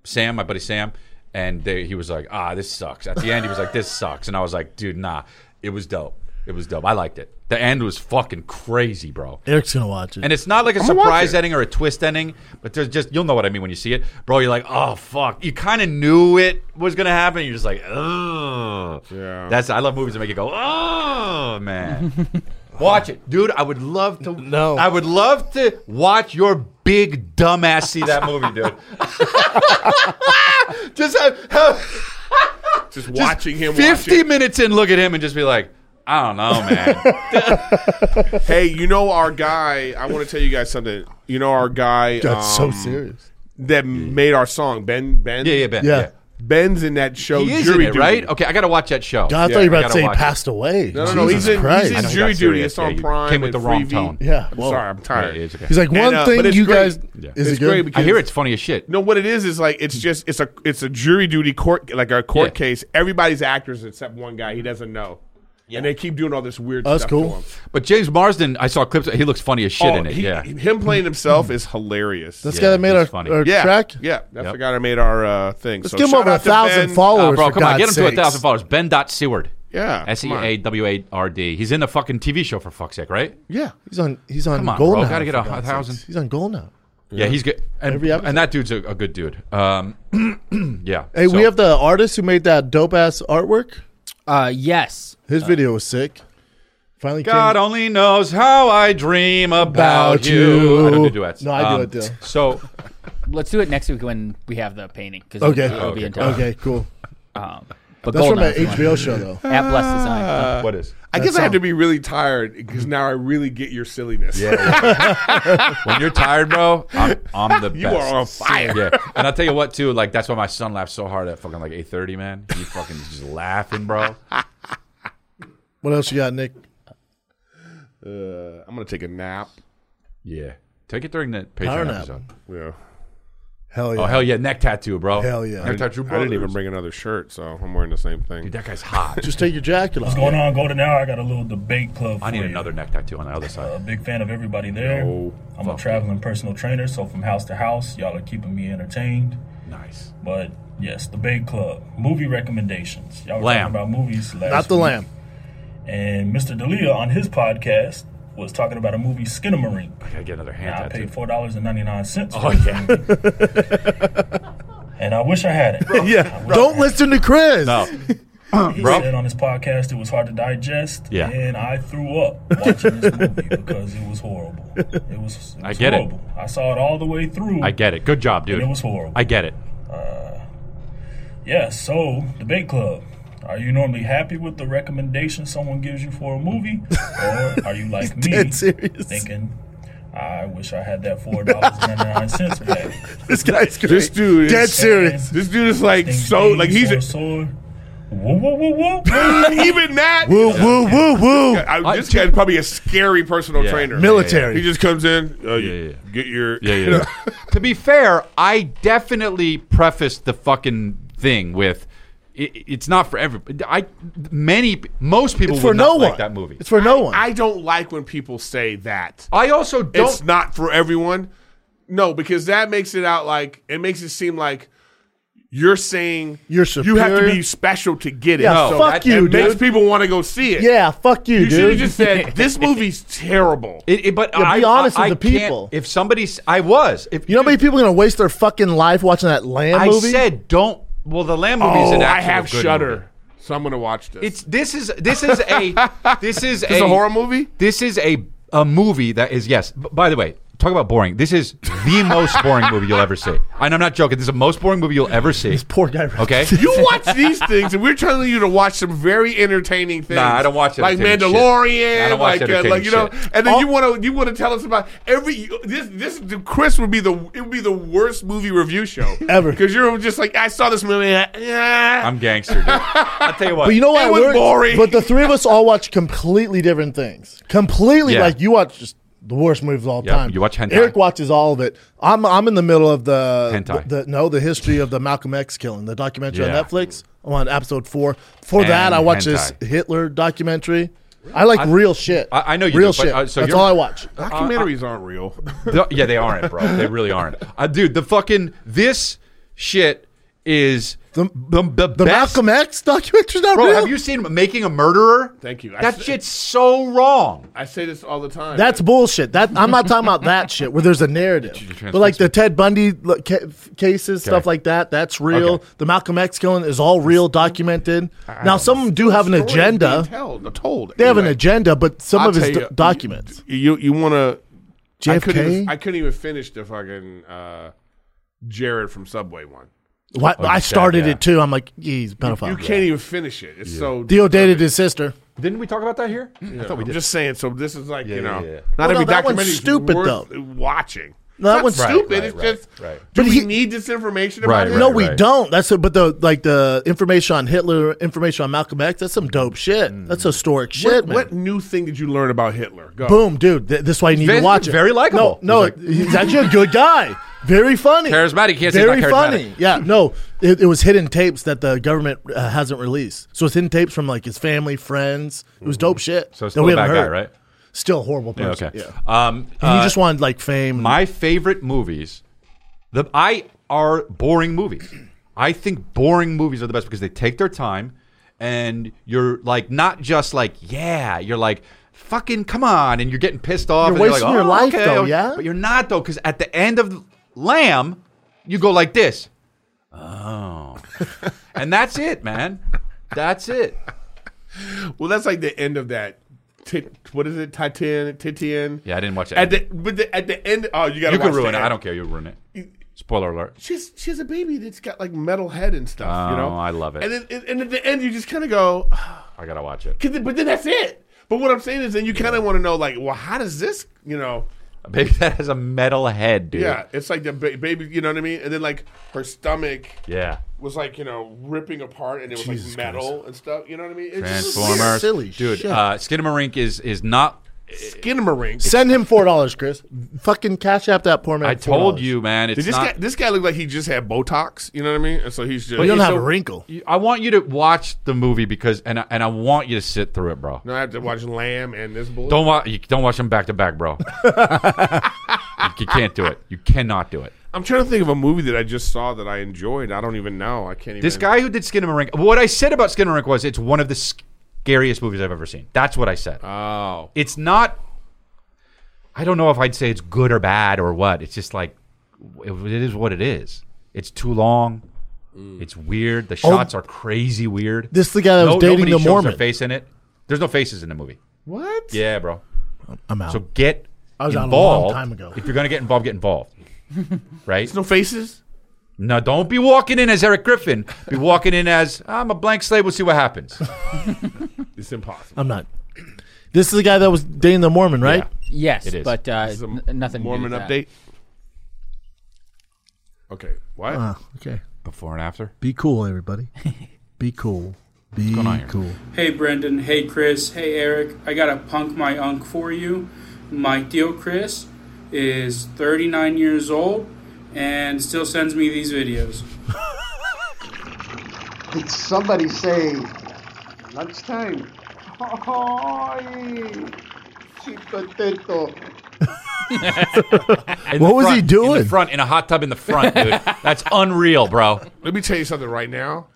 [SPEAKER 2] Sam, my buddy Sam, and they, he was like, "Ah, this sucks." At the end, he was like, "This sucks," and I was like, "Dude, nah, it was dope. It was dope. I liked it. The end was fucking crazy, bro."
[SPEAKER 3] Eric's gonna watch it.
[SPEAKER 2] And it's not like a
[SPEAKER 3] I'm gonna watch
[SPEAKER 2] surprise
[SPEAKER 3] it.
[SPEAKER 2] ending or a twist ending, but there's just you'll know what I mean when you see it, bro. You're like, oh fuck, you kind of knew it was gonna happen. You're just like, oh, yeah. That's I love movies that make you go, oh man. [laughs] Watch it, dude. I would love to. No, I would love to watch your big dumbass see that movie, dude. [laughs] just have,
[SPEAKER 1] just watching him. watch
[SPEAKER 2] Fifty
[SPEAKER 1] it.
[SPEAKER 2] minutes in, look at him and just be like, I don't know, man.
[SPEAKER 1] hey, you know our guy. I want to tell you guys something. You know our guy.
[SPEAKER 3] That's so
[SPEAKER 1] um,
[SPEAKER 3] serious.
[SPEAKER 1] That made our song, Ben. Ben.
[SPEAKER 2] Yeah, yeah, Ben, Yeah. yeah.
[SPEAKER 1] Ben's in that show.
[SPEAKER 2] he is in
[SPEAKER 1] Oh, Jury
[SPEAKER 2] it,
[SPEAKER 1] Duty.
[SPEAKER 2] right? Okay, I gotta watch that show.
[SPEAKER 3] God, I thought you were about to say he passed away.
[SPEAKER 1] No, no, no.
[SPEAKER 3] Jesus
[SPEAKER 1] He's in,
[SPEAKER 3] Christ.
[SPEAKER 1] he's
[SPEAKER 2] I
[SPEAKER 1] in
[SPEAKER 2] know you
[SPEAKER 1] jury
[SPEAKER 2] got
[SPEAKER 1] duty.
[SPEAKER 2] serious.
[SPEAKER 1] It's on
[SPEAKER 2] Yeah, you
[SPEAKER 1] Prime.
[SPEAKER 2] came with
[SPEAKER 1] and
[SPEAKER 2] the wrong
[SPEAKER 1] Freevee.
[SPEAKER 2] tone.
[SPEAKER 3] Yeah,
[SPEAKER 1] I'm
[SPEAKER 3] whoa.
[SPEAKER 1] sorry. I'm tired. uh,
[SPEAKER 2] Yeah, it's okay.
[SPEAKER 3] He's like, one
[SPEAKER 1] but
[SPEAKER 3] thing
[SPEAKER 1] it's
[SPEAKER 3] you
[SPEAKER 1] great.
[SPEAKER 3] guys- is it
[SPEAKER 1] it's
[SPEAKER 3] good?
[SPEAKER 1] great because
[SPEAKER 2] I hear it's funny as shit.
[SPEAKER 1] No, what it is is like it's just it's a it's a jury duty court like a court
[SPEAKER 2] Hmm. Yeah.
[SPEAKER 1] case. Everybody's actors except one guy. He doesn't know, and they keep doing all this weird.
[SPEAKER 2] Oh, that's
[SPEAKER 1] stuff
[SPEAKER 2] cool.
[SPEAKER 1] To him.
[SPEAKER 2] But James Marsden, I saw clips. He looks funny as shit
[SPEAKER 1] Oh,
[SPEAKER 2] in it.
[SPEAKER 1] he-
[SPEAKER 2] yeah, Hmm.
[SPEAKER 1] him playing himself is hilarious.
[SPEAKER 3] This guy that made
[SPEAKER 2] he's
[SPEAKER 3] our- our
[SPEAKER 1] yeah,
[SPEAKER 3] track?
[SPEAKER 1] Yeah, that's the guy that made our uh, thing.
[SPEAKER 3] Let's
[SPEAKER 1] So
[SPEAKER 3] give him over
[SPEAKER 1] shout
[SPEAKER 3] a
[SPEAKER 1] out to
[SPEAKER 3] thousand
[SPEAKER 1] Ben.
[SPEAKER 3] followers.
[SPEAKER 2] Nah, Uh, bro,
[SPEAKER 3] for
[SPEAKER 2] come on,
[SPEAKER 3] God's
[SPEAKER 2] get him to a
[SPEAKER 3] sakes.
[SPEAKER 2] thousand followers. Ben dot Seward.
[SPEAKER 1] Yeah,
[SPEAKER 2] S E
[SPEAKER 1] come on.
[SPEAKER 2] A W A R D. He's in the fucking TV show for fuck's sake, right?
[SPEAKER 1] Yeah,
[SPEAKER 3] he's on. He's on,
[SPEAKER 2] Come on,
[SPEAKER 3] gold
[SPEAKER 2] bro,
[SPEAKER 3] now.
[SPEAKER 2] gotta get
[SPEAKER 3] for
[SPEAKER 2] a
[SPEAKER 3] God's
[SPEAKER 2] thousand.
[SPEAKER 3] sakes. He's on gold now.
[SPEAKER 2] Yeah,
[SPEAKER 3] Yeah.
[SPEAKER 2] he's good. And,
[SPEAKER 3] Every episode.
[SPEAKER 2] and that dude's a, a good dude. Um, [clears throat] yeah.
[SPEAKER 3] Hey,
[SPEAKER 2] so-
[SPEAKER 3] we have the artist who made that dope ass artwork.
[SPEAKER 6] Uh, yes.
[SPEAKER 3] His video was sick. Finally,
[SPEAKER 2] God oh
[SPEAKER 3] came.
[SPEAKER 2] only knows how I dream about,
[SPEAKER 3] About
[SPEAKER 2] you.
[SPEAKER 3] you.
[SPEAKER 2] I don't do duets.
[SPEAKER 3] No, I do it,
[SPEAKER 2] do.
[SPEAKER 3] though.
[SPEAKER 2] So
[SPEAKER 6] Let's do it next week when we have the painting. Cause
[SPEAKER 3] Okay.
[SPEAKER 6] It'll, it'll be in time.
[SPEAKER 3] Okay, cool.
[SPEAKER 6] Um, but
[SPEAKER 3] That's from
[SPEAKER 6] Goldeneye
[SPEAKER 3] an
[SPEAKER 6] if you want.
[SPEAKER 3] HBO show Ah. though.
[SPEAKER 6] At Blessed Design.
[SPEAKER 1] Uh,
[SPEAKER 2] what is?
[SPEAKER 1] I
[SPEAKER 3] That
[SPEAKER 1] guess I have
[SPEAKER 3] song.
[SPEAKER 1] to be really tired because now I really get your silliness. [laughs]
[SPEAKER 2] Yeah, when you're tired, bro, I'm, I'm the
[SPEAKER 1] [laughs] You
[SPEAKER 2] best.
[SPEAKER 1] are on fire.
[SPEAKER 2] [laughs] Yeah, and I'll tell you what, too. Like that's why my son laughs so hard at fucking like 8:30, man. He fucking is just laughing, bro.
[SPEAKER 3] What else you got, Nick?
[SPEAKER 1] Uh, I'm gonna take a nap.
[SPEAKER 2] Yeah, take it during the
[SPEAKER 3] Power
[SPEAKER 2] Patreon
[SPEAKER 3] nap.
[SPEAKER 2] episode.
[SPEAKER 1] Yeah.
[SPEAKER 3] Hell yeah.
[SPEAKER 2] Oh hell yeah, neck tattoo, bro.
[SPEAKER 3] Hell yeah.
[SPEAKER 2] neck tattoo.
[SPEAKER 1] I didn't even
[SPEAKER 2] brothers.
[SPEAKER 1] bring another shirt, so I'm wearing the same thing.
[SPEAKER 2] Dude, that guy's
[SPEAKER 1] [laughs]
[SPEAKER 2] hot.
[SPEAKER 3] Just take your jacket off.
[SPEAKER 12] on, Golden Hour? I got a little debate club.
[SPEAKER 2] I need another neck tattoo on the other side.
[SPEAKER 1] [laughs]
[SPEAKER 12] Big fan of everybody there.
[SPEAKER 2] No.
[SPEAKER 12] I'm a traveling personal trainer, so from house to house, y'all are keeping me entertained.
[SPEAKER 2] Nice.
[SPEAKER 12] But yes, the Big Club movie recommendations. Y'all were
[SPEAKER 2] Lamb.
[SPEAKER 12] talking about movies last
[SPEAKER 3] Not the
[SPEAKER 1] [laughs]
[SPEAKER 12] week.
[SPEAKER 3] lamb.
[SPEAKER 12] And Mr. D'Elia on his podcast was talking about a movie, Skinamarink.
[SPEAKER 2] I gotta get another hand
[SPEAKER 12] I
[SPEAKER 2] tattoo.
[SPEAKER 12] paid four dollars and ninety nine cents.
[SPEAKER 2] Oh,
[SPEAKER 12] yeah.
[SPEAKER 3] [laughs]
[SPEAKER 12] and I wish I had it.
[SPEAKER 3] yeah. Don't listen to Chris.
[SPEAKER 2] Oh,
[SPEAKER 12] He
[SPEAKER 3] Bro.
[SPEAKER 12] said on his podcast it was hard to digest,
[SPEAKER 3] Yeah.
[SPEAKER 12] and I threw up watching this movie because it was horrible. It was, it
[SPEAKER 2] I
[SPEAKER 12] was
[SPEAKER 2] get it.
[SPEAKER 12] horrible. I saw it all the way through.
[SPEAKER 2] I get it. Good job, dude.
[SPEAKER 12] And it was horrible.
[SPEAKER 2] I get it.
[SPEAKER 12] Yeah, so debate club. Are you normally happy with the recommendation someone gives you for a movie, or are you
[SPEAKER 2] [laughs]
[SPEAKER 12] like
[SPEAKER 3] [laughs]
[SPEAKER 12] me,
[SPEAKER 3] dead serious.
[SPEAKER 12] thinking, "I wish I had that four dollars ninety nine cents back"?
[SPEAKER 3] This guy's great.
[SPEAKER 1] This dude is
[SPEAKER 3] dead serious.
[SPEAKER 1] This dude is like
[SPEAKER 12] Things
[SPEAKER 1] so
[SPEAKER 12] being
[SPEAKER 1] like he's
[SPEAKER 12] so
[SPEAKER 1] a,
[SPEAKER 12] sore. Woo woo woo woo.
[SPEAKER 1] [laughs] even that.
[SPEAKER 3] Woo, woo, woo, woo.
[SPEAKER 1] I, this guy's probably a scary personal
[SPEAKER 2] Yeah.
[SPEAKER 1] trainer.
[SPEAKER 2] Military.
[SPEAKER 1] He just comes in. Uh, you Get your
[SPEAKER 2] Yeah, yeah. to be fair, I definitely prefaced the fucking thing with it, it's not for everybody. I many most people
[SPEAKER 1] It's
[SPEAKER 2] would
[SPEAKER 1] for
[SPEAKER 2] not
[SPEAKER 1] no
[SPEAKER 2] like
[SPEAKER 1] one.
[SPEAKER 2] that movie.
[SPEAKER 3] It's for no one.
[SPEAKER 1] I don't like when people say that.
[SPEAKER 2] I also Oh, don't.
[SPEAKER 1] It's not for everyone. No, because that makes it out like it makes it seem like you're saying
[SPEAKER 3] You're
[SPEAKER 1] you have to
[SPEAKER 3] superior.
[SPEAKER 1] be special to get it.
[SPEAKER 3] Yeah, No, fuck
[SPEAKER 1] that-
[SPEAKER 3] you,
[SPEAKER 1] It makes
[SPEAKER 3] dude.
[SPEAKER 1] people want to go see it.
[SPEAKER 3] Yeah, fuck you,
[SPEAKER 1] You should have
[SPEAKER 3] dude.
[SPEAKER 2] [laughs]
[SPEAKER 1] just
[SPEAKER 3] [laughs]
[SPEAKER 1] said this movie's terrible.
[SPEAKER 2] It, it- but
[SPEAKER 3] Yeah, be
[SPEAKER 2] I-
[SPEAKER 3] honest
[SPEAKER 2] I-
[SPEAKER 3] with
[SPEAKER 2] I
[SPEAKER 3] the
[SPEAKER 2] can't-
[SPEAKER 3] people.
[SPEAKER 2] If somebody's, I was. If
[SPEAKER 3] You know how many people are gonna waste their fucking life watching that Lamb
[SPEAKER 2] I
[SPEAKER 3] movie?
[SPEAKER 2] said don't. Well, the Lamb movie is
[SPEAKER 1] Oh,
[SPEAKER 2] an
[SPEAKER 1] I
[SPEAKER 2] actual
[SPEAKER 1] have
[SPEAKER 2] good
[SPEAKER 1] Shudder,
[SPEAKER 2] movie.
[SPEAKER 1] so I'm gonna watch this.
[SPEAKER 2] It's this is this is
[SPEAKER 1] [laughs]
[SPEAKER 2] a this is
[SPEAKER 1] This is a horror movie.
[SPEAKER 2] This is a a movie that is yes. b- by the way, talk about boring. This is the most boring movie you'll ever see, and I'm not joking. This is the most boring movie you'll ever see. This
[SPEAKER 3] poor [laughs] guy.
[SPEAKER 2] Okay,
[SPEAKER 1] You watch these things, and we're telling you to watch some very entertaining things.
[SPEAKER 2] Nah, I don't watch
[SPEAKER 1] like
[SPEAKER 2] entertaining shit. I
[SPEAKER 1] Mandalorian,
[SPEAKER 2] don't watch
[SPEAKER 1] like uh,
[SPEAKER 2] entertaining
[SPEAKER 1] like you know.
[SPEAKER 2] shit.
[SPEAKER 1] And then you want to you want to tell us about every you- this this Chris would be the it would be the worst movie review show
[SPEAKER 3] [laughs] Ever.
[SPEAKER 1] because you're just like I saw this movie. Yeah,
[SPEAKER 2] I'm gangster. Dude. I'll tell you what.
[SPEAKER 3] But you know what?
[SPEAKER 1] It was
[SPEAKER 3] We're-
[SPEAKER 1] boring.
[SPEAKER 3] But the three of us all watch completely different things. Completely
[SPEAKER 2] Yeah.
[SPEAKER 3] like you watch just the worst movies of all
[SPEAKER 2] Yeah,
[SPEAKER 3] time.
[SPEAKER 2] you watch hentai.
[SPEAKER 3] Eric watches all of it. I'm I'm in the middle of the
[SPEAKER 2] Hentai.
[SPEAKER 3] The, no, the history of the Malcolm X killing, the documentary
[SPEAKER 2] Yeah.
[SPEAKER 3] on Netflix. I'm on episode four. Before that,
[SPEAKER 2] And
[SPEAKER 3] I watched this
[SPEAKER 2] hentai.
[SPEAKER 3] Hitler documentary. I like real shit.
[SPEAKER 2] I, I know you
[SPEAKER 3] real
[SPEAKER 2] do, but,
[SPEAKER 3] shit.
[SPEAKER 2] uh, so
[SPEAKER 3] That's
[SPEAKER 2] you're-
[SPEAKER 3] all I watch.
[SPEAKER 1] Documentaries aren't real. [laughs]
[SPEAKER 2] The- yeah, they aren't, bro. They really aren't. Uh, dude, the fucking this shit is the the,
[SPEAKER 3] The
[SPEAKER 2] best.
[SPEAKER 3] Malcolm X documentary's not
[SPEAKER 2] bro,
[SPEAKER 3] real.
[SPEAKER 2] have you seen Making a Murderer?
[SPEAKER 1] Thank you. I
[SPEAKER 2] That
[SPEAKER 1] s-
[SPEAKER 2] shit's so wrong.
[SPEAKER 1] I say this all the time.
[SPEAKER 3] That's bullshit. That I'm not talking about that shit where there's a narrative. But like the Ted Bundy look, ca- f- cases, stuff like that, that's real.
[SPEAKER 2] Okay.
[SPEAKER 3] The Malcolm X killing is all real, documented. now some of them do have an
[SPEAKER 1] Stories being
[SPEAKER 3] agenda.
[SPEAKER 1] Told, uh, told.
[SPEAKER 3] They have an
[SPEAKER 1] Anyway.
[SPEAKER 3] agenda, but some
[SPEAKER 1] I'll
[SPEAKER 3] of it's
[SPEAKER 1] tell
[SPEAKER 3] do-
[SPEAKER 1] you,
[SPEAKER 3] documents.
[SPEAKER 1] You you want to? I couldn't,
[SPEAKER 3] JFK?
[SPEAKER 1] even, I couldn't even finish the fucking uh, Jared from Subway one.
[SPEAKER 3] Why,
[SPEAKER 2] Oh,
[SPEAKER 3] I
[SPEAKER 2] yeah,
[SPEAKER 3] started
[SPEAKER 2] yeah.
[SPEAKER 3] it too. I'm like, yeah, he's a pedophile.
[SPEAKER 1] You can't even finish it. It's so.
[SPEAKER 3] Dio dated his sister.
[SPEAKER 2] Didn't we talk about that here? I thought we
[SPEAKER 1] I'm
[SPEAKER 2] did.
[SPEAKER 1] just saying. So this is like
[SPEAKER 2] Yeah,
[SPEAKER 1] you
[SPEAKER 2] yeah,
[SPEAKER 1] know,
[SPEAKER 2] yeah.
[SPEAKER 1] not
[SPEAKER 3] Well,
[SPEAKER 1] every
[SPEAKER 3] no, that one's
[SPEAKER 1] documentary
[SPEAKER 3] stupid,
[SPEAKER 1] worth
[SPEAKER 3] though.
[SPEAKER 1] watching.
[SPEAKER 3] No, that
[SPEAKER 1] it's
[SPEAKER 3] one's
[SPEAKER 1] not
[SPEAKER 3] Right,
[SPEAKER 1] stupid.
[SPEAKER 2] right,
[SPEAKER 1] it's
[SPEAKER 2] right,
[SPEAKER 1] just
[SPEAKER 2] right.
[SPEAKER 1] do
[SPEAKER 3] But
[SPEAKER 1] we
[SPEAKER 3] he-
[SPEAKER 1] need this information about
[SPEAKER 2] Right,
[SPEAKER 1] him?
[SPEAKER 2] right,
[SPEAKER 3] no, we don't. That's a, but the like the information on Hitler, information on Malcolm X. That's some dope shit. That's historic
[SPEAKER 1] Mm. What,
[SPEAKER 3] shit, man.
[SPEAKER 1] what new thing did you learn about Hitler? Go.
[SPEAKER 3] Boom, dude. Th- this is why you need
[SPEAKER 2] Oh. Very-
[SPEAKER 3] to watch it.
[SPEAKER 2] very likable.
[SPEAKER 3] No, no,
[SPEAKER 2] He's
[SPEAKER 3] he's actually a good guy. Very funny.
[SPEAKER 2] Charismatic. You can't say he's
[SPEAKER 3] very
[SPEAKER 2] not charismatic.
[SPEAKER 3] funny. Yeah, no, it, it was hidden tapes that the government uh, hasn't released. So it's hidden tapes from like his family, friends. It was dope shit.
[SPEAKER 2] Mm-hmm. So it's
[SPEAKER 3] that
[SPEAKER 2] still
[SPEAKER 3] we
[SPEAKER 2] a bad
[SPEAKER 3] haven't
[SPEAKER 2] guy,
[SPEAKER 3] heard.
[SPEAKER 2] right?
[SPEAKER 3] Still a horrible
[SPEAKER 2] Yeah,
[SPEAKER 3] person.
[SPEAKER 2] okay.
[SPEAKER 3] Yeah.
[SPEAKER 2] Um,
[SPEAKER 3] And
[SPEAKER 2] uh,
[SPEAKER 3] he just wanted like fame.
[SPEAKER 2] my favorite movies, the I are boring movies. I think boring movies are the best because they take their time, and you're like not just like yeah, you're like fucking come on, and you're getting pissed off.
[SPEAKER 3] You're
[SPEAKER 2] and
[SPEAKER 3] wasting
[SPEAKER 2] like,
[SPEAKER 3] your
[SPEAKER 2] "Oh,
[SPEAKER 3] life,
[SPEAKER 2] okay."
[SPEAKER 3] though, yeah?
[SPEAKER 2] But you're not though, because at the end of Lamb, you go like this, oh, and that's it, man. That's it.
[SPEAKER 1] Well, that's like the end of that. Tit, what is it? Titian. Titian.
[SPEAKER 2] Yeah, I didn't watch it.
[SPEAKER 1] At the, but the, at the end, oh, you got
[SPEAKER 2] you can ruin it. I don't care. You ruin it. Spoiler alert.
[SPEAKER 1] She's she has a baby that's got like metal head and stuff. you know,
[SPEAKER 2] Oh, I love it.
[SPEAKER 1] And then, and at the end, you just kind of go,
[SPEAKER 2] I gotta watch it. [laughs]
[SPEAKER 1] 'Cause then- but then that's it. But what I'm saying is, then you kind of want to know, like, well, how does this, you know?
[SPEAKER 2] Baby, that has a metal head, dude.
[SPEAKER 1] Yeah, it's like the ba- baby, you know what I mean? And then like her stomach
[SPEAKER 2] Yeah.
[SPEAKER 1] was like, you know, ripping apart, and it was
[SPEAKER 3] Jesus
[SPEAKER 1] like metal and stuff. You know what I mean? It's just
[SPEAKER 2] Transformers,
[SPEAKER 3] Silly
[SPEAKER 2] dude.
[SPEAKER 3] shit.
[SPEAKER 2] Uh, Skinamarink is is not.
[SPEAKER 1] Skinamarink.
[SPEAKER 3] Send him four dollars, Chris. Fucking cash app that poor man.
[SPEAKER 2] I
[SPEAKER 3] $4.
[SPEAKER 2] told you, man. It's
[SPEAKER 1] Did this
[SPEAKER 2] not.
[SPEAKER 1] guy, this guy looked like he just had Botox. You know what I mean? And so he's just.
[SPEAKER 3] But you don't
[SPEAKER 2] it's
[SPEAKER 3] have
[SPEAKER 2] so-
[SPEAKER 3] a wrinkle.
[SPEAKER 2] You- I want you to watch the movie because, and I, and I want you to sit through it, bro.
[SPEAKER 1] no, I have to watch Lamb and this bull.
[SPEAKER 2] Don't watch. You don't watch them back to back,
[SPEAKER 1] [laughs]
[SPEAKER 2] bro. you, you can't do it. You cannot do it.
[SPEAKER 1] I'm trying to think of a movie that I just saw that I enjoyed. I don't even know. I can't even.
[SPEAKER 2] This guy who did Skinamarink. What I said about Skinamarink was it's one of the scariest movies I've ever seen. That's what I said.
[SPEAKER 1] Oh.
[SPEAKER 2] It's not. I don't know if I'd say it's good or bad or what. It's just like it, it is what it is. It's too long. It's weird. The shots are crazy weird.
[SPEAKER 3] Oh. This is the guy that was dating
[SPEAKER 2] nobody
[SPEAKER 3] the
[SPEAKER 2] shows
[SPEAKER 3] Mormon.
[SPEAKER 2] Their face in it. There's no faces in the movie.
[SPEAKER 1] What?
[SPEAKER 2] Yeah, bro.
[SPEAKER 3] I'm out.
[SPEAKER 2] So get
[SPEAKER 3] I was out a long
[SPEAKER 2] involved.
[SPEAKER 3] time ago. [laughs]
[SPEAKER 2] If you're gonna get involved, get involved. right?
[SPEAKER 1] There's no faces?
[SPEAKER 2] No, don't be walking in as Eric Griffin. Be walking in as I'm a blank slate. We'll see what happens.
[SPEAKER 1] it's impossible.
[SPEAKER 3] I'm not. This is the guy that was dating the Mormon, right?
[SPEAKER 6] Yes,
[SPEAKER 3] It is.
[SPEAKER 6] but uh,
[SPEAKER 3] This is a
[SPEAKER 6] n- nothing.
[SPEAKER 1] Mormon
[SPEAKER 6] to do with
[SPEAKER 1] update. Okay. What?
[SPEAKER 3] Uh, okay.
[SPEAKER 2] Before and after.
[SPEAKER 3] Be cool, everybody.
[SPEAKER 2] [laughs]
[SPEAKER 3] Be cool. Be cool.
[SPEAKER 13] Hey Brendan, hey Chris, hey Eric. I got a punk my unk for you. My deal Chris is 39 years old and still sends me these videos.
[SPEAKER 14] Did somebody say lunchtime? Hi, sweet potato.
[SPEAKER 2] In the
[SPEAKER 3] What was he
[SPEAKER 2] front- In
[SPEAKER 3] doing?
[SPEAKER 2] the front, in a hot tub in the front, dude. That's unreal, bro.
[SPEAKER 1] Let me tell you something right now.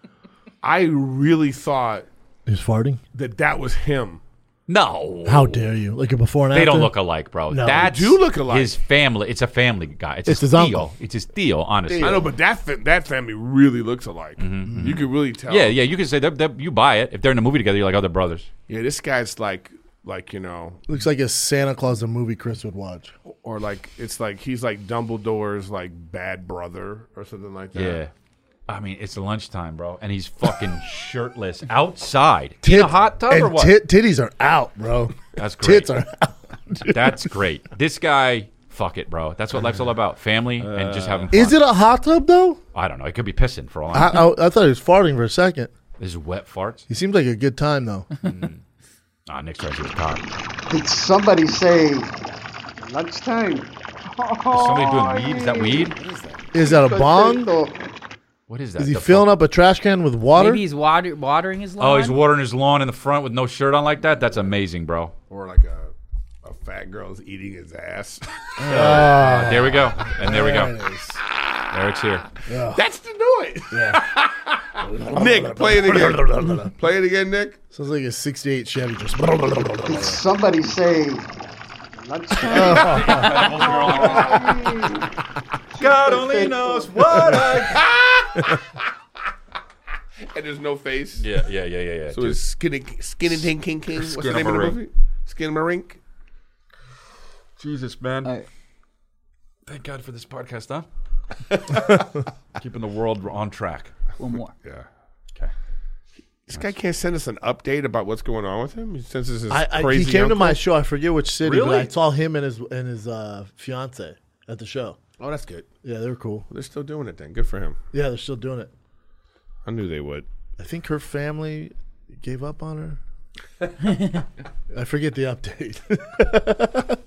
[SPEAKER 1] I really thought
[SPEAKER 3] He was farting.
[SPEAKER 1] that that was him.
[SPEAKER 2] No.
[SPEAKER 3] How dare you? Like a before and
[SPEAKER 2] They
[SPEAKER 3] after.
[SPEAKER 2] don't look alike, bro.
[SPEAKER 3] No.
[SPEAKER 2] That's
[SPEAKER 1] They do look alike.
[SPEAKER 2] His family. It's a family guy. It's,
[SPEAKER 3] It's
[SPEAKER 2] his
[SPEAKER 3] his
[SPEAKER 2] deal.
[SPEAKER 3] uncle.
[SPEAKER 2] It's his deal, honestly.
[SPEAKER 1] I know, but that fa- that family really looks alike.
[SPEAKER 6] Mm-hmm,
[SPEAKER 1] You could really tell.
[SPEAKER 2] Yeah, yeah. You can say that, that you buy it if they're in a movie together. You're like, oh, they're brothers.
[SPEAKER 1] Yeah, this guy's like, like you know,
[SPEAKER 3] Looks like a Santa Claus a movie Chris would watch.
[SPEAKER 1] or like it's like he's like Dumbledore's like bad brother or something like that.
[SPEAKER 2] Yeah. I mean, it's lunchtime, bro, and he's fucking [laughs] shirtless outside in
[SPEAKER 3] Tit-
[SPEAKER 2] a hot tub
[SPEAKER 3] and
[SPEAKER 2] or what?
[SPEAKER 3] tit- titties are out, bro.
[SPEAKER 2] That's [laughs] great.
[SPEAKER 3] Tits are
[SPEAKER 2] That's great. This guy, fuck it, bro. That's what life's all about: family and just having fun.
[SPEAKER 3] Is it a hot tub though?
[SPEAKER 2] I don't know. It could be pissing for all I
[SPEAKER 3] I,
[SPEAKER 2] know.
[SPEAKER 3] I, I thought he was farting for a second.
[SPEAKER 2] This is wet farts.
[SPEAKER 3] He seems like a good time
[SPEAKER 2] [laughs]
[SPEAKER 3] though.
[SPEAKER 2] Ah, Nick's tries to his cock.
[SPEAKER 14] Did somebody say lunchtime?
[SPEAKER 2] Is somebody doing weed? Is that weed?
[SPEAKER 3] Is that a bong?
[SPEAKER 2] What is that?
[SPEAKER 3] Is he
[SPEAKER 2] The
[SPEAKER 3] filling up a trash can with water?
[SPEAKER 6] Maybe he's water- watering his lawn.
[SPEAKER 2] Oh, he's watering his lawn in the front with no shirt on like that. That's amazing, bro.
[SPEAKER 1] Or like a a fat girl's eating his ass. [laughs]
[SPEAKER 2] Uh, there we go. And there we go.
[SPEAKER 1] There it
[SPEAKER 2] Eric's here.
[SPEAKER 1] That's the noise. [laughs] Nick, play
[SPEAKER 6] [laughs]
[SPEAKER 1] it again. play it again, Nick.
[SPEAKER 3] Sounds like a
[SPEAKER 2] [laughs]
[SPEAKER 3] '68 Chevy. [laughs] Just
[SPEAKER 14] Did somebody say lunchtime?
[SPEAKER 2] God only knows what I.
[SPEAKER 1] and there's no face.
[SPEAKER 2] [laughs] Yeah, yeah, yeah, yeah, yeah.
[SPEAKER 1] So
[SPEAKER 2] Dude.
[SPEAKER 1] it's skinny, skinny, ding, king, king. What's the name of the
[SPEAKER 2] Skinnamarink.
[SPEAKER 1] movie? Skinnamarink. Jesus, man.
[SPEAKER 2] Thank God for this podcast, huh? Keeping the world on track.
[SPEAKER 6] One more.
[SPEAKER 1] Yeah. Okay. This guy can't send us an update about what's going on with him. He sends us his
[SPEAKER 3] I, I, he
[SPEAKER 1] crazy.
[SPEAKER 3] came to
[SPEAKER 1] uncle.
[SPEAKER 3] my show. I forget which city,
[SPEAKER 1] Really?
[SPEAKER 3] but I saw him and his and his uh, fiance at the show.
[SPEAKER 1] Oh, that's good.
[SPEAKER 3] Yeah, they were cool.
[SPEAKER 1] They're still doing it then. Good for him.
[SPEAKER 3] Yeah, they're still doing it.
[SPEAKER 1] I knew they would.
[SPEAKER 3] I think her family gave up on her. I forget the
[SPEAKER 1] [laughs]
[SPEAKER 3] update.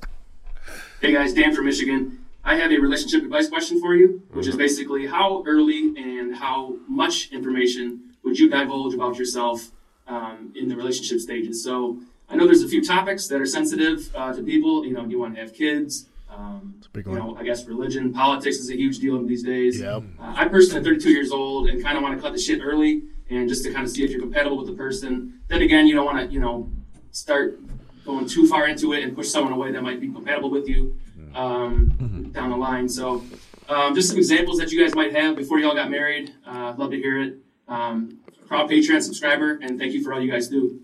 [SPEAKER 15] Hey guys, Dan from Michigan. I have a relationship advice question for you, which is basically how early and how much information would you divulge about yourself um, in the relationship stages? So I know there's a few topics that are sensitive uh, to people. You know, do you want to have kids? Um,
[SPEAKER 3] big
[SPEAKER 15] you know, I guess religion, politics is a huge deal these days.
[SPEAKER 3] Yep.
[SPEAKER 15] Uh, I personally am 32 years old and kind of want to cut the shit early and just to kind of see if you're compatible with the person. Then again, you don't want to, you know, start going too far into it and push someone away that might be compatible with you um, down the line. So, um, just some examples that you guys might have before y'all got married. Uh, I'd love to hear it. Um, proud Patreon subscriber, and thank you for all you guys do.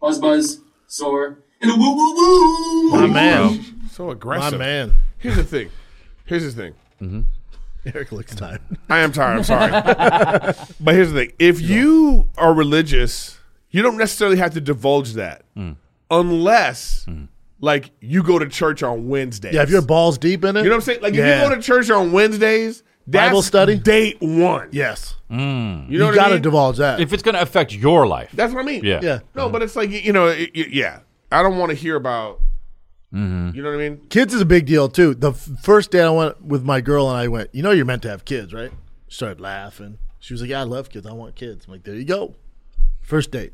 [SPEAKER 15] Buzz buzz, soar, and a woo woo woo.
[SPEAKER 3] My man.
[SPEAKER 1] So aggressive.
[SPEAKER 3] My man.
[SPEAKER 1] Here's the thing. Here's the thing.
[SPEAKER 3] Eric looks tired.
[SPEAKER 1] I am tired. I'm
[SPEAKER 3] [laughs]
[SPEAKER 1] sorry. but here's the thing. If you are religious, you don't necessarily have to divulge that
[SPEAKER 3] Mm.
[SPEAKER 1] unless, like, you go to church on Wednesdays.
[SPEAKER 3] Yeah, if your balls deep in it,
[SPEAKER 1] You know what I'm saying? Like, if
[SPEAKER 3] Yeah.
[SPEAKER 1] you go to church on Wednesdays, that's
[SPEAKER 3] Bible study?
[SPEAKER 1] date one.
[SPEAKER 3] Yes.
[SPEAKER 1] You know what I
[SPEAKER 3] gotta
[SPEAKER 1] mean?
[SPEAKER 3] divulge that.
[SPEAKER 2] If it's going to affect your life.
[SPEAKER 1] That's what I mean.
[SPEAKER 2] Yeah. Yeah.
[SPEAKER 1] No, but it's like, you know, it, y- yeah. I don't want to hear about,
[SPEAKER 2] Mm-hmm.
[SPEAKER 1] you know what I mean?
[SPEAKER 3] Kids is a big deal too. The f- first day I went with my girl and I went, you know, you're meant to have kids, right? She started laughing. She was like, yeah, I love kids. I want kids. I'm like, there you go. First date.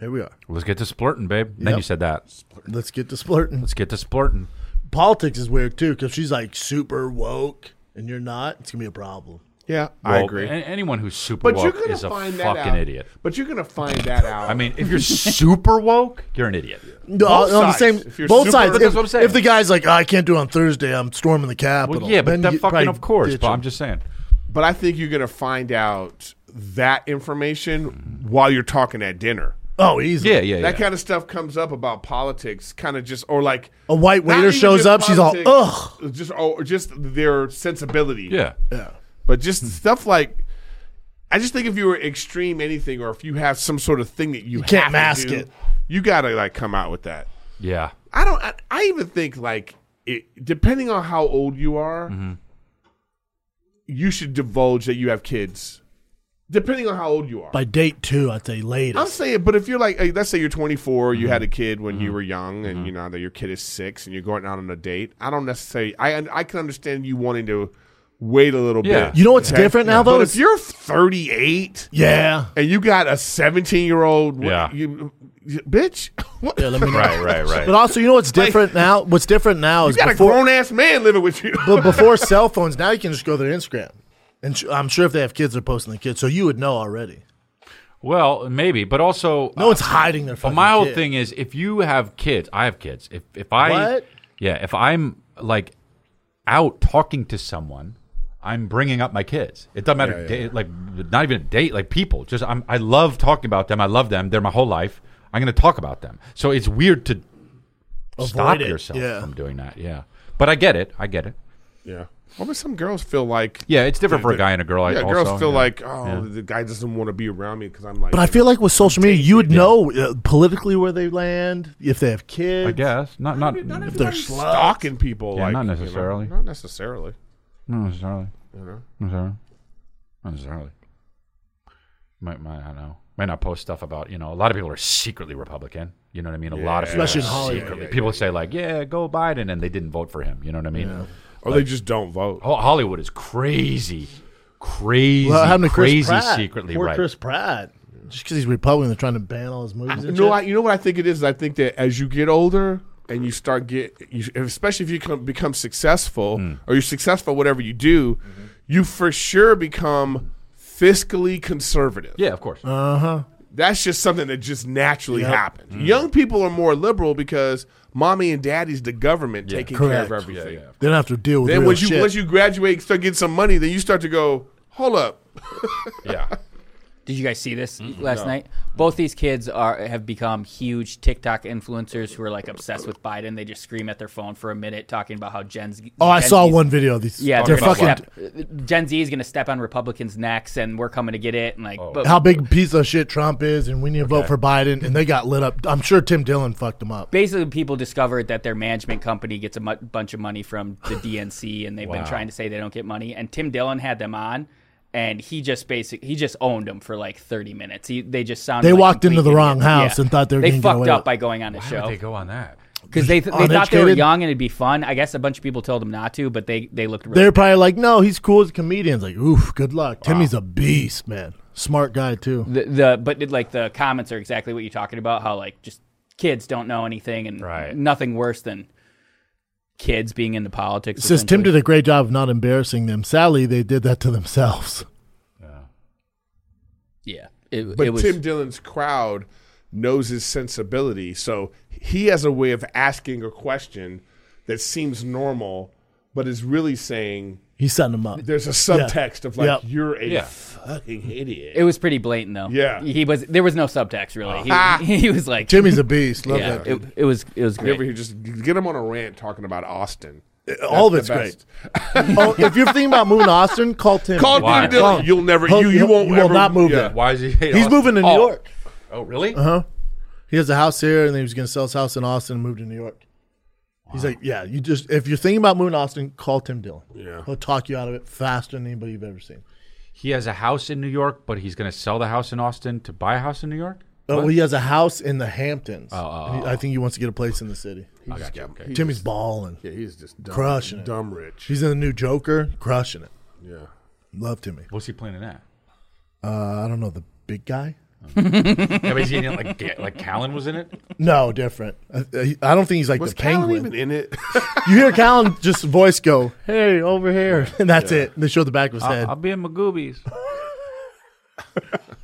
[SPEAKER 3] Here we are.
[SPEAKER 2] Let's get to splurting, babe. Then
[SPEAKER 3] Yep.
[SPEAKER 2] you said that.
[SPEAKER 3] Let's get to splurting.
[SPEAKER 2] Let's get to splurting.
[SPEAKER 3] Politics is weird too because she's like super woke and you're not. It's gonna be a problem.
[SPEAKER 1] Yeah,
[SPEAKER 2] Well, a- anyone who's super
[SPEAKER 1] But you're
[SPEAKER 2] woke
[SPEAKER 1] going
[SPEAKER 2] is
[SPEAKER 1] to
[SPEAKER 2] a
[SPEAKER 1] find
[SPEAKER 2] fucking
[SPEAKER 1] that out.
[SPEAKER 2] idiot.
[SPEAKER 1] But you're going to find that out.
[SPEAKER 2] I mean, if you're super woke, you're an idiot.
[SPEAKER 3] No,
[SPEAKER 1] Both
[SPEAKER 3] on the
[SPEAKER 1] sides.
[SPEAKER 3] same.
[SPEAKER 1] If you're
[SPEAKER 3] both
[SPEAKER 1] super-
[SPEAKER 3] sides.
[SPEAKER 1] But
[SPEAKER 3] If,
[SPEAKER 1] that's what I'm saying.
[SPEAKER 3] if the guy's like, "Oh, I can't do it on Thursday, I'm storming the Capitol.
[SPEAKER 2] yeah, but that
[SPEAKER 3] you
[SPEAKER 2] fucking
[SPEAKER 3] probably
[SPEAKER 2] of course,
[SPEAKER 3] ditch
[SPEAKER 2] but
[SPEAKER 3] him.
[SPEAKER 2] I'm just saying.
[SPEAKER 1] But I think you're going to find out that information while you're talking at dinner.
[SPEAKER 3] Oh, easy.
[SPEAKER 2] Yeah, yeah, yeah.
[SPEAKER 1] That kind of stuff comes up about politics, kind of just or like
[SPEAKER 3] A white
[SPEAKER 1] not
[SPEAKER 3] waiter
[SPEAKER 1] even
[SPEAKER 3] shows
[SPEAKER 1] just
[SPEAKER 3] up, she's all,
[SPEAKER 1] politics, Just or just their sensibility.
[SPEAKER 2] Yeah.
[SPEAKER 3] Yeah.
[SPEAKER 1] But just stuff like, I just think if you were extreme anything, or if you have some sort of thing that you,
[SPEAKER 3] can't
[SPEAKER 1] have to
[SPEAKER 3] mask
[SPEAKER 1] do,
[SPEAKER 3] it.
[SPEAKER 1] You gotta like come out with that.
[SPEAKER 2] Yeah.
[SPEAKER 1] I don't. I, I even think like it, depending on how old you are,
[SPEAKER 3] Mm-hmm.
[SPEAKER 1] you should divulge that you have kids. Depending on how old you are.
[SPEAKER 3] By date two, I'd say later.
[SPEAKER 1] I'm saying, but if you're like, hey, let's say you're 24, you
[SPEAKER 2] Mm-hmm.
[SPEAKER 1] had a kid when you were young, and you know that your kid is six, and you're going out on a date. I don't necessarily. I I can understand you wanting to wait a little
[SPEAKER 3] Yeah.
[SPEAKER 1] bit.
[SPEAKER 3] You know what's different now, though,
[SPEAKER 1] But
[SPEAKER 3] is-
[SPEAKER 1] if you're 38,
[SPEAKER 3] Yeah.
[SPEAKER 1] and you got a 17 year old, yeah, you, you- bitch, [laughs] what?
[SPEAKER 3] Yeah, let me know.
[SPEAKER 2] Right, right, right.
[SPEAKER 3] But also, you know what's different now? What's different now
[SPEAKER 1] you
[SPEAKER 3] is
[SPEAKER 1] got
[SPEAKER 3] before,
[SPEAKER 1] a grown ass man living
[SPEAKER 2] [laughs]
[SPEAKER 1] with you. [laughs]
[SPEAKER 3] but before cell phones, now you can just go to their Instagram, and sh- I'm sure if they have kids, they're posting the kids, so you would know already.
[SPEAKER 2] Well, maybe, but also
[SPEAKER 3] No one's hiding their.
[SPEAKER 2] But
[SPEAKER 3] fucking
[SPEAKER 2] my whole
[SPEAKER 3] kid.
[SPEAKER 2] thing is, if you have kids, I have kids. If if I
[SPEAKER 3] What?
[SPEAKER 2] yeah, if I'm like out talking to someone, I'm bringing up my kids. It doesn't matter,
[SPEAKER 16] Yeah, yeah,
[SPEAKER 2] da- like not even a date, like people. Just I'm, I love talking about them. I love them. They're my whole life. I'm going to talk about them. So it's weird to
[SPEAKER 1] Avoid
[SPEAKER 2] stop
[SPEAKER 1] it,
[SPEAKER 2] yourself
[SPEAKER 1] yeah.
[SPEAKER 2] from doing that. Yeah, but I get it. I get it.
[SPEAKER 1] Yeah. Well, but some girls feel like
[SPEAKER 2] Yeah, it's different for a guy and a girl, I-
[SPEAKER 1] Yeah, girls
[SPEAKER 2] also,
[SPEAKER 1] feel
[SPEAKER 2] yeah.
[SPEAKER 1] like oh,
[SPEAKER 2] Yeah.
[SPEAKER 1] the guy doesn't want to be around me because I'm like.
[SPEAKER 3] But I feel like with social media, you would know uh, politically where they land, if they have kids.
[SPEAKER 2] I guess not. Not,
[SPEAKER 3] if they're
[SPEAKER 1] everybody's
[SPEAKER 3] sluts.
[SPEAKER 1] stalking people.
[SPEAKER 2] Yeah,
[SPEAKER 1] like,
[SPEAKER 2] not
[SPEAKER 1] you know,
[SPEAKER 2] necessarily.
[SPEAKER 1] not necessarily.
[SPEAKER 2] Not necessarily.
[SPEAKER 1] You know?
[SPEAKER 2] Not necessarily. Not necessarily. Might, might, I don't know. Might not post stuff about, you know, a lot of people are secretly Republican. You know what I mean? A lot of people
[SPEAKER 3] Especially
[SPEAKER 2] are
[SPEAKER 3] in Hollywood.
[SPEAKER 2] secretly.
[SPEAKER 3] Yeah, yeah,
[SPEAKER 2] people say, like, yeah, go Biden, and they didn't vote for him. You know what I mean?
[SPEAKER 3] Yeah.
[SPEAKER 1] Or they just don't vote.
[SPEAKER 2] Oh, Hollywood is crazy. Crazy,
[SPEAKER 3] Well, what happened to Chris
[SPEAKER 2] crazy
[SPEAKER 3] Pratt?
[SPEAKER 2] secretly
[SPEAKER 3] Poor
[SPEAKER 2] right.
[SPEAKER 3] Chris Pratt. Just because he's Republican, they're trying to ban all his movies.
[SPEAKER 1] You
[SPEAKER 3] and
[SPEAKER 1] know,
[SPEAKER 3] shit.
[SPEAKER 1] I, you know what I think it is. I think that as you get older and you start get, you, especially if you come, become successful
[SPEAKER 3] Hmm.
[SPEAKER 1] or you're successful at whatever you do,
[SPEAKER 3] Mm-hmm.
[SPEAKER 1] you for sure become fiscally conservative.
[SPEAKER 2] Yeah, of course.
[SPEAKER 3] Uh huh.
[SPEAKER 1] That's just something that just naturally
[SPEAKER 3] Yep. Mm.
[SPEAKER 1] happens. Young people are more liberal because mommy and daddy's the government taking care of
[SPEAKER 3] Correct.
[SPEAKER 1] everything.
[SPEAKER 3] They don't have to deal with
[SPEAKER 1] Then
[SPEAKER 3] real
[SPEAKER 1] once you
[SPEAKER 3] shit.
[SPEAKER 1] once you graduate, start getting some money, then you start to go, hold up.
[SPEAKER 2] yeah.
[SPEAKER 6] Did you guys see this last
[SPEAKER 1] No.
[SPEAKER 6] night? Both these kids are have become huge TikTok influencers who are like obsessed with Biden. They just scream at their phone for a minute talking about how Gen Z.
[SPEAKER 3] Oh, I
[SPEAKER 6] Gen
[SPEAKER 3] saw
[SPEAKER 6] Z's
[SPEAKER 3] one video of these.
[SPEAKER 6] Yeah,
[SPEAKER 3] they're
[SPEAKER 6] gonna
[SPEAKER 3] fucking.
[SPEAKER 6] step- Gen Z is going to step on Republicans' necks, and we're coming to get it. And like,
[SPEAKER 2] Oh.
[SPEAKER 6] but-
[SPEAKER 3] How big a piece of shit Trump is, and we need to vote
[SPEAKER 6] Okay.
[SPEAKER 3] for Biden, and they got lit up. I'm sure Tim Dillon fucked them up.
[SPEAKER 6] Basically, people discovered that their management company gets a mu- bunch of money from the DNC, and they've
[SPEAKER 3] Wow.
[SPEAKER 6] been trying to say they don't get money. And Tim Dillon had them on, and he just basic he just owned them for like 30 minutes. He, they just sounded.
[SPEAKER 3] They
[SPEAKER 6] like
[SPEAKER 3] walked into
[SPEAKER 6] complete
[SPEAKER 3] the wrong
[SPEAKER 6] idiots.
[SPEAKER 3] house and thought they were
[SPEAKER 6] they
[SPEAKER 3] gonna get
[SPEAKER 6] fucked
[SPEAKER 3] away
[SPEAKER 6] up
[SPEAKER 3] with-
[SPEAKER 6] by going on a show.
[SPEAKER 2] Why would they go on that?
[SPEAKER 6] Because they, they thought they were
[SPEAKER 3] Uneducated?
[SPEAKER 6] young and it'd be fun. I guess a bunch of people told them not to, but they they looked. Really
[SPEAKER 3] They're probably like, "No, he's cool as a comedian." It's like, oof, good luck. Timmy's a beast, man. Smart guy
[SPEAKER 1] Mm-hmm.
[SPEAKER 3] too.
[SPEAKER 6] the, the but it, like the comments are exactly what you're talking about how like just kids don't know anything and nothing worse than kids being into politics
[SPEAKER 3] It says Tim did a great job of not embarrassing them. Sadly, they did that to themselves. [laughs]
[SPEAKER 6] yeah it,
[SPEAKER 1] But
[SPEAKER 6] it was
[SPEAKER 1] Tim Dillon's crowd knows his sensibility, so he has a way of asking a question that seems normal, but is really saying
[SPEAKER 3] He's setting them up.
[SPEAKER 1] there's a subtext of like you're a fucking idiot.
[SPEAKER 6] it was pretty blatant though
[SPEAKER 1] Yeah.
[SPEAKER 6] he was there was no subtext really he,
[SPEAKER 1] Ah.
[SPEAKER 6] he was like
[SPEAKER 3] Timmy's a beast. Love that
[SPEAKER 6] it, it was it was
[SPEAKER 1] You
[SPEAKER 6] great
[SPEAKER 1] ever hear- just get him on a rant talking about Austin.
[SPEAKER 3] all of
[SPEAKER 1] That's
[SPEAKER 3] it's
[SPEAKER 1] the
[SPEAKER 3] great.
[SPEAKER 1] best.
[SPEAKER 3] oh, if you're thinking about moving to Austin, call Tim.
[SPEAKER 1] Call Tim Why? Dillon. You'll never- you- you won't
[SPEAKER 3] He will
[SPEAKER 1] ever-
[SPEAKER 3] not move
[SPEAKER 1] yeah.
[SPEAKER 3] there.
[SPEAKER 2] Why is he hate
[SPEAKER 3] He's
[SPEAKER 2] Austin?
[SPEAKER 3] moving to New
[SPEAKER 2] Oh.
[SPEAKER 3] York.
[SPEAKER 2] Oh, really?
[SPEAKER 3] Uh huh. He has a house here, and then he was going to sell his house in Austin and move to New York. He's like, yeah, you just if you're thinking about moving to Austin, call Tim Dillon.
[SPEAKER 2] Yeah.
[SPEAKER 3] he'll talk you out of it faster than anybody you've ever seen.
[SPEAKER 2] He has a house in New York, but he's going to sell the house in Austin to buy a house in New York?
[SPEAKER 3] Oh,
[SPEAKER 2] What?
[SPEAKER 3] well, he has a house in the Hamptons.
[SPEAKER 2] Oh, oh,
[SPEAKER 3] And he- I think he wants to get a place in the city.
[SPEAKER 2] I got you. Okay.
[SPEAKER 1] He
[SPEAKER 3] Timmy's
[SPEAKER 1] just-
[SPEAKER 3] balling.
[SPEAKER 1] Yeah, he's just dumb-
[SPEAKER 3] crushing it.
[SPEAKER 1] dumb rich.
[SPEAKER 3] He's in the new Joker, crushing it.
[SPEAKER 1] Yeah.
[SPEAKER 3] love Timmy.
[SPEAKER 2] What's he playing in that?
[SPEAKER 3] Uh, I don't know the big guy.
[SPEAKER 2] yeah, but is he in it like, Ga- like Callan was in it?
[SPEAKER 3] No, different. I, I don't think he's like
[SPEAKER 2] Was
[SPEAKER 3] the
[SPEAKER 2] Callan
[SPEAKER 3] penguin.
[SPEAKER 2] even
[SPEAKER 1] in it?
[SPEAKER 3] you hear Callan just voice go, "Hey, over here," [laughs] and that's it. They show the back
[SPEAKER 1] Uh,
[SPEAKER 3] of his head.
[SPEAKER 2] be in Magoobies.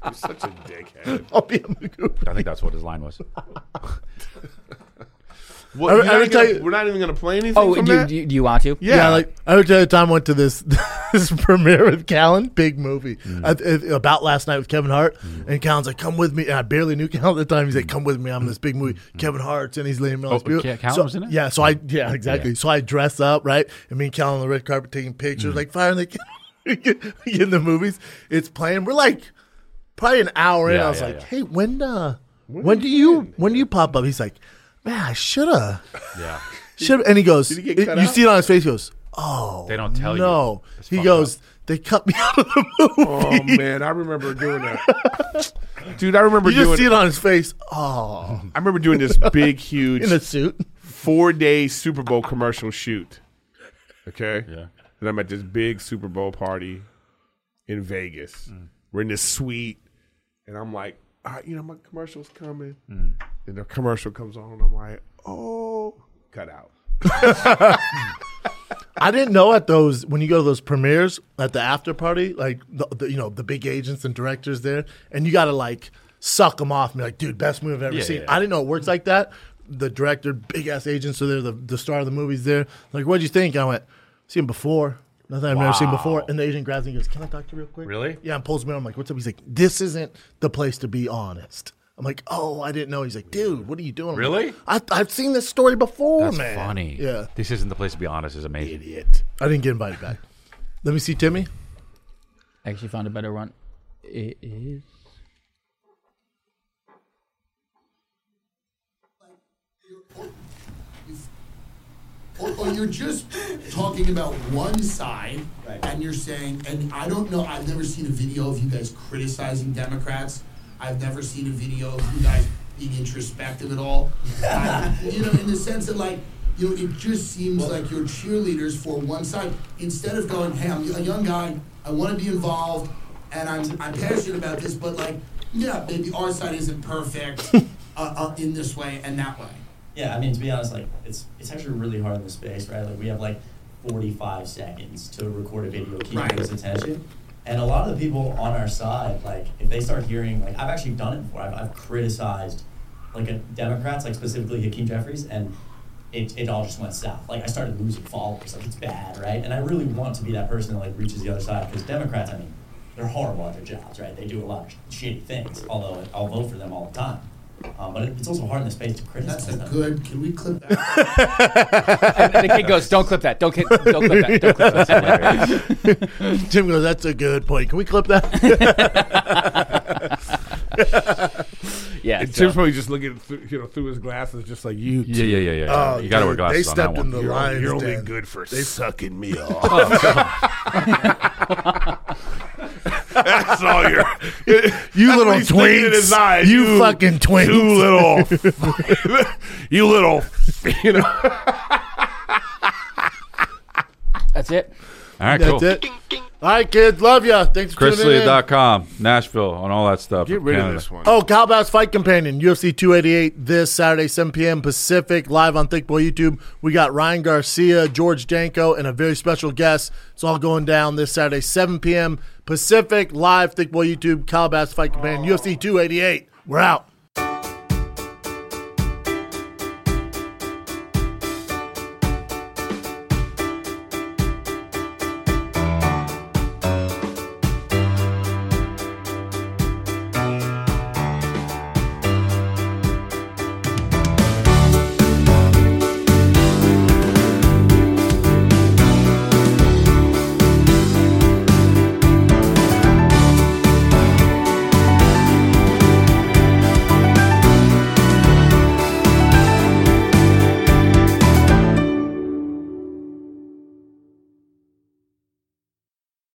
[SPEAKER 1] You're [laughs] such a dickhead.
[SPEAKER 3] [laughs] I'll be a Magoobies.
[SPEAKER 2] I think that's what his line was.
[SPEAKER 1] What,
[SPEAKER 3] I-
[SPEAKER 1] you're
[SPEAKER 3] I
[SPEAKER 1] not
[SPEAKER 3] would
[SPEAKER 1] gonna-
[SPEAKER 3] tell you-
[SPEAKER 1] we're not even going to play anything.
[SPEAKER 6] oh
[SPEAKER 1] from
[SPEAKER 6] do you,
[SPEAKER 1] that?
[SPEAKER 6] do, you, do you want to
[SPEAKER 3] Yeah. like I would tell you, Tom went to this [laughs] this premiere with Callan, big movie
[SPEAKER 2] Mm.
[SPEAKER 3] I- I- about last night with Kevin Hart, and Callan's like, "Come with me." And I barely knew Callan at the time. He's like, "Come with me." I'm in this big movie. Kevin Hart's and he's laying me on
[SPEAKER 2] Mm. Oh,
[SPEAKER 3] this beautiful.
[SPEAKER 2] Ca- Callan
[SPEAKER 3] so,
[SPEAKER 2] was in it? Mm. Mm.
[SPEAKER 3] Yeah, so I yeah exactly. So I dress up right, and me and Callan on the red carpet taking pictures, like firing the. [laughs] in the movies. It's playing. We're like probably an hour in.
[SPEAKER 1] Yeah,
[SPEAKER 3] I was
[SPEAKER 1] yeah,
[SPEAKER 3] like,
[SPEAKER 1] yeah.
[SPEAKER 3] hey, when uh, when do you when do you pop up? He's like, man, I shoulda
[SPEAKER 2] Yeah.
[SPEAKER 3] should and he goes.
[SPEAKER 1] Did he
[SPEAKER 3] You
[SPEAKER 1] get cut out?
[SPEAKER 3] see it on his face. He goes, oh,
[SPEAKER 2] They don't tell you.
[SPEAKER 3] no. He goes, they cut me [laughs] out of the [laughs]
[SPEAKER 1] Oh man, I remember doing that. Dude, I remember
[SPEAKER 3] You
[SPEAKER 1] doing
[SPEAKER 3] just see it on his face.
[SPEAKER 1] [laughs]
[SPEAKER 3] Oh,
[SPEAKER 1] I remember doing
[SPEAKER 3] [laughs]
[SPEAKER 1] this big, huge
[SPEAKER 3] In a suit,
[SPEAKER 1] four day Super Bowl commercial shoot. Okay, yeah, and I'm at this big Super Bowl party in Vegas. We're in this suite, and I'm like, All right, you know, my commercial's coming. and the commercial comes on, and I'm like, oh, cut out.
[SPEAKER 3] I didn't know at those when you go to those premieres at the after party, like the, the you know the big agents and directors there, and you got to like suck them off and be like, dude, best movie I've ever
[SPEAKER 1] Yeah,
[SPEAKER 3] seen.
[SPEAKER 1] yeah.
[SPEAKER 3] I didn't know it works like that. The director, big ass agents are there. The, the star of the movie's there. Like, what'd you think? I went, seen before. Nothing I've never seen
[SPEAKER 2] Wow.
[SPEAKER 3] before. And the agent grabs me and goes, "Can I talk to you real quick?"
[SPEAKER 2] Really?
[SPEAKER 3] Yeah, and pulls me. over. I'm like, "What's up?" He's like, "This isn't the place to be honest." I'm like, "Oh, I didn't know." He's like, "Dude, what are you doing?" I'm like,
[SPEAKER 2] Really?
[SPEAKER 3] I, I've seen this story before,
[SPEAKER 2] That's
[SPEAKER 3] man.
[SPEAKER 2] funny.
[SPEAKER 3] Yeah.
[SPEAKER 2] This isn't the place to be honest. Is amazing.
[SPEAKER 3] Idiot. I didn't get invited back. Let me see Timmy.
[SPEAKER 6] Actually, found a better one. It is.
[SPEAKER 16] Or, or you're just talking about one side, and you're saying, and I don't know, I've never seen a video of you guys criticizing Democrats. I've never seen a video of you guys being introspective at all. I- you know, in the sense that, like, you know, it just seems like you're cheerleaders for one side instead of going, hey, I'm a young guy, I want to be involved, and I'm, I'm passionate about this, but, like, yeah, maybe our side isn't perfect uh, uh, in this way and that way.
[SPEAKER 17] Yeah, I mean, to be honest, like it's it's actually really hard in this space, right? Like we have like 45 seconds to record a video, keep
[SPEAKER 16] Right.
[SPEAKER 17] people's attention, and a lot of the people on our side, like if they start hearing, like I've actually done it before. I've, I've criticized like a Democrats, like specifically Hakeem Jeffries, and it, it all just went south. Like I started losing followers. Like it's bad, right? And I really want to be that person that like reaches the other side because Democrats, I mean, they're horrible at their jobs, right? They do a lot of shitty things. Although I'll vote for them all the time. Um, but it- it's also hard in the space to criticize.
[SPEAKER 16] That's a
[SPEAKER 17] them.
[SPEAKER 16] good. Can we clip that?
[SPEAKER 3] [laughs]
[SPEAKER 6] And, and the kid goes, "Don't clip that. Don't,
[SPEAKER 17] [laughs]
[SPEAKER 6] ki- don't clip that. Don't clip that."
[SPEAKER 3] Tim goes, that's a good point. Can we clip that?
[SPEAKER 6] yeah,
[SPEAKER 1] and
[SPEAKER 3] so-
[SPEAKER 1] Tim's probably just looking through, you know through his glasses, just like you.
[SPEAKER 2] Yeah, yeah, yeah, yeah,
[SPEAKER 3] Oh,
[SPEAKER 2] yeah. You gotta wear
[SPEAKER 1] dude,
[SPEAKER 2] glasses on that one. You're only-
[SPEAKER 1] lion's
[SPEAKER 2] you're only
[SPEAKER 1] den.
[SPEAKER 2] good for
[SPEAKER 1] they sucking
[SPEAKER 3] [laughs]
[SPEAKER 1] me
[SPEAKER 3] Oh,
[SPEAKER 1] off.
[SPEAKER 3] That's all you're.
[SPEAKER 1] You
[SPEAKER 3] little twinks. You fucking twinks.
[SPEAKER 1] You
[SPEAKER 3] [laughs]
[SPEAKER 1] little. [laughs] you little. You know.
[SPEAKER 6] That's it.
[SPEAKER 2] All right,
[SPEAKER 3] [laughs] that's
[SPEAKER 2] cool.
[SPEAKER 3] it. All right, kids. Love ya. Thanks for tuning in.
[SPEAKER 2] ChrisLea.com, Nashville, on all that stuff. Get
[SPEAKER 1] rid of this one.
[SPEAKER 3] Oh, Cowboys Fight Companion, UFC 288 this Saturday, 7 p.m. Pacific, live on Thick Boy YouTube. We got Ryan Garcia, George Danko, and a very special guest. It's all going down this Saturday, 7 p.m. Pacific, live Thick Boy YouTube, Cowboys Fight Companion, UFC 288. We're out.